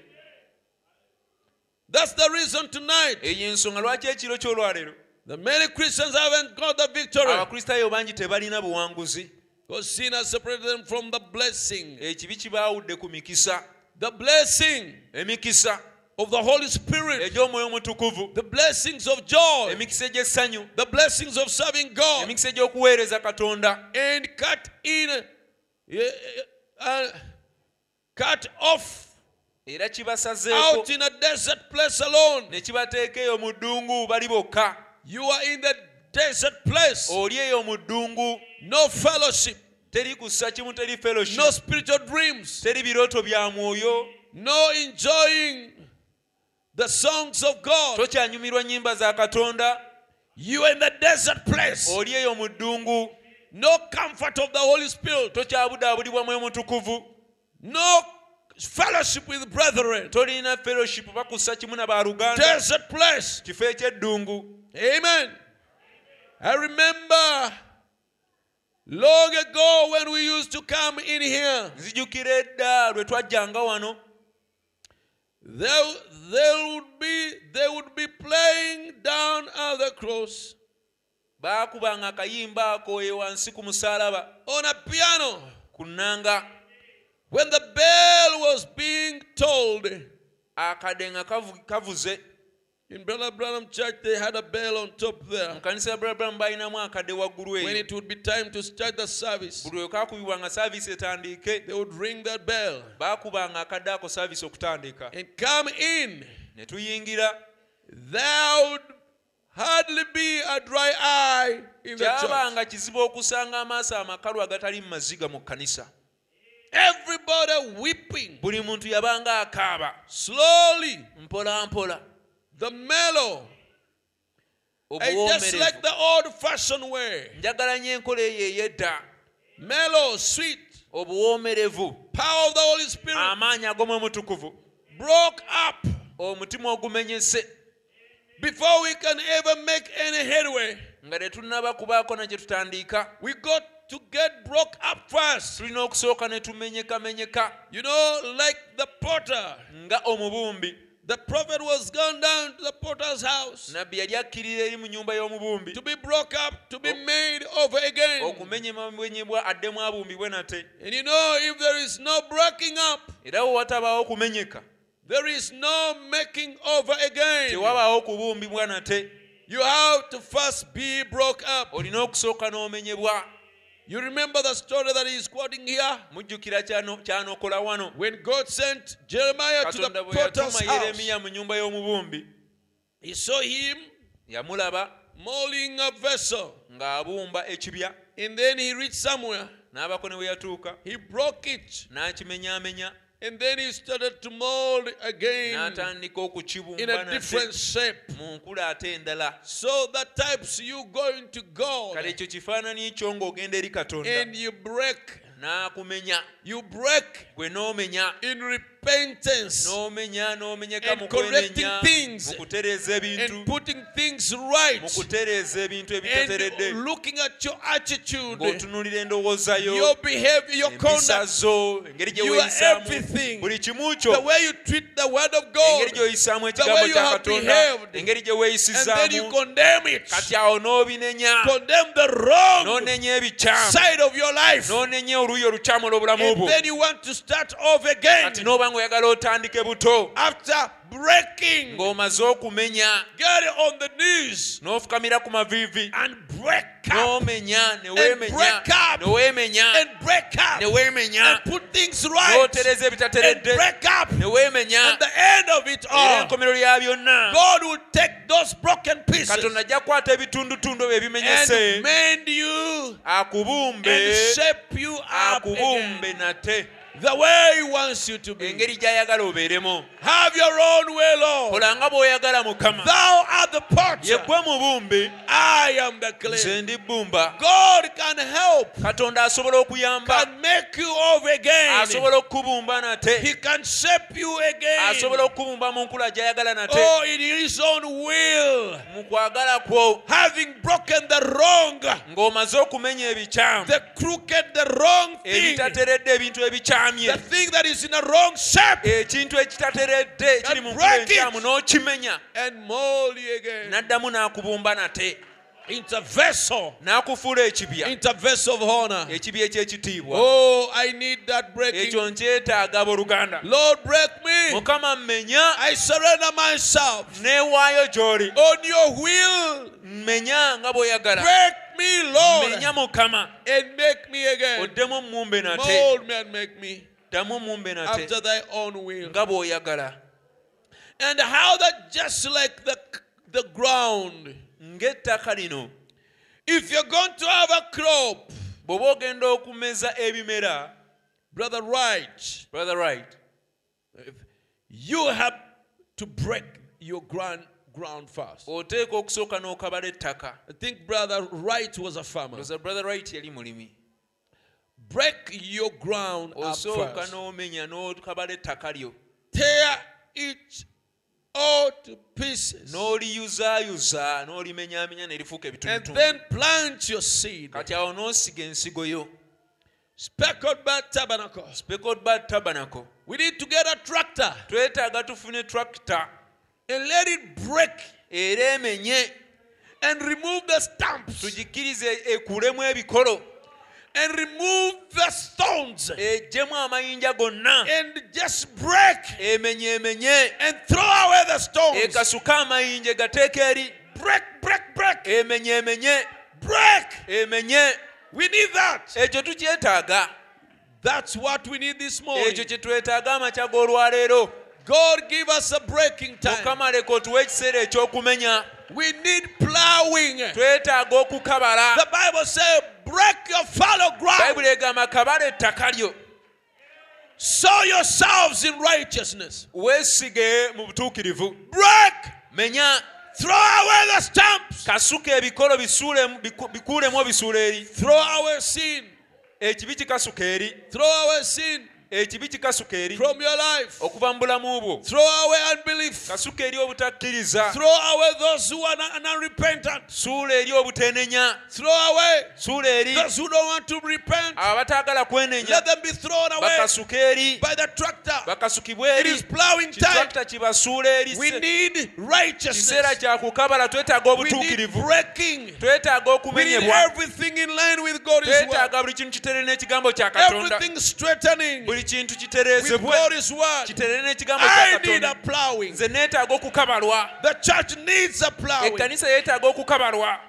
Speaker 1: That's the reason tonight
Speaker 2: eyo ensonga lwaki ekiro ky'olwaleero
Speaker 1: the many Christians haven't got the victory
Speaker 2: abakristaayo bangi tebalina buwanguzi
Speaker 1: because sin has separated them from the blessing.
Speaker 2: ekibi kibaawudde ku mikisa
Speaker 1: The blessing
Speaker 2: emikisa
Speaker 1: of the Holy Spirit,
Speaker 2: egy'omwoyo omutukuvu
Speaker 1: the blessings of joy,
Speaker 2: emikisa egy'essanyu
Speaker 1: the blessings of serving God,
Speaker 2: emikisa egy'okuweereza katonda
Speaker 1: and cut in, eh, uh, cut off
Speaker 2: era kibasazeeko
Speaker 1: out in a desert place alone.
Speaker 2: ne kibateeka eyo mu ddungu bali bokka
Speaker 1: You are in the desert place.
Speaker 2: oli eyo mu ddungu
Speaker 1: No fellowship,
Speaker 2: teri kussa kimu teri fellowship
Speaker 1: no spiritual dreams.
Speaker 2: teri birooto bya mwoyo
Speaker 1: no enjoying the songs of God.
Speaker 2: tokyanyumirwa nnyimba za katonda
Speaker 1: You are in the desert place.
Speaker 2: oli eyo mu ddungu
Speaker 1: No comfort of the Holy Spirit.
Speaker 2: tokyabudaabulibwa mwoyo mutukuvu
Speaker 1: No fellowship with brethren.
Speaker 2: tolina fellowship bakussa kimu na baluganda
Speaker 1: Desert place.
Speaker 2: kifo eky'eddungu
Speaker 1: Amen. I remember long ago when we used to come in here,
Speaker 2: nzijukira edda lwe twajjanga wano
Speaker 1: there, there would be they would be playing down at the cross
Speaker 2: baakubanga akayimba ako eyo wansi ku musalaba
Speaker 1: on a piano.
Speaker 2: ku nnanga
Speaker 1: When the bell was being tolled in
Speaker 2: akadenga kavu- kavuze
Speaker 1: Brother Branham Church, they had a bell on top there.
Speaker 2: mu kanisa ya brabulamu balinamu akade waggulu
Speaker 1: When
Speaker 2: eyo
Speaker 1: it would be time to start the service,
Speaker 2: buli wekaakubibwanga saaviisi etandiike
Speaker 1: they would ring that bell
Speaker 2: baakubanga akadde ako saaviisi okutandika
Speaker 1: and come in.
Speaker 2: ne tuyingira
Speaker 1: There would hardly be a dry eye in the church.
Speaker 2: kyabanga kizibu okusanga amaaso amakalu agatali mu maziga mu kkanisa
Speaker 1: Everybody weeping.
Speaker 2: buli muntu yabanga akaaba
Speaker 1: Slowly,
Speaker 2: mpola mpola
Speaker 1: the mellow, and just like
Speaker 2: obuwoomerevu
Speaker 1: the old fashioned way.
Speaker 2: njagala nyo enkola eyo ey'edda
Speaker 1: Mellow, sweet,
Speaker 2: obuwoomerevu
Speaker 1: power of the Holy Spirit
Speaker 2: amaanyi ag'omwe mutukuvu
Speaker 1: broke up
Speaker 2: omutima ogumenyese
Speaker 1: before we can ever make any headway.
Speaker 2: nga tetunnaba kubaako na kye tutandiika
Speaker 1: We got to get broke up first.
Speaker 2: tulina okusooka ne tumenyekamenyeka
Speaker 1: You know, like the potter.
Speaker 2: nga omubumbi
Speaker 1: The prophet was gone down to the potter's house
Speaker 2: nabbi yali akkirira eri mu nyumba y'omubumbi
Speaker 1: to be broke up, to be made over again.
Speaker 2: okumenyebwamenyebwa addemu abumbibwe nate
Speaker 1: And you know, if there is no breaking up,
Speaker 2: era bwe watabaawo kumenyeka
Speaker 1: there is no making over again.
Speaker 2: tewabaawo kubumbibwa nate
Speaker 1: You have to first be broke up.
Speaker 2: olina okusooka n'omenyebwa
Speaker 1: You remember the story that he is quoting here?
Speaker 2: mujjukira kyano- kyanokola wano
Speaker 1: When God sent Jeremiah to the
Speaker 2: katonda bwe
Speaker 1: potter's
Speaker 2: yatuma
Speaker 1: house,
Speaker 2: yeremiya mu nyumba y'omubumbi
Speaker 1: he saw him
Speaker 2: yamulaba
Speaker 1: molding a vessel.
Speaker 2: ng'abumba ekibya
Speaker 1: And then he reached somewhere.
Speaker 2: n'abako ne we yatuuka
Speaker 1: He broke it.
Speaker 2: n'akimenyaamenya
Speaker 1: And then he started to mold again
Speaker 2: n'atandika
Speaker 1: in
Speaker 2: okukibumba
Speaker 1: a
Speaker 2: nate
Speaker 1: different shape.
Speaker 2: mu nkula ate endala
Speaker 1: So that types you going to God
Speaker 2: kale ekyo kifaananyi kyo ng'ogenda eri katonda
Speaker 1: and you break.
Speaker 2: n'akumenya
Speaker 1: You break
Speaker 2: gwe n'omenya
Speaker 1: in repentance
Speaker 2: n'omenya n'omenyeka
Speaker 1: And
Speaker 2: mu
Speaker 1: correcting
Speaker 2: kwemenya
Speaker 1: things.
Speaker 2: mu kutereeza
Speaker 1: and
Speaker 2: ebintu
Speaker 1: putting things
Speaker 2: mu
Speaker 1: right
Speaker 2: kutereeza ebintu ebitateredde
Speaker 1: and looking at your attitude,
Speaker 2: ng'otunuulira endowooza yo
Speaker 1: your behavior, your
Speaker 2: empisa
Speaker 1: conduct.
Speaker 2: zo engeri gye
Speaker 1: You are
Speaker 2: weeyisaamu
Speaker 1: everything.
Speaker 2: buli kimu
Speaker 1: the
Speaker 2: kyo
Speaker 1: way you treat the word of God,
Speaker 2: engeri gy'oyisaamu
Speaker 1: The way
Speaker 2: ekigambo
Speaker 1: you
Speaker 2: kya
Speaker 1: have
Speaker 2: katonda
Speaker 1: behaved.
Speaker 2: engeri
Speaker 1: and
Speaker 2: gye
Speaker 1: then you
Speaker 2: weeyisizaamu
Speaker 1: condemn it.
Speaker 2: kati awo n'obinenya
Speaker 1: Condemn the wrong
Speaker 2: n'onenya ebikyamu
Speaker 1: side of your life.
Speaker 2: n'onenya oluuyi olukyamu olw'obulamu
Speaker 1: And
Speaker 2: bwo
Speaker 1: then you want to start off again
Speaker 2: kati n'oba ng'oyagala otandike buto
Speaker 1: after breaking.
Speaker 2: ng'omaze okumenya
Speaker 1: Get on the knees
Speaker 2: n'ofukamira ku maviivi
Speaker 1: and break up
Speaker 2: n'omenya ne weemenya
Speaker 1: break up.
Speaker 2: ne weemenya
Speaker 1: and break up
Speaker 2: ne
Speaker 1: and
Speaker 2: weemenya
Speaker 1: put things right
Speaker 2: n'otereza
Speaker 1: and
Speaker 2: ebitateredde
Speaker 1: break up.
Speaker 2: ne
Speaker 1: And
Speaker 2: weemenya
Speaker 1: the oh. end of it
Speaker 2: era
Speaker 1: all,
Speaker 2: enkomero ya byonna
Speaker 1: God will take those broken pieces
Speaker 2: katonda ajja kukwata ebitundutundu ebyo ebimenyese
Speaker 1: and mend you and
Speaker 2: akubumbe
Speaker 1: shape you up again. Mm.
Speaker 2: akubumbe nate
Speaker 1: the way He wants you to be.
Speaker 2: engeri gy'ayagala
Speaker 1: Oh.
Speaker 2: obeeremu
Speaker 1: Have your own way, Lord.
Speaker 2: kolanga bw'oyagala mukama
Speaker 1: Thou art the
Speaker 2: ye
Speaker 1: potter.
Speaker 2: gwe mubumbi
Speaker 1: I am the clay.
Speaker 2: nze ndi bbumba
Speaker 1: God can help,
Speaker 2: katonda asobola okuyamba
Speaker 1: can make you over again.
Speaker 2: asobola okukubumba
Speaker 1: He
Speaker 2: nate
Speaker 1: can shape you
Speaker 2: asobola
Speaker 1: again.
Speaker 2: okukubumba mu nkula gy'ayagala nate
Speaker 1: Oh, in His own will.
Speaker 2: mu kwagala kwo
Speaker 1: Having broken the wrong,
Speaker 2: ng'omaze okumenya ebikyamu
Speaker 1: the crooked, the wrong thing,
Speaker 2: ebitateredde ebintu ebikyamye
Speaker 1: the thing that is in a wrong shape,
Speaker 2: ekintu ekitateredde ekiri mu nkula
Speaker 1: break it.
Speaker 2: enkyamu n'okimenya
Speaker 1: and mold you again
Speaker 2: n'addamu n'akubumba nate
Speaker 1: into a vessel,
Speaker 2: n'akufuula ekibya
Speaker 1: into a vessel of honor.
Speaker 2: ekibya eky'ekitiibwa
Speaker 1: Oh, I need that breaking.
Speaker 2: ekyo nkyetaaga abooluganda
Speaker 1: Lord, break me.
Speaker 2: mukama mmenya
Speaker 1: I surrender myself
Speaker 2: neewaayo gy'oli
Speaker 1: on your will.
Speaker 2: mmenya nga bw'oyagala
Speaker 1: Break me, Lord,
Speaker 2: menya mukama
Speaker 1: and make me again.
Speaker 2: oddemu omumbe nate
Speaker 1: Mold me and make me
Speaker 2: ddamu omumbe nate
Speaker 1: after thy own will.
Speaker 2: nga bw'oyagala
Speaker 1: And how that just like the, the ground,
Speaker 2: ng'ettaka lino
Speaker 1: if you're going to have a crop,
Speaker 2: bw'oba ogenda okumeza ebimera
Speaker 1: Brother Wright,
Speaker 2: brother right
Speaker 1: you have to break your ground, ground first.
Speaker 2: oteeka okusooka n'okabala ettaka
Speaker 1: I think Brother Wright was a farmer.
Speaker 2: Ndowooza brother right yali mulimi
Speaker 1: Break your ground up
Speaker 2: osooka
Speaker 1: first.
Speaker 2: n'omenya n'okabala ettaka lyo
Speaker 1: tear it all to pieces
Speaker 2: n'oliyuzaayuza n'olimenyaamenya ne lifuuka
Speaker 1: and
Speaker 2: ebitutu
Speaker 1: then plant your seed.
Speaker 2: kati awo n'osiga ensigo yo
Speaker 1: Speckled by tabernacles.
Speaker 2: speckled bad tabanako
Speaker 1: We need to get a tractor
Speaker 2: twetaaga tufune tracta
Speaker 1: and let it break
Speaker 2: era emenye
Speaker 1: and remove the stumps
Speaker 2: tugikkirize ekulemu ebikolo
Speaker 1: and remove the stones
Speaker 2: ejjemu amayinja gonna
Speaker 1: and just break
Speaker 2: emenyeemenye
Speaker 1: and throw away the stones.
Speaker 2: ekasuke amayinja egateeka eri
Speaker 1: Break, break, break,
Speaker 2: emenyeemenye
Speaker 1: break.
Speaker 2: emenye
Speaker 1: We need that.
Speaker 2: ekyo tukyetaaga
Speaker 1: That's what we need this morning.
Speaker 2: ekyo kye twetaaga amakya g'olwaleero
Speaker 1: God give us a breaking time.
Speaker 2: mukama leka otuwe ekiseera eky'okumenya
Speaker 1: We need plowing.
Speaker 2: twetaaga okukabala
Speaker 1: The Bible says, break your fallow ground.
Speaker 2: bayibuli egamba kabala ettaka lyo
Speaker 1: Sow yourselves in righteousness.
Speaker 2: weesige mu butuukirivu
Speaker 1: Break.
Speaker 2: menya
Speaker 1: Throw away the stumps.
Speaker 2: kasuka ebikolo bisuulemu- biku- bikuulemu obisuula eri
Speaker 1: Throw away sin.
Speaker 2: ekibi kikasuka eri
Speaker 1: Throw away sin
Speaker 2: ekibi kikasuka eri
Speaker 1: from your life.
Speaker 2: okuva mu bulamu bwo
Speaker 1: Throw away unbelief.
Speaker 2: kasuka eri obutakkiriza
Speaker 1: Throw away those who are un- unrepentant.
Speaker 2: suula eri obutenenya
Speaker 1: Throw away
Speaker 2: suula eri
Speaker 1: those who don't want to repent.
Speaker 2: Ah, abataagala kwenenya
Speaker 1: Let them be thrown away
Speaker 2: bakasuka eri
Speaker 1: by the tractor.
Speaker 2: bakasukibwa
Speaker 1: It is
Speaker 2: eri
Speaker 1: plowing time.
Speaker 2: kitwakita kibasuula eri
Speaker 1: We need righteousness.
Speaker 2: kiseera kya kukabala twetaaga
Speaker 1: We need
Speaker 2: obutuukirivu
Speaker 1: breaking.
Speaker 2: twetaaga
Speaker 1: We need
Speaker 2: okumenyebwa
Speaker 1: everything in line with God's word.
Speaker 2: twetaaga buli kintu kitere n'ekigambo kya katonda
Speaker 1: Everything straightening
Speaker 2: buli kintu
Speaker 1: with
Speaker 2: kitereezebwe
Speaker 1: God's word.
Speaker 2: kitere n'ekigambo kya
Speaker 1: I need a
Speaker 2: katonda
Speaker 1: plowing.
Speaker 2: nze neetaaga okukabalwa
Speaker 1: The church needs a plowing.
Speaker 2: ekkanisa yeetaaga okukabalwa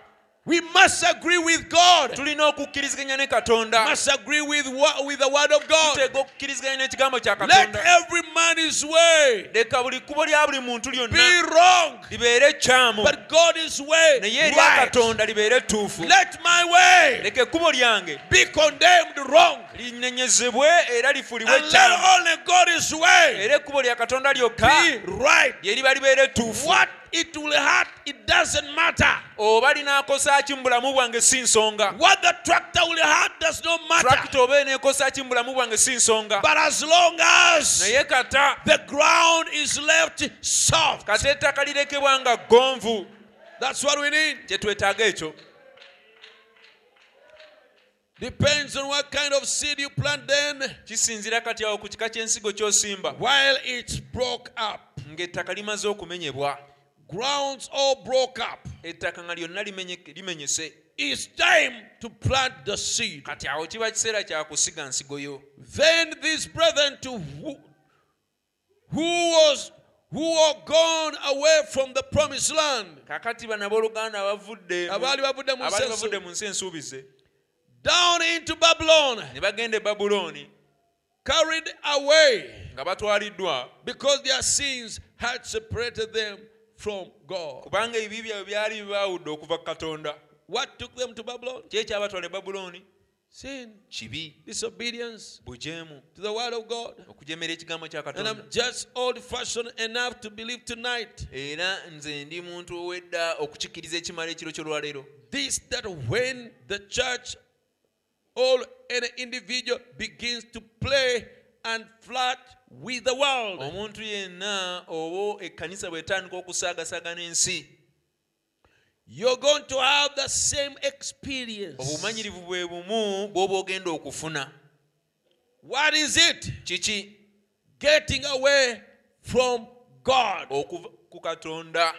Speaker 1: We must agree with God.
Speaker 2: tulina okukkiriziganya ne katonda
Speaker 1: Must agree with wo- with the word of God.
Speaker 2: tuteega okukkiriziganya n'ekigambo kya
Speaker 1: Let
Speaker 2: katonda
Speaker 1: every man his way
Speaker 2: leka buli kkubo lya buli muntu lyonna
Speaker 1: be wrong,
Speaker 2: libeere ekyamu
Speaker 1: but God is way
Speaker 2: naye erya
Speaker 1: right.
Speaker 2: katonda libeere ettuufu
Speaker 1: Let my way
Speaker 2: leka ekkubo lyange
Speaker 1: be condemned wrong,
Speaker 2: linenyezebwe era lifuulibwe
Speaker 1: and let
Speaker 2: ekyamu
Speaker 1: only God is way
Speaker 2: era ekkubo lya katonda lyokka
Speaker 1: be right.
Speaker 2: lye liba libeera ettuufu
Speaker 1: What it will hurt, it doesn't matter.
Speaker 2: oba linaakosa ki mu bulamu bwange si nsonga
Speaker 1: What the tractor will hurt does not matter.
Speaker 2: tulakita oba eneekosa ki mu bulamu bwange si nsonga
Speaker 1: But as long as
Speaker 2: naye kata
Speaker 1: the ground is left soft,
Speaker 2: kata ettaka lirekebwa nga gonvu
Speaker 1: that's what we need.
Speaker 2: kye twetaaga ekyo
Speaker 1: Depends on what kind of seed you plant then
Speaker 2: kisinziira kati awo ku kika ky'ensigo ky'osimba
Speaker 1: while it's broke up.
Speaker 2: ng'ettaka limaze okumenyebwa
Speaker 1: Grounds all broke up.
Speaker 2: ettaka nga lyonna limenye- limenyese
Speaker 1: It's time to plant the seed.
Speaker 2: kati awo kiba kiseera kya kusiga nsigo yo
Speaker 1: Then these brethren to who, who was who were gone away from the promised land
Speaker 2: kakati bano abooluganda abavudde mu-
Speaker 1: Abaali bavudde mu nsi
Speaker 2: abaali
Speaker 1: ensu-
Speaker 2: bavudde mu nsi ensuubize
Speaker 1: down into Babylon,
Speaker 2: ne bagenda e babulooni
Speaker 1: carried away
Speaker 2: nga batwaliddwa
Speaker 1: because their sins had separated them from God.
Speaker 2: kubanga ebibi byabwe byali bibaawudde okuva ku katonda
Speaker 1: What took them to Babylon?
Speaker 2: ki ekyabatwala e babulooni
Speaker 1: Sin,
Speaker 2: kibi
Speaker 1: disobedience
Speaker 2: bujeemu
Speaker 1: to the word of God.
Speaker 2: okujeemera ekigambo kya
Speaker 1: And I'm
Speaker 2: katonda
Speaker 1: just old fashioned enough to believe tonight
Speaker 2: era nze ndi muntu owedda okukikiriza ekimala ekiro ky'olwaleero
Speaker 1: this that when the church or any individual begins to play and flirt with the world,
Speaker 2: omuntu yenna oba ekkanisa bwetandika okusaagasaaga n'ensi
Speaker 1: you're going to have the same experience.
Speaker 2: obumanyirivu bwe bumu bw'oba ogenda okufuna
Speaker 1: What is it?
Speaker 2: kiki
Speaker 1: Getting away from God.
Speaker 2: okuva ku katonda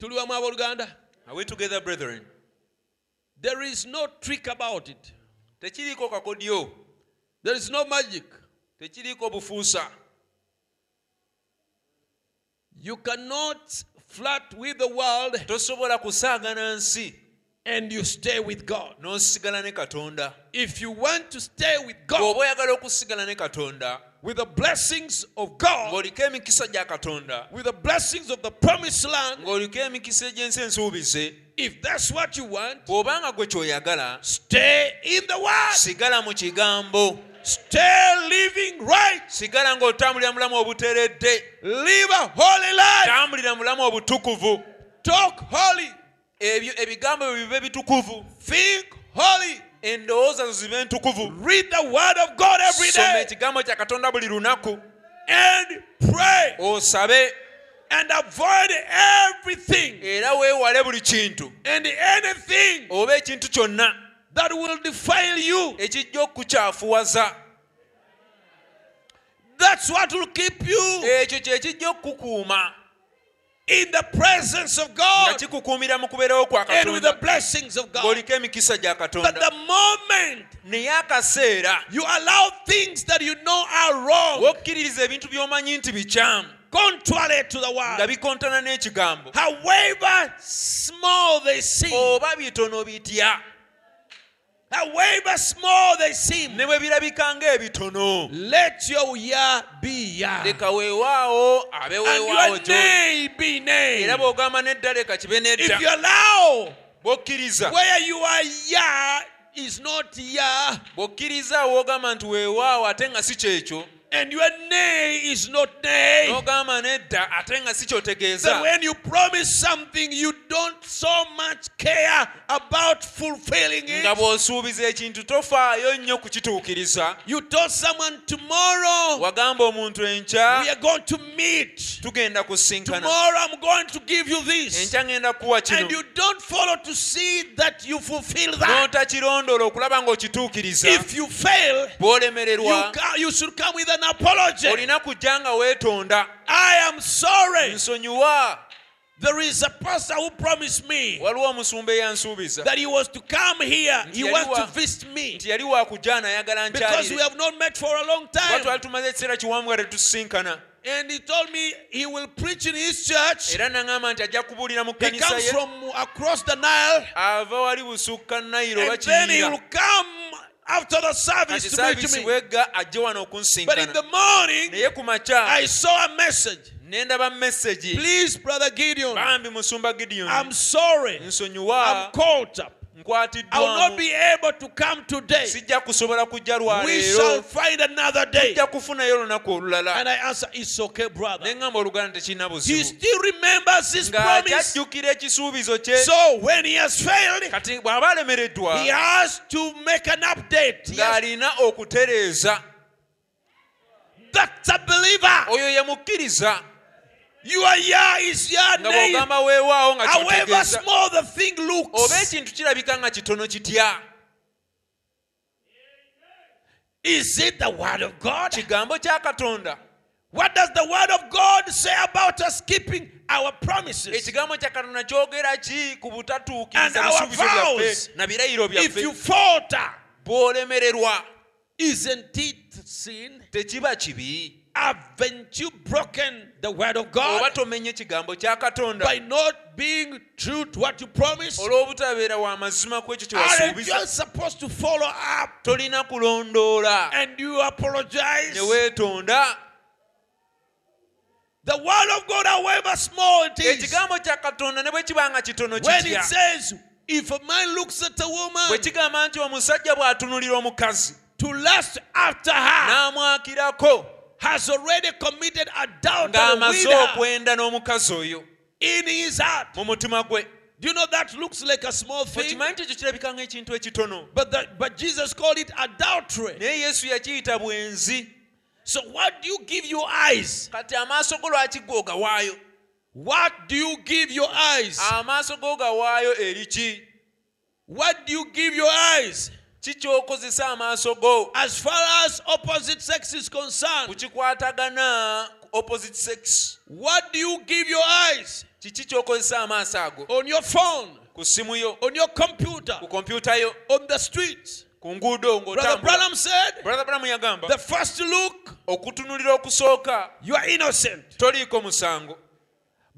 Speaker 1: Tuli wamu abooluganda?
Speaker 2: Are we together brethren
Speaker 1: There is no trick about it.
Speaker 2: tekiriiko kakodyo
Speaker 1: There is no magic.
Speaker 2: tekiriiko bufuusa
Speaker 1: You cannot flirt with the world
Speaker 2: tosobola kusaagana nsi
Speaker 1: and you stay with God.
Speaker 2: n'osigala ne katonda
Speaker 1: If you want to stay with
Speaker 2: bw'oba
Speaker 1: God,
Speaker 2: oyagala okusigala ne katonda
Speaker 1: with the blessings of God,
Speaker 2: ng'oliko emikisa gya katonda
Speaker 1: with the blessings of the promised land,
Speaker 2: ng'oliko emikisa egy'ensi ensuubize
Speaker 1: if that's what you want,
Speaker 2: bw'obanga gwe ky'oyagala
Speaker 1: stay in the Word.
Speaker 2: sigala mu kigambo
Speaker 1: Stay living right.
Speaker 2: sigala ng'otambulira mulamu obuteredde
Speaker 1: Live a holy life.
Speaker 2: tambulira mulamu obutukuvu
Speaker 1: Talk holy.
Speaker 2: ebyo ebigambo byo bibe bitukuvu
Speaker 1: Think holy.
Speaker 2: endowooza zo zibe ntukuvu
Speaker 1: Read the Word of God every
Speaker 2: soma
Speaker 1: day
Speaker 2: ekigambo kya katonda buli lunaku
Speaker 1: and pray
Speaker 2: osabe
Speaker 1: and avoid everything
Speaker 2: era weewale buli kintu
Speaker 1: and anything
Speaker 2: oba ekintu kyonna
Speaker 1: that will defile you.
Speaker 2: ekijja okukukyafuwaza
Speaker 1: That's what will keep you.
Speaker 2: ekyo kyekijja okukukuuma
Speaker 1: in the presence of
Speaker 2: nga
Speaker 1: God
Speaker 2: kikukuumira mu kubeerawo kwa
Speaker 1: and with the
Speaker 2: katonda
Speaker 1: blessings of God.
Speaker 2: ng'oliko emikisa gya
Speaker 1: But
Speaker 2: katonda
Speaker 1: the moment
Speaker 2: naye akaseera
Speaker 1: you allow things that you know are wrong,
Speaker 2: wokkiririza ebintu by'omanyi nti bikyamu
Speaker 1: contrary to the
Speaker 2: nga
Speaker 1: word,
Speaker 2: bikontana n'ekigambo
Speaker 1: however small they seem,
Speaker 2: oba bitono bitya
Speaker 1: however small they seem,
Speaker 2: ne bwe birabika ng'ebitono
Speaker 1: let your year be year.
Speaker 2: leka weewaawo abe
Speaker 1: And
Speaker 2: weewaawo
Speaker 1: your
Speaker 2: gyo
Speaker 1: name be
Speaker 2: era
Speaker 1: name.
Speaker 2: bw'ogamba nedda leka kibe
Speaker 1: If
Speaker 2: nedda
Speaker 1: you allow
Speaker 2: bw'okkiriza
Speaker 1: where you are year is not year,
Speaker 2: bw'okkiriza woogamba nti weewaawo ate nga si kyekyo
Speaker 1: and your nay is not nay.
Speaker 2: n'ogamba nedda ate nga si
Speaker 1: That
Speaker 2: kyotegeeza
Speaker 1: when you promise something, you don't so much care about fulfilling
Speaker 2: nga
Speaker 1: it.
Speaker 2: bw'osuubiza ekintu tofaayo nnyo kukituukiriza
Speaker 1: You told someone tomorrow
Speaker 2: wagamba omuntu
Speaker 1: we
Speaker 2: enkya
Speaker 1: are going to meet.
Speaker 2: tugenda kusinkana
Speaker 1: Tomorrow I'm going to give you this.
Speaker 2: enkya ngenda kukuwa
Speaker 1: And
Speaker 2: kino
Speaker 1: you don't follow to see that you fulfill that.
Speaker 2: n'otakirondoola okulaba ng'okituukiriza
Speaker 1: If you fail, you,
Speaker 2: bw'olemererwa
Speaker 1: ca- you should come with an apology.
Speaker 2: olina kujja nga weetonda
Speaker 1: I am sorry.
Speaker 2: nsonyiwa
Speaker 1: There is a pastor who promised me
Speaker 2: waliwo omusumba eyansuubiza
Speaker 1: that he was to come here. He
Speaker 2: Ndiye
Speaker 1: wants to
Speaker 2: aliwa-
Speaker 1: visit me.
Speaker 2: nti yali wakujja n'ayagala
Speaker 1: Because we
Speaker 2: nkyalire
Speaker 1: have not met for a long
Speaker 2: kuba twali
Speaker 1: time.
Speaker 2: tumaze ekiseera kiwanvu nga tetusinkana
Speaker 1: And he told me he will preach in his church.
Speaker 2: era naŋŋamba nti ajja kubuulira mu
Speaker 1: He
Speaker 2: kkanisa
Speaker 1: comes
Speaker 2: ye
Speaker 1: from across the Nile.
Speaker 2: ava wali busukka nayiro oba
Speaker 1: And then he will
Speaker 2: kiyira
Speaker 1: come after the
Speaker 2: kati
Speaker 1: service to meet
Speaker 2: saavisi
Speaker 1: me.
Speaker 2: bwegga ajje wano
Speaker 1: But in
Speaker 2: okunsinkana
Speaker 1: the morning,
Speaker 2: naye ku makya
Speaker 1: I saw a message.
Speaker 2: ne ndaba mesegi
Speaker 1: Please, Brother Gideon,
Speaker 2: bambi musumba gideoni
Speaker 1: I'm sorry. I'm
Speaker 2: nsonyiwa
Speaker 1: caught up. I will not
Speaker 2: nkwatiddwamu
Speaker 1: be able to come today.
Speaker 2: sijja kusobola kujja
Speaker 1: We shall
Speaker 2: lwaleero
Speaker 1: find another day.
Speaker 2: sijja kufunayo olunaku olulala
Speaker 1: And I answer, It's okay, brother.
Speaker 2: ne ŋŋamba oluganda tekirina
Speaker 1: He
Speaker 2: buzibu
Speaker 1: still remembers his promise.
Speaker 2: ng'akyajjukira ekisuubizo kye
Speaker 1: So when he has failed,
Speaker 2: kati bw'aba alemereddwa
Speaker 1: he has to make an update. He has-
Speaker 2: ng'alina okutereeza
Speaker 1: That's a believer.
Speaker 2: oyo ye mukkiriza
Speaker 1: Your year is your
Speaker 2: nga
Speaker 1: name.
Speaker 2: bw'ogamba weewaawo nga
Speaker 1: However
Speaker 2: kyotegeeza
Speaker 1: small the thing
Speaker 2: oba
Speaker 1: looks,
Speaker 2: ekintu kirabika nga kitono kitya
Speaker 1: is it the word of God?
Speaker 2: kigambo kya katonda
Speaker 1: What does the word of God say about us keeping our promises?
Speaker 2: ekigambo kya katonda kyogera ki ku
Speaker 1: And
Speaker 2: butatuukiriza
Speaker 1: our
Speaker 2: bisuubizo
Speaker 1: vows.
Speaker 2: byaffe na birayiro
Speaker 1: If you
Speaker 2: byaffe
Speaker 1: falter,
Speaker 2: bw'olemererwa
Speaker 1: isn't it sin?
Speaker 2: tekiba kibi
Speaker 1: Haven't you broken the word of
Speaker 2: oba
Speaker 1: God
Speaker 2: tomenye ekigambo kya katonda
Speaker 1: Ah. by not being true to what you promised?
Speaker 2: olw'obutabeera wa mazima ku ekyo kye
Speaker 1: Aren't Oh, you
Speaker 2: wasuubiza
Speaker 1: supposed to follow up
Speaker 2: tolina kulondoola
Speaker 1: and you apologize?
Speaker 2: ne weetonda
Speaker 1: The word of God, however small it is,
Speaker 2: ekigambo kya katonda ne bwe kiba nga kitono
Speaker 1: when it
Speaker 2: kitya
Speaker 1: says, if a man looks at a
Speaker 2: bwe
Speaker 1: woman
Speaker 2: kigamba nti omusajja bw'atunulira omukazi
Speaker 1: to lust after her,
Speaker 2: n'amwakirako
Speaker 1: has already committed adultery
Speaker 2: ng'amaze
Speaker 1: with her
Speaker 2: okwenda n'omukazi oyo
Speaker 1: in his heart.
Speaker 2: mu mutima gwe
Speaker 1: Do you know that looks like a small thing?
Speaker 2: okimanyi nti ekyo kirabika ng'ekintu ekitono
Speaker 1: But, the, but Jesus called it adultery.
Speaker 2: naye yesu yakiyita bwenzi
Speaker 1: So, what do you give your eyes?
Speaker 2: kati amaaso go lwaki gwe ogawaayo
Speaker 1: What do you give your eyes?
Speaker 2: amaaso go ogawaayo eri ki
Speaker 1: What do you give your eyes?
Speaker 2: ki ky'okozesa amaaso go
Speaker 1: As far as opposite sex is concerned,
Speaker 2: kukikwatagana ku opposite sex
Speaker 1: What do you give your eyes
Speaker 2: kiki ky'okozesa amaaso ago
Speaker 1: on your phone,
Speaker 2: ku simu yo
Speaker 1: on your computer,
Speaker 2: ku kompyuta yo
Speaker 1: on the street?
Speaker 2: ku nguudo
Speaker 1: Brother
Speaker 2: ng'otambula
Speaker 1: Branham said,
Speaker 2: brother bramu yagamba
Speaker 1: The first look,
Speaker 2: okutunulira okusooka
Speaker 1: you are innocent.
Speaker 2: toliiko musango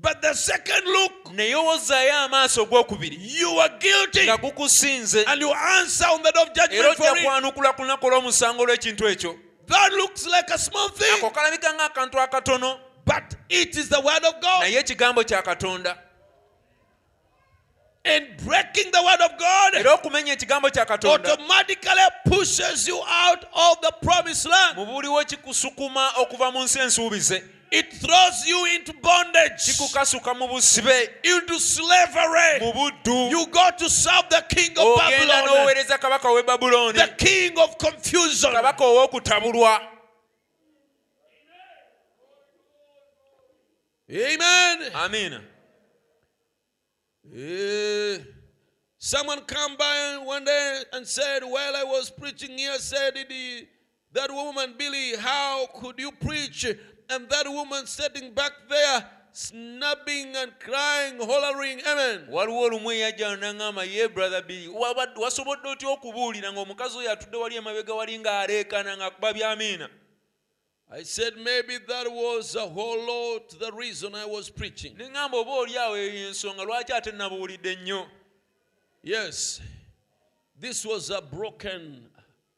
Speaker 1: But the second look,
Speaker 2: naye owozzaayo amaaso ogwokubiri
Speaker 1: you are guilty.
Speaker 2: nga gukusinze
Speaker 1: And you answer on the day of
Speaker 2: era
Speaker 1: judgment for
Speaker 2: ojja
Speaker 1: it.
Speaker 2: kwanukula ku lunaku olw'omusango olw'ekintu ekyo
Speaker 1: That looks like a small
Speaker 2: ako
Speaker 1: thing,
Speaker 2: kalabika ng'akantu akatono
Speaker 1: but it is the word of God.
Speaker 2: naye ekigambo kya katonda
Speaker 1: And breaking the word of God
Speaker 2: era okumenya ekigambo kya katonda
Speaker 1: automatically pushes you out of the promised land.
Speaker 2: mubuuliwo kikusukuma okuva mu nsi ensuubize
Speaker 1: It throws you into bondage,
Speaker 2: kikukasuka mu busibe
Speaker 1: into slavery.
Speaker 2: mu buddu
Speaker 1: You go to serve the king
Speaker 2: Oh,
Speaker 1: of
Speaker 2: ogenda
Speaker 1: Babylon,
Speaker 2: n'oweereza kabaka w'e babulooni
Speaker 1: the king of confusion.
Speaker 2: kabaka ow'okutabulwa
Speaker 1: Amen.
Speaker 2: amiina
Speaker 1: Eh, someone come by one day and said, while I was preaching here, said the, that woman, Billy, how could you preach? And that woman sitting back there snapping and crying, hollering, amen.
Speaker 2: waliwo olumu eyajjano n'aŋŋamba ye brother bi waba- wasobodde otya okubuulira ng'omukazi oyo atudde wali emabega wali ng'aleekaana ng'akuba byamiina
Speaker 1: I said, maybe that was a whole lot the reason I was preaching.
Speaker 2: ne ŋŋamba oba oli awo eyo ensonga lwaki ate nabuulidde nnyo
Speaker 1: Yes, this was a broken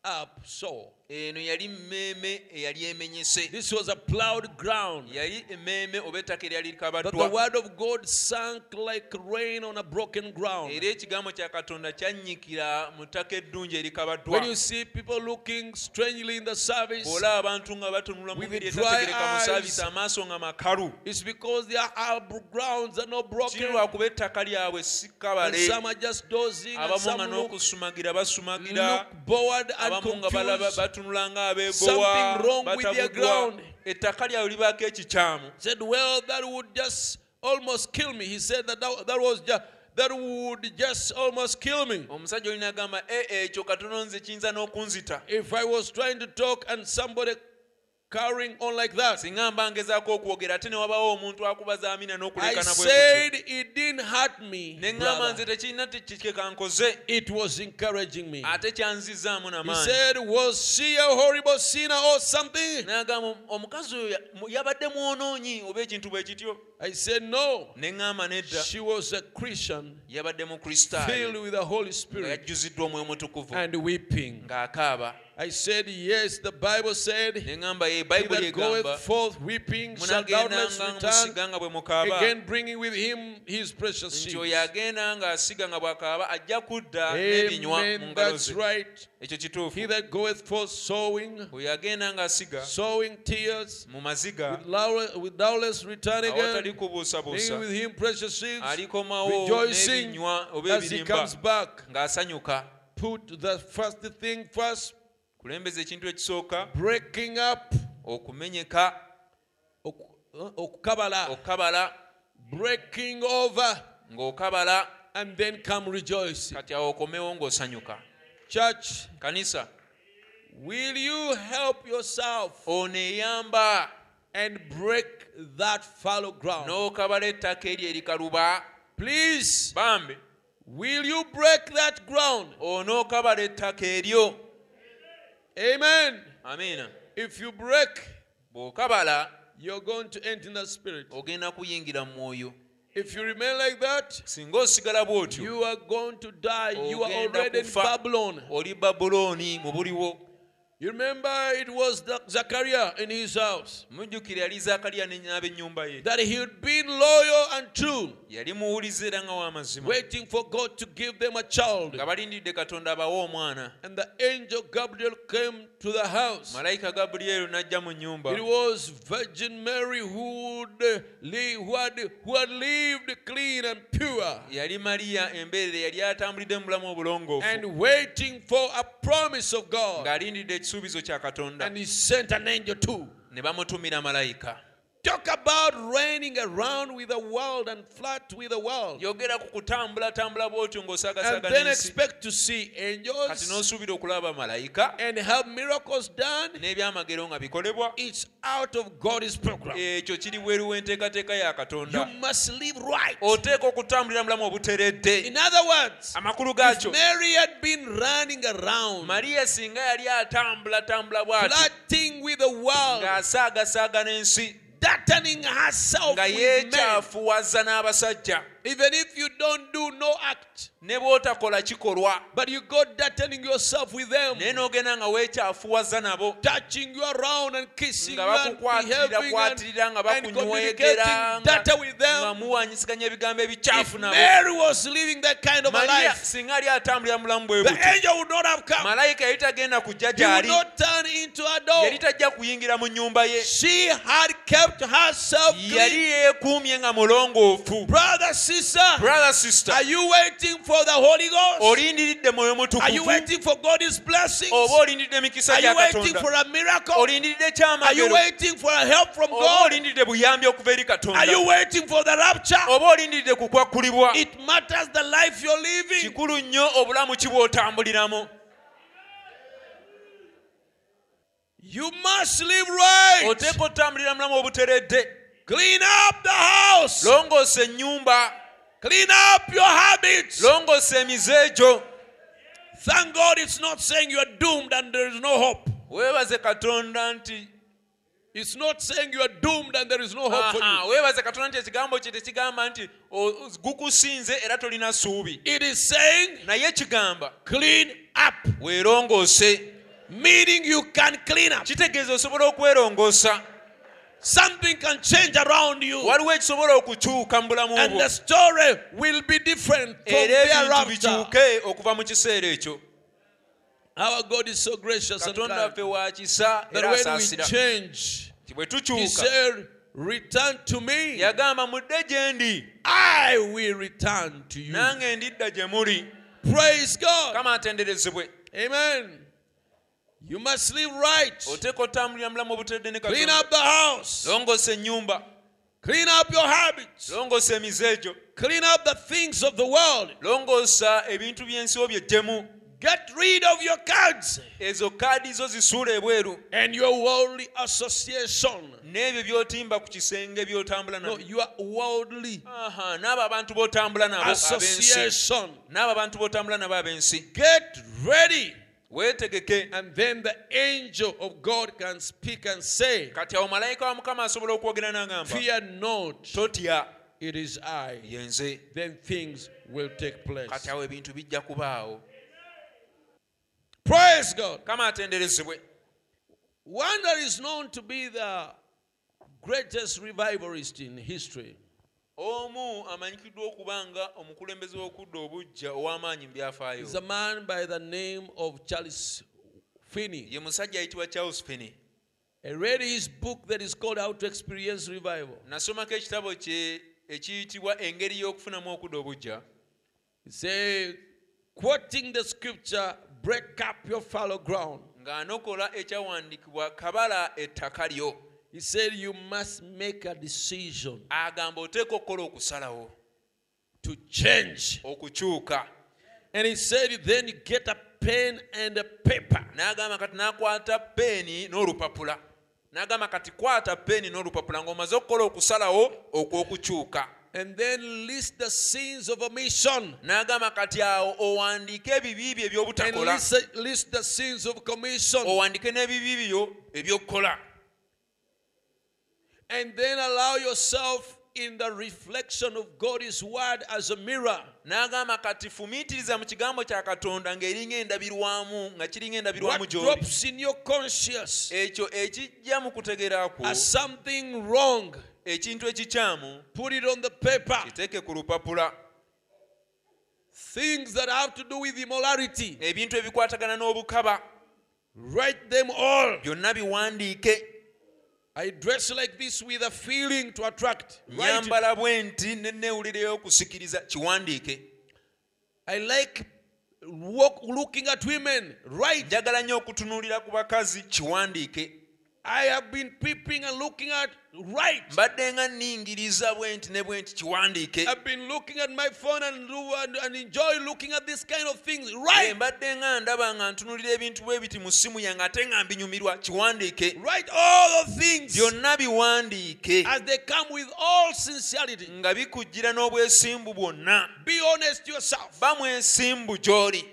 Speaker 1: up soul.
Speaker 2: eno yali mmeeme eyali emenyese
Speaker 1: This was a plowed ground
Speaker 2: yali emmeeme oba ettaka eryali
Speaker 1: that the
Speaker 2: likabaddwa
Speaker 1: word of God sank like rain on a broken ground.
Speaker 2: era ekigambo kya katonda kyannyikira mu ttaka eddungi erikabaddwa
Speaker 1: When you see people looking strangely in the service,
Speaker 2: bw'olaba abantu nga batunula mu
Speaker 1: With
Speaker 2: ngeri
Speaker 1: dry
Speaker 2: etategereka mu
Speaker 1: eyes.
Speaker 2: saavisi amaaso nga makalu
Speaker 1: it's because their our grounds are not broken.
Speaker 2: kirwakuba ettaka lyabwe si
Speaker 1: And
Speaker 2: kabale
Speaker 1: some are just dozing, and
Speaker 2: abamu
Speaker 1: some
Speaker 2: nga
Speaker 1: look,
Speaker 2: n'okusumagira basumagira
Speaker 1: look bored and
Speaker 2: abamu nga balaba
Speaker 1: confused.
Speaker 2: batunula ng'abeegowa
Speaker 1: Something wrong with their
Speaker 2: batabudwa
Speaker 1: ground.
Speaker 2: ettaka lyabwe libaako ekikyamu
Speaker 1: Said, well, that would just almost kill me. He said that that, that was just that would just almost kill me.
Speaker 2: omusajja olina agamba e ekyo katono nze kiyinza n'okunzita
Speaker 1: If I was trying to talk and somebody carrying on like that,
Speaker 2: singa mba ngezaako okwogera ate ne wabawo omuntu akubaza amina
Speaker 1: I
Speaker 2: n'okuleekana bwe kutyo.
Speaker 1: said it didn't hurt me.
Speaker 2: ne ŋŋamba
Speaker 1: brother.
Speaker 2: nze tekirina tekikankoze
Speaker 1: It was encouraging me.
Speaker 2: ate kyanzizaamu
Speaker 1: He
Speaker 2: namaanyi
Speaker 1: said, Was she a horrible sinner or something?
Speaker 2: n'agamba omukazi oyo ya- mu- yabadde mwonoonyi oba ekintu bwe kityo
Speaker 1: I said, No.
Speaker 2: ne ŋŋamba nedda
Speaker 1: She was a Christian
Speaker 2: yabadde
Speaker 1: filled
Speaker 2: mukristaayo
Speaker 1: with the Holy
Speaker 2: nga
Speaker 1: Spirit
Speaker 2: yajjuziddwa omwoyo mutukuvu
Speaker 1: and weeping.
Speaker 2: ng'akaaba
Speaker 1: I said, Yes, the Bible said,
Speaker 2: ne ŋŋamba ye
Speaker 1: He
Speaker 2: bayibuli
Speaker 1: that goeth
Speaker 2: egamba
Speaker 1: forth weeping shall doubtless
Speaker 2: munaagendanga musiga
Speaker 1: return,
Speaker 2: nga bwe mukaaba
Speaker 1: again bringing with him his precious
Speaker 2: nti
Speaker 1: sheep.
Speaker 2: oyo agenda ng'asiga nga bw'akaaba ajja kudda n'ebinywa mu
Speaker 1: Amen.
Speaker 2: ngalo
Speaker 1: That's
Speaker 2: ze
Speaker 1: right.
Speaker 2: ekyo kituufu
Speaker 1: He that goeth forth sowing,
Speaker 2: oyo agenda ng'asiga
Speaker 1: sowing tears,
Speaker 2: mu maziga
Speaker 1: with laure- with doubtless return
Speaker 2: awatali
Speaker 1: again,
Speaker 2: kubuusabuusa
Speaker 1: bringing with him precious sheep,
Speaker 2: alikomawo
Speaker 1: rejoicing
Speaker 2: n'ebinywa oba
Speaker 1: as he
Speaker 2: ebirimba
Speaker 1: comes back.
Speaker 2: ng'asanyuka
Speaker 1: Put the first thing first,
Speaker 2: kulembeza ekintu ekisooka
Speaker 1: breaking up,
Speaker 2: okumenyeka
Speaker 1: oku- uh, okukabala,
Speaker 2: okukabala
Speaker 1: breaking over,
Speaker 2: ng'okabala
Speaker 1: and then come rejoicing.
Speaker 2: kati awo okomewo ng'osanyuka
Speaker 1: Church,
Speaker 2: kanisa
Speaker 1: will you help yourself
Speaker 2: oneeyamba
Speaker 1: and break that fallow ground?
Speaker 2: n'okabala ettaka eryo erikaluba
Speaker 1: Please,
Speaker 2: bambi
Speaker 1: will you break that ground?
Speaker 2: onookabala ettaka eryo
Speaker 1: Amen.
Speaker 2: amiina
Speaker 1: If you break,
Speaker 2: bw'okabala
Speaker 1: you're going to end in the spirit.
Speaker 2: ogenda kuyingira mu mwoyo
Speaker 1: If you remain like that,
Speaker 2: singa osigala bw'otyo
Speaker 1: you are going to die. You are
Speaker 2: ogenda
Speaker 1: already in
Speaker 2: kufa.
Speaker 1: Babylon.
Speaker 2: oli babulooni mu buliwo
Speaker 1: You remember it was the Zachariah in his house
Speaker 2: mujjukira yali zaakaliya n'ab'ennyumba ye
Speaker 1: that he had been loyal and true,
Speaker 2: yali muwuliza era nga w'amazima
Speaker 1: waiting for God to give them a child.
Speaker 2: nga balindiridde katonda abawe omwana
Speaker 1: And the angel Gabriel came to the house.
Speaker 2: malayika gabulyeri n'ajja mu nnyumba
Speaker 1: It was Virgin Mary who, would live, who, had, who had lived clean and pure
Speaker 2: yali mariya embeerera yali atambulidde mu bulamu obulongoofu
Speaker 1: and waiting for a promise of God.
Speaker 2: ng'alindiridde ekisuubizo kya katonda
Speaker 1: And he sent an angel too.
Speaker 2: ne bamutumira malayika
Speaker 1: Talk about running around with the world and flirt with the world.
Speaker 2: yogera ku kutambulatambula bw'otyo
Speaker 1: And then
Speaker 2: ng'osaagasaaga n'ensi
Speaker 1: expect to see
Speaker 2: kati
Speaker 1: angels
Speaker 2: n'osuubira okulaba malayika
Speaker 1: and have miracles done.
Speaker 2: n'ebyamagero nga bikolebwa
Speaker 1: It's out of God's program.
Speaker 2: ekyo kiri bweru w'enteekateeka ya
Speaker 1: You
Speaker 2: katonda
Speaker 1: must live right.
Speaker 2: oteeka okutambulira mu bulamu obuteredde
Speaker 1: In other words,
Speaker 2: amakulu gaakyo
Speaker 1: Mary had been running around,
Speaker 2: mariya singa yali atambulatambula bw'ati
Speaker 1: flirting with the world,
Speaker 2: ng'asaagasaaga n'ensi
Speaker 1: darting herself
Speaker 2: nga
Speaker 1: with men.
Speaker 2: yeekyafuwaza n'abasajja
Speaker 1: Even if you don't do no act,
Speaker 2: ne bw'otakola kikolwa
Speaker 1: but you go darting yourself with them,
Speaker 2: naye n'ogenda nga weekyafuwaza nabo
Speaker 1: touching you around and kissing you
Speaker 2: nga
Speaker 1: and
Speaker 2: bakukwatirira
Speaker 1: behaving and,
Speaker 2: kwatirira nga
Speaker 1: and communicating
Speaker 2: bakunywegera
Speaker 1: data with
Speaker 2: nga
Speaker 1: them.
Speaker 2: muwanyisiganya ebigambo
Speaker 1: If
Speaker 2: ebikyafu nabo
Speaker 1: Mary was living that kind of a
Speaker 2: mariya
Speaker 1: life,
Speaker 2: singa ali atambulira mulamu bwe
Speaker 1: the
Speaker 2: buti
Speaker 1: angel would not have come.
Speaker 2: malayika yali tagenda kujja
Speaker 1: He would
Speaker 2: gy'ali
Speaker 1: not turn into a
Speaker 2: yali
Speaker 1: dog.
Speaker 2: tajja kuyingira mu nnyumba ye
Speaker 1: She had kept herself
Speaker 2: yali
Speaker 1: clean.
Speaker 2: yeekuumye nga mulongoofu
Speaker 1: Brother, sister,
Speaker 2: brother sister
Speaker 1: Are you waiting for the Holy Ghost?
Speaker 2: olindiridde mwoyo
Speaker 1: Are you
Speaker 2: mutukuvu
Speaker 1: waiting for God's blessings?
Speaker 2: oba
Speaker 1: Are
Speaker 2: olindiridde emikisa
Speaker 1: you
Speaker 2: gya
Speaker 1: waiting
Speaker 2: katonda
Speaker 1: for a miracle?
Speaker 2: olindiridde
Speaker 1: Are you
Speaker 2: ekyamagero
Speaker 1: waiting for a help from
Speaker 2: oba
Speaker 1: God?
Speaker 2: olindiridde buyambi okuva eri
Speaker 1: Are
Speaker 2: katonda
Speaker 1: you waiting for the rapture?
Speaker 2: oba olindiridde kukwakulibwa
Speaker 1: It matters the life you're living.
Speaker 2: kikulu nnyo obulamu kibwotambuliramu
Speaker 1: You must live right.
Speaker 2: oteeka otambulira mulamu obuteredde
Speaker 1: Clean up the house.
Speaker 2: longoosa ennyumba
Speaker 1: Clean up your habits.
Speaker 2: longoosa emize gyo
Speaker 1: Thank God it's not saying you are doomed and there is no hope.
Speaker 2: weebaze katonda nti
Speaker 1: It's not saying you are doomed and there is no hope for
Speaker 2: Aha,
Speaker 1: you.
Speaker 2: weebaze katonda nti ekigambo kye tekigamba nti o- gukusinze era tolina ssuubi
Speaker 1: It is saying
Speaker 2: naye ekigamba
Speaker 1: clean up,
Speaker 2: weerongoose
Speaker 1: meaning you can clean up.
Speaker 2: kitegeeza osobola okwerongoosa
Speaker 1: Something can change around you,
Speaker 2: waliwo ekisobola okukyuka mu bulamu
Speaker 1: and
Speaker 2: bwo
Speaker 1: the story will be different from
Speaker 2: era ebintu
Speaker 1: thereafter.
Speaker 2: bikyuke okuva mu kiseera ekyo
Speaker 1: Our God is so gracious and
Speaker 2: katonda
Speaker 1: kind
Speaker 2: waffe wa kisa
Speaker 1: that when
Speaker 2: era
Speaker 1: we
Speaker 2: asaasira
Speaker 1: change,
Speaker 2: nti bwe
Speaker 1: He
Speaker 2: tukyuka
Speaker 1: said, "Return to me,
Speaker 2: yagamba mudde gye ndi
Speaker 1: I will return to you."
Speaker 2: nange ndidda gye muli
Speaker 1: Praise God.
Speaker 2: kama atenderezebwe
Speaker 1: Amen. You must live right.
Speaker 2: oteeka otambulira mulamu obutedde ne
Speaker 1: Clean
Speaker 2: katonda
Speaker 1: up the house.
Speaker 2: longosa ennyumba
Speaker 1: Clean up your habits.
Speaker 2: longosa emize egyo
Speaker 1: Clean up the things of the world.
Speaker 2: longoosa ebintu by'ensibo byeggemu
Speaker 1: Get rid of your cards
Speaker 2: ezo kaadi zo zisuula ebweru
Speaker 1: and your worldly association.
Speaker 2: n'ebyo by'otimba ku kisenge by'otambula
Speaker 1: No,
Speaker 2: nabyo
Speaker 1: your worldly
Speaker 2: Aha, n'abo abantu b'otambula nabo ab'ensi
Speaker 1: association.
Speaker 2: n'abo abantu b'otambula nabo ab'ensi
Speaker 1: Get ready.
Speaker 2: weetegeke
Speaker 1: And then the angel of God can speak and say,
Speaker 2: kati awo malayika wa mukama asobola okwogera n'agamba
Speaker 1: Fear not,
Speaker 2: totya
Speaker 1: it is I.
Speaker 2: ye nze
Speaker 1: Then things will take place.
Speaker 2: kati awo ebintu bijja kubaawo
Speaker 1: Praise God.
Speaker 2: kama atenderezebwe
Speaker 1: One that is known to be the greatest revivalist in history
Speaker 2: omu amanyikiddwa okuba nga omukulembeze w'okudda obujja ow'amaanyi mu byafaayo
Speaker 1: is a man by the name of Charles Finney.
Speaker 2: ye musajja ayitibwa charles fene
Speaker 1: I read his book that is called How to Experience Revival.
Speaker 2: nasomako ekitabo kye ekiyitibwa engeri y'okufunamu okudda obujja
Speaker 1: He said, quoting the scripture, break up your fallow ground.
Speaker 2: ng'anokola ekyawandiikibwa kabala ettaka lyo
Speaker 1: He said, you must make a decision
Speaker 2: agamba oteeka okukola okusalawo
Speaker 1: to change.
Speaker 2: okukyuka
Speaker 1: And he said, then you get a pen and a paper.
Speaker 2: n'agamba kati n'akwata peeni n'olupapula n'agamba kati kwata peeni n'olupapula ng'omaze okukola okusalawo okw'okukyuka
Speaker 1: And then list the sins of omission.
Speaker 2: n'agamba kati awo owandiike ebibi bye
Speaker 1: And
Speaker 2: eby'obutakola
Speaker 1: list, list the sins of commission.
Speaker 2: owandiike n'ebibi byo eby'okukola
Speaker 1: And then allow yourself in the reflection of God's word as a mirror.
Speaker 2: n'agamba kati fumiitiriza mu kigambo kya katonda ng'eringa endabirwamu nga kiringa endabirwamu
Speaker 1: What
Speaker 2: gy'oli
Speaker 1: drops in your conscience
Speaker 2: ekyo ekijja mu kutegera kwo
Speaker 1: as something wrong,
Speaker 2: ekintu ekikyamu
Speaker 1: put it on the paper.
Speaker 2: kiteeke ku lupapula
Speaker 1: Things that have to do with immorality,
Speaker 2: ebintu ebikwatagana n'obukaba
Speaker 1: write them all.
Speaker 2: byonna biwandiike
Speaker 1: I dress like this with a feeling to attract. Write it.
Speaker 2: nyambala bwe nti nenneewulireyo okusikiriza kiwandiike
Speaker 1: I like walk, looking at women. Write.
Speaker 2: njagala nnyo okutunuulira ku bakazi kiwandiike
Speaker 1: I have been peeping and looking at. Write.
Speaker 2: mbadde nga ningiriza bwe nti ne bwe nti kiwandiike
Speaker 1: I've been looking at my phone and, do- and, and enjoy looking at this kind of things.
Speaker 2: Eh,
Speaker 1: Write.
Speaker 2: mbadde nga ndaba nga ntunuulira ebintu bwe biti mu ssimu yange ate nga mbinyumirwa kiwandiike
Speaker 1: Write all the things
Speaker 2: byonna biwandiike
Speaker 1: as they come with all sincerity.
Speaker 2: nga bikujjira n'obwesimbu bwonna
Speaker 1: Be honest to yourself.
Speaker 2: ba mwesimbu gy'oli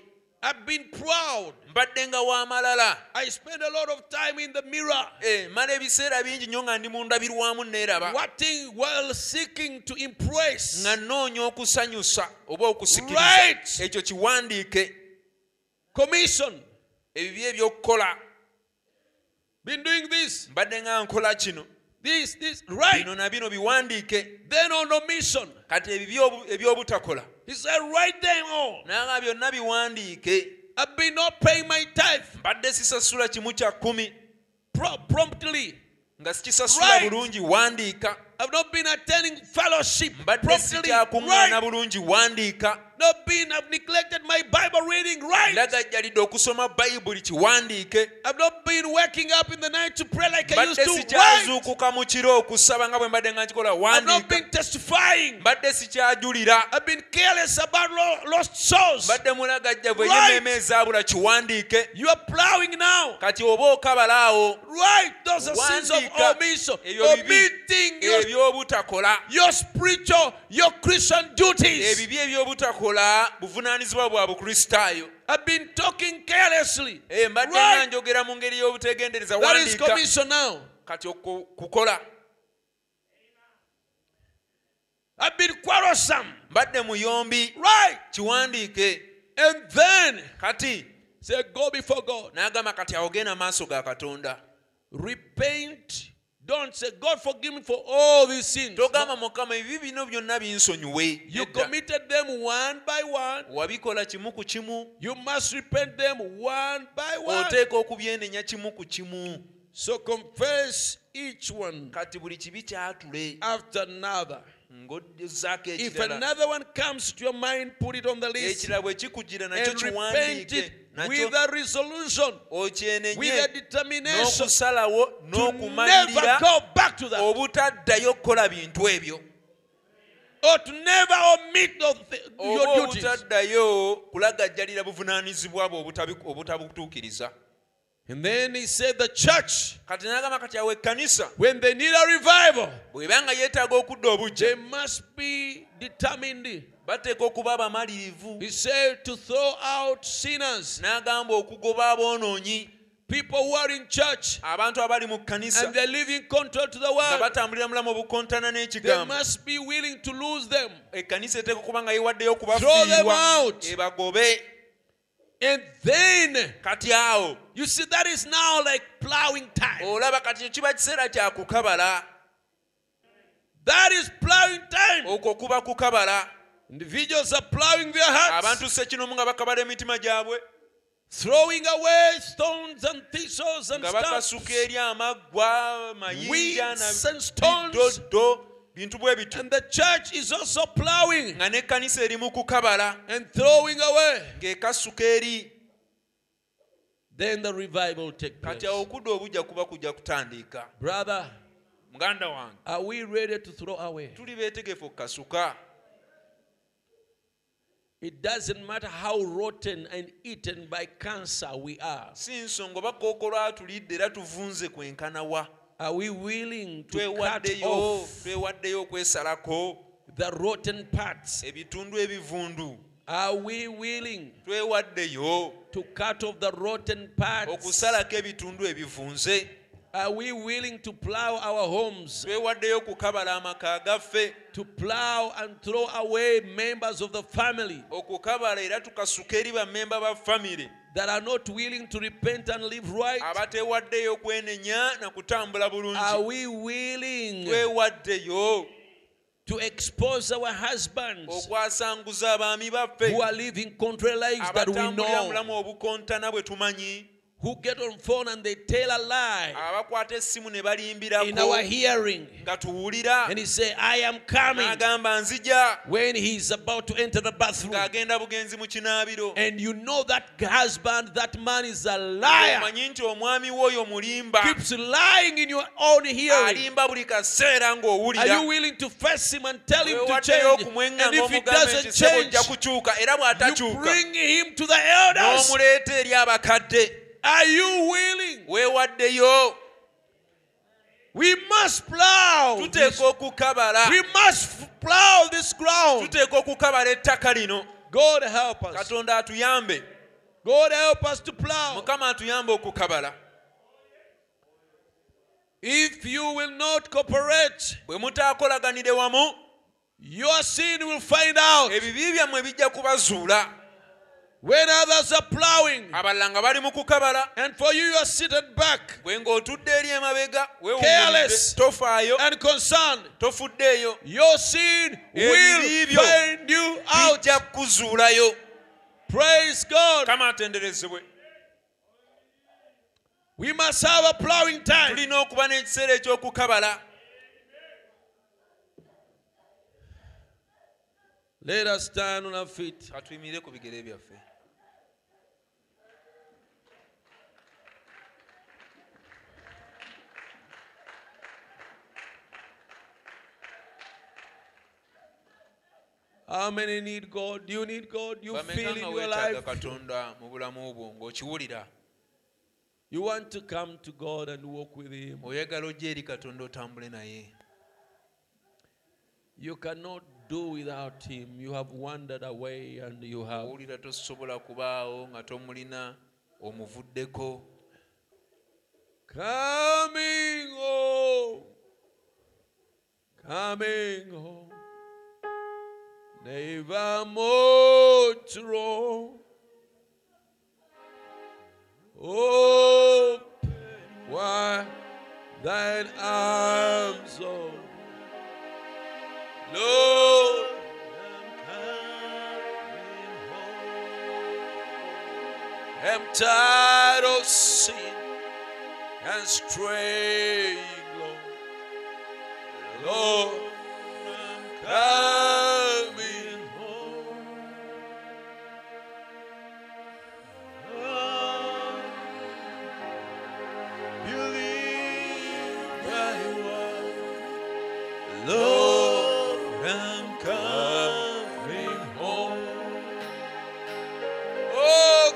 Speaker 1: I've been proud.
Speaker 2: mbadde nga w'amalala
Speaker 1: I spend a lot of time in the mirror,
Speaker 2: Eh, mala ebiseera bingi nnyo nga ndi mu ndabirwamu neeraba
Speaker 1: watching while seeking to impress.
Speaker 2: nga nnoonya okusanyusa oba
Speaker 1: Right.
Speaker 2: okusikiriza ekyo kiwandiike
Speaker 1: Commission.
Speaker 2: ebibi eby'okukola
Speaker 1: Been doing this,
Speaker 2: mbadde nga nkola kino
Speaker 1: this, this. Right.
Speaker 2: bino na bino biwandiike
Speaker 1: Then on omission.
Speaker 2: kati ebibi obu- eby'obutakola
Speaker 1: He said, write them all.
Speaker 2: naga byonna biwandiike
Speaker 1: I've been not paying my tithe
Speaker 2: mbadde sisasula kimu kya kkumi
Speaker 1: pro- promptly.
Speaker 2: nga sikisasula
Speaker 1: Right.
Speaker 2: bulungi wandiika
Speaker 1: I've not been attending fellowship
Speaker 2: mbadde
Speaker 1: promptly.
Speaker 2: sikyakuŋŋaana
Speaker 1: Right.
Speaker 2: bulungi wandiika
Speaker 1: not been, I've neglected my Bible reading right.
Speaker 2: ndaga jjalidde okusoma bayibuli kiwandiike
Speaker 1: I've not been waking up in the night to pray like I used
Speaker 2: mbadde
Speaker 1: to. Right.
Speaker 2: sikyazuukuka mu kiro okusaba nga bwe mbadde nga nkikola
Speaker 1: I've not
Speaker 2: wandiika
Speaker 1: been testifying.
Speaker 2: mbadde sikyajulira
Speaker 1: I've been careless about lo- lost souls.
Speaker 2: mbadde mulagajjavu
Speaker 1: Right.
Speaker 2: eyemeeme ezaabula kiwandiike
Speaker 1: You are plowing now.
Speaker 2: kati oba okabalaawo
Speaker 1: Right, those are sins of
Speaker 2: Wandiika
Speaker 1: omission,
Speaker 2: ebyo bibi
Speaker 1: omitting your,
Speaker 2: ebyobutakola
Speaker 1: your spiritual, your Christian duties.
Speaker 2: ebibi ebyobutakola buvunaanyizibwa bwa bukristaayo
Speaker 1: I've been talking carelessly.
Speaker 2: Eh, mbadde nga
Speaker 1: Right,
Speaker 2: njogera mu ngeri y'obutegendereza
Speaker 1: that is
Speaker 2: wandiika
Speaker 1: commission now.
Speaker 2: kati oku- kukola
Speaker 1: I've been quarrelsome.
Speaker 2: mbadde muyombi
Speaker 1: Right,
Speaker 2: kiwandiike
Speaker 1: and then
Speaker 2: kati
Speaker 1: say, go before God.
Speaker 2: n'agamba kati awo genda maaso ga katonda
Speaker 1: Repent. Don't say, God forgive me for all these sins.
Speaker 2: togamba mukama ebibi bino byonna binsonyiwe
Speaker 1: You
Speaker 2: Nedda.
Speaker 1: committed them one by one.
Speaker 2: wabikola kimu ku kimu
Speaker 1: You must repent them one by one.
Speaker 2: oteeka okubyenenya kimu ku kimu
Speaker 1: So confess each one
Speaker 2: kati buli kibi kyatule
Speaker 1: after another.
Speaker 2: ng'odzaako
Speaker 1: If
Speaker 2: ekirala
Speaker 1: another one comes to your mind, put it on the list
Speaker 2: ekirala bwe kikugira nakyo
Speaker 1: and repent it
Speaker 2: kiwandiike nakyo
Speaker 1: with a resolution, with a
Speaker 2: okyenenye
Speaker 1: determination
Speaker 2: n'okusalawo
Speaker 1: to never
Speaker 2: n'okumalirira
Speaker 1: go back to that
Speaker 2: obutaddayo kukola bintu ebyo
Speaker 1: or to never omit those thi-
Speaker 2: oba
Speaker 1: your duties.
Speaker 2: obutaddayo kulagajjalira buvunaanyizibwa bwe obutabi- obutabutuukiriza
Speaker 1: And then he said, The church,
Speaker 2: kati n'agamba kati awo ekkanisa
Speaker 1: when they need a revival,
Speaker 2: bw'ebanga yeetaaga okudda obujje
Speaker 1: they must be determined.
Speaker 2: bateeka okuba abamalirivu
Speaker 1: He said, To throw out sinners,
Speaker 2: n'agamba okugoba aboonoonyi
Speaker 1: people who are in church
Speaker 2: abantu abali mu kkanisa
Speaker 1: and they're living contrary to the
Speaker 2: nga
Speaker 1: word.
Speaker 2: batambulira mulamu obukontana
Speaker 1: They
Speaker 2: n'ekigambo
Speaker 1: must be willing to lose them.
Speaker 2: ekkanisa eteeka okuba nga yewaddeyo
Speaker 1: Throw them
Speaker 2: okubafiirwa
Speaker 1: out.
Speaker 2: ebagobe
Speaker 1: And then,
Speaker 2: kati awo
Speaker 1: you see, that is now like plowing time.
Speaker 2: olaba kati kyo kiba kiseera kya kukabala
Speaker 1: That is plowing time.
Speaker 2: okwo kuba kukabala
Speaker 1: Individuals are plowing their hearts,
Speaker 2: abantu sekinomu nga bakabala emitima gyabwe
Speaker 1: throwing away stones and thistles and
Speaker 2: nga
Speaker 1: stuff,
Speaker 2: bakasuka eri amaggwa mayinja
Speaker 1: weeds
Speaker 2: na
Speaker 1: and stones.
Speaker 2: bidoddo bintu bwe bityo
Speaker 1: And the church is also plowing
Speaker 2: nga n'ekkanisa erimu kukabala
Speaker 1: and throwing away.
Speaker 2: ng'ekasuka eri
Speaker 1: Then the revival will take place.
Speaker 2: kati awo okudda obujja kuba kujja kutandika
Speaker 1: Brother,
Speaker 2: muganda wange
Speaker 1: are we ready to throw away?
Speaker 2: tuli beetegefu okukasuka
Speaker 1: It doesn't matter how rotten and eaten by cancer we are.
Speaker 2: si nsonga bakookola tulidde era tuvunze kwenkanawa
Speaker 1: Are we willing to cut
Speaker 2: twewaddeyo
Speaker 1: off
Speaker 2: twewaddeyo okwesalako
Speaker 1: the rotten parts?
Speaker 2: ebitundu ebivundu
Speaker 1: Are we willing
Speaker 2: twewaddeyo
Speaker 1: to cut off the rotten parts?
Speaker 2: okusalako ebitundu ebivunze
Speaker 1: Are we willing to plow our homes,
Speaker 2: twewaddeyo okukabala amaka gaffe
Speaker 1: to plow and throw away members of the family
Speaker 2: okukabala era tukasuka eri bammemba ba famire
Speaker 1: that are not willing to repent and live right?
Speaker 2: abateewaddeyo okwenenya na kutambula
Speaker 1: Are
Speaker 2: bulungi
Speaker 1: we willing
Speaker 2: twewaddeyo
Speaker 1: to expose our husbands
Speaker 2: okwasanguza abaami baffe
Speaker 1: who are living contrary lives that we
Speaker 2: abatambulira
Speaker 1: know,
Speaker 2: mulamu obukontana bwe tumanyi
Speaker 1: who get on phone and they tell a lie
Speaker 2: abakwata essimu ne
Speaker 1: in our
Speaker 2: balimbirako
Speaker 1: hearing
Speaker 2: nga tuwulira
Speaker 1: and he say, I am coming.
Speaker 2: n'agamba nzija
Speaker 1: when he's about to enter the bathroom
Speaker 2: ng'agenda bugenzi mu kinaabiro
Speaker 1: and you know that husband that man is a liar
Speaker 2: omanyi nti omwami we oyo mulimba
Speaker 1: keeps lying in your own hearing
Speaker 2: alimba buli kaseera
Speaker 1: are
Speaker 2: ng'owulira
Speaker 1: you willing to face him and tell him to
Speaker 2: wewaddeyo
Speaker 1: change
Speaker 2: okumwenga
Speaker 1: and if he
Speaker 2: ng'omugambe nti
Speaker 1: doesn't
Speaker 2: ssebo
Speaker 1: change
Speaker 2: ojja kukyuka era
Speaker 1: you
Speaker 2: bw'atakyuka
Speaker 1: bring him to the elders
Speaker 2: n'omuleeta eri abakadde
Speaker 1: are you willing
Speaker 2: weewaddeyo
Speaker 1: we must plow Oh, this-
Speaker 2: tuteeka okukabala
Speaker 1: we must f- plow this ground
Speaker 2: tuteeka okukabala ettaka lino
Speaker 1: God help us
Speaker 2: katonda atuyambe
Speaker 1: God help us to plow
Speaker 2: mukama atuyambe okukabala
Speaker 1: if you will not cooperate
Speaker 2: bwe mutaakolaganire wamu
Speaker 1: your sin will find out
Speaker 2: ebibi byammwe bijja kubazuula
Speaker 1: when others are plowing
Speaker 2: abalala nga bali mu kukabala
Speaker 1: And for you, you are seated back
Speaker 2: bwe ng'otudde eri emabega
Speaker 1: Careless.
Speaker 2: weewummulidde tofaayo
Speaker 1: and concerned.
Speaker 2: tofuddeeyo
Speaker 1: Your sin will
Speaker 2: Ebibyo
Speaker 1: find you out.
Speaker 2: bijja kukuzuulayo
Speaker 1: Praise God.
Speaker 2: kama atenderezebwe
Speaker 1: We must have a plowing time.
Speaker 2: tulina okuba n'ekiseera eky'okukabala
Speaker 1: Let us stand on our feet.
Speaker 3: katuyimire ku bigere byaffe
Speaker 1: How many need God? Do you need God? You feel
Speaker 3: bameka
Speaker 1: in
Speaker 3: nga
Speaker 1: your
Speaker 3: weetaaga
Speaker 1: life.
Speaker 3: katonda mu bulamu bwo ng'okiwulira
Speaker 1: You want to come to God and walk with Him.
Speaker 3: oyagala ojja eri katonda otambule naye
Speaker 1: You cannot do without Him. You have wandered away and you have.
Speaker 3: owulira tosobola kubaawo nga tomulina omuvuddeko
Speaker 1: Coming home. Coming home. Never more to roam. Open wide thine arms, oh Lord. I'm coming home. I'm tired of sin and straying, Lord. Lord, I'm coming home. Believe thy word, Lord, I'm coming home. Oh,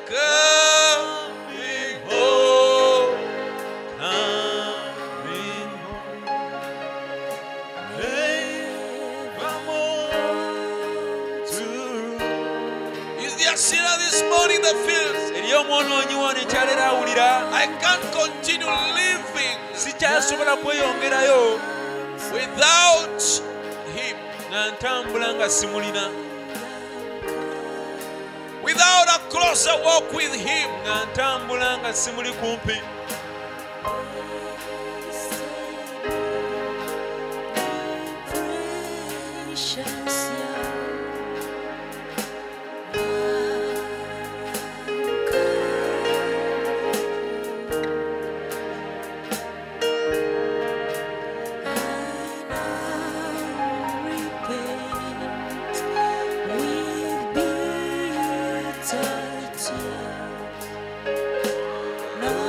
Speaker 1: coming home. Is there a sinner this morning that feels
Speaker 2: eri omwonoonyi wano ekyaleero awulira
Speaker 1: I can't continue living
Speaker 2: sikyasobola kweyongerayo
Speaker 1: without Him,
Speaker 2: nga ntambula nga simulina
Speaker 1: without a closer walk with Him?
Speaker 2: nga ntambula nga simuli kumpi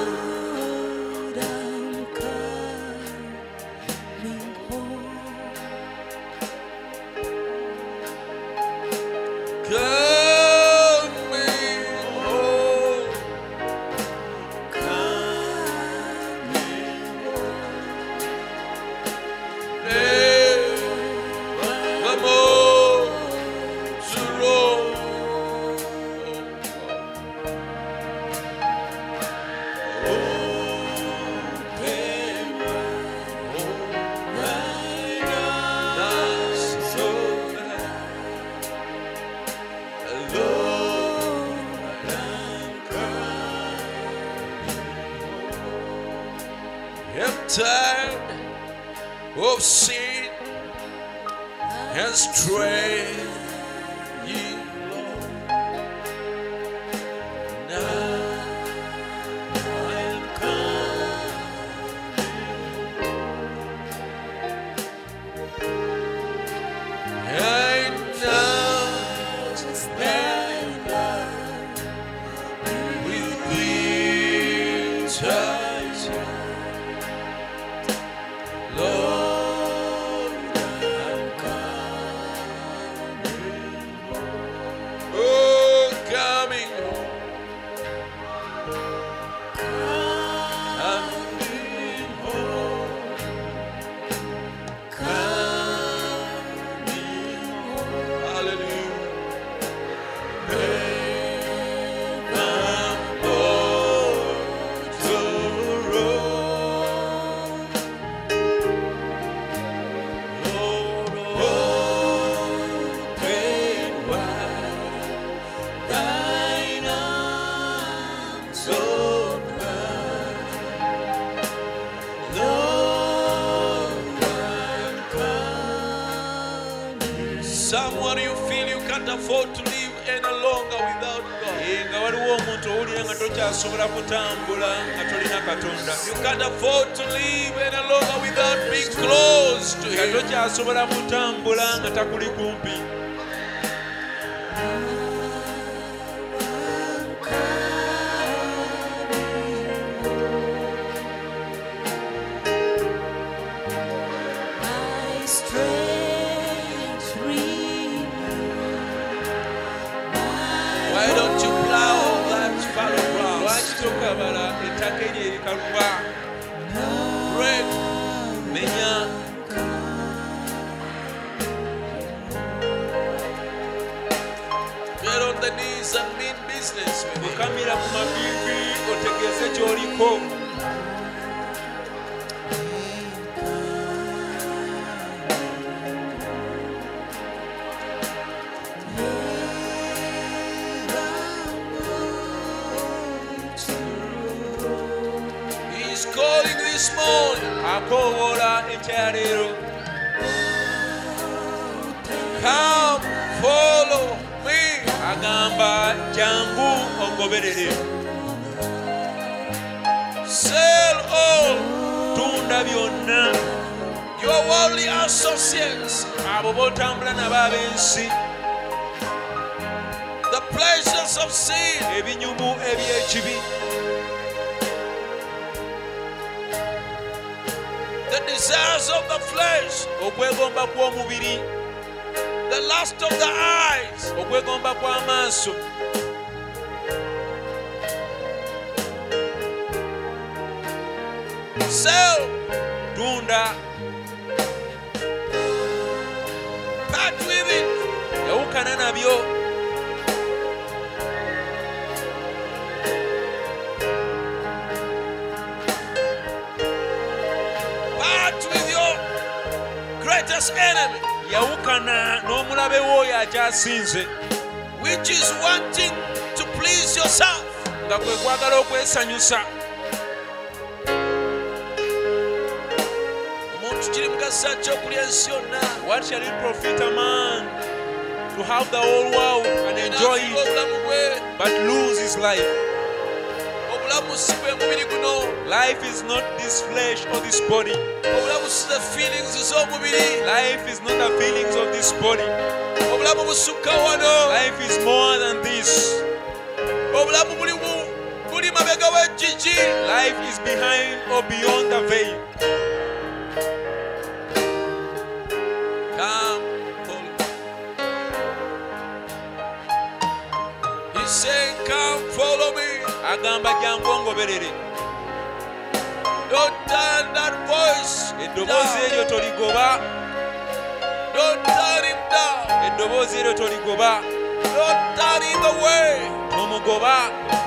Speaker 4: Lord, I'm coming home.
Speaker 1: Coming home. oh, Never more to roam. I'm tired of sin and straying, Lord. Now I am come. I now stand with bitter Lord, I'm coming home. Oh, coming home. Coming home. Coming home. Hallelujah. Never more to roam. Someone you feel you can't afford to live any longer without God.
Speaker 2: Eh, nga waliwo omuntu owulira nga tokyasobola kutambula nga tolina katonda
Speaker 1: You can't afford to live any longer without being close to
Speaker 2: nga
Speaker 1: Him.
Speaker 2: tokyasobola kutambula nga takuli kumpi balabala ettaka eryo erikaluba Break. menya
Speaker 1: Get on the knees and mean business with Him.
Speaker 2: mukamira ku maviivi otegeeze ky'oliko
Speaker 1: He is calling this morning.
Speaker 2: akoowoola ekya leero
Speaker 1: Come, follow me.
Speaker 2: agamba jangu ogoberere
Speaker 1: Sell all
Speaker 2: tunda byonna
Speaker 1: your worldly associates,
Speaker 2: abo bootambula nabo ab'ensi
Speaker 1: the pleasures of sin,
Speaker 2: ebinyumu eby'ekibi
Speaker 1: the desires of the flesh,
Speaker 2: okwegomba kw'omubiri
Speaker 1: the lust of the eyes,
Speaker 2: okwegomba kw'amaaso
Speaker 1: sell,
Speaker 2: tunda
Speaker 1: part with it,
Speaker 2: yawukana nabyo
Speaker 1: part with your greatest enemy,
Speaker 2: yawukana n'omulabe we oyo akyasinze
Speaker 1: which is wanting to please yourself.
Speaker 2: nga kwe kwagala okwesanyusa
Speaker 1: omuntu kiri mukasa ki okulya ensi yonna
Speaker 2: what shall it profit a man to have the whole world and enjoy
Speaker 1: N'afuga
Speaker 2: it
Speaker 1: obulamu bwe
Speaker 2: but lose his life
Speaker 1: obulamu si bwe mubiri guno
Speaker 2: life is not this flesh or this body
Speaker 1: obulamu si the feelings z'omubiri
Speaker 2: life is not the feelings of this body
Speaker 1: obulamu busukka wano
Speaker 2: life is more than this
Speaker 1: obulamu buli mu- buli mabega w'ejjigi
Speaker 2: life is behind or beyond the veil
Speaker 1: Come, follow me. He's saying, Come, follow me.
Speaker 2: agamba jangu ongoberere
Speaker 1: Don't turn that voice
Speaker 2: eddoboozi
Speaker 1: down.
Speaker 2: eryo toligoba
Speaker 1: Don't turn him down.
Speaker 2: eddoboozi eryo toligoba
Speaker 1: Don't turn him away.
Speaker 2: tomugoba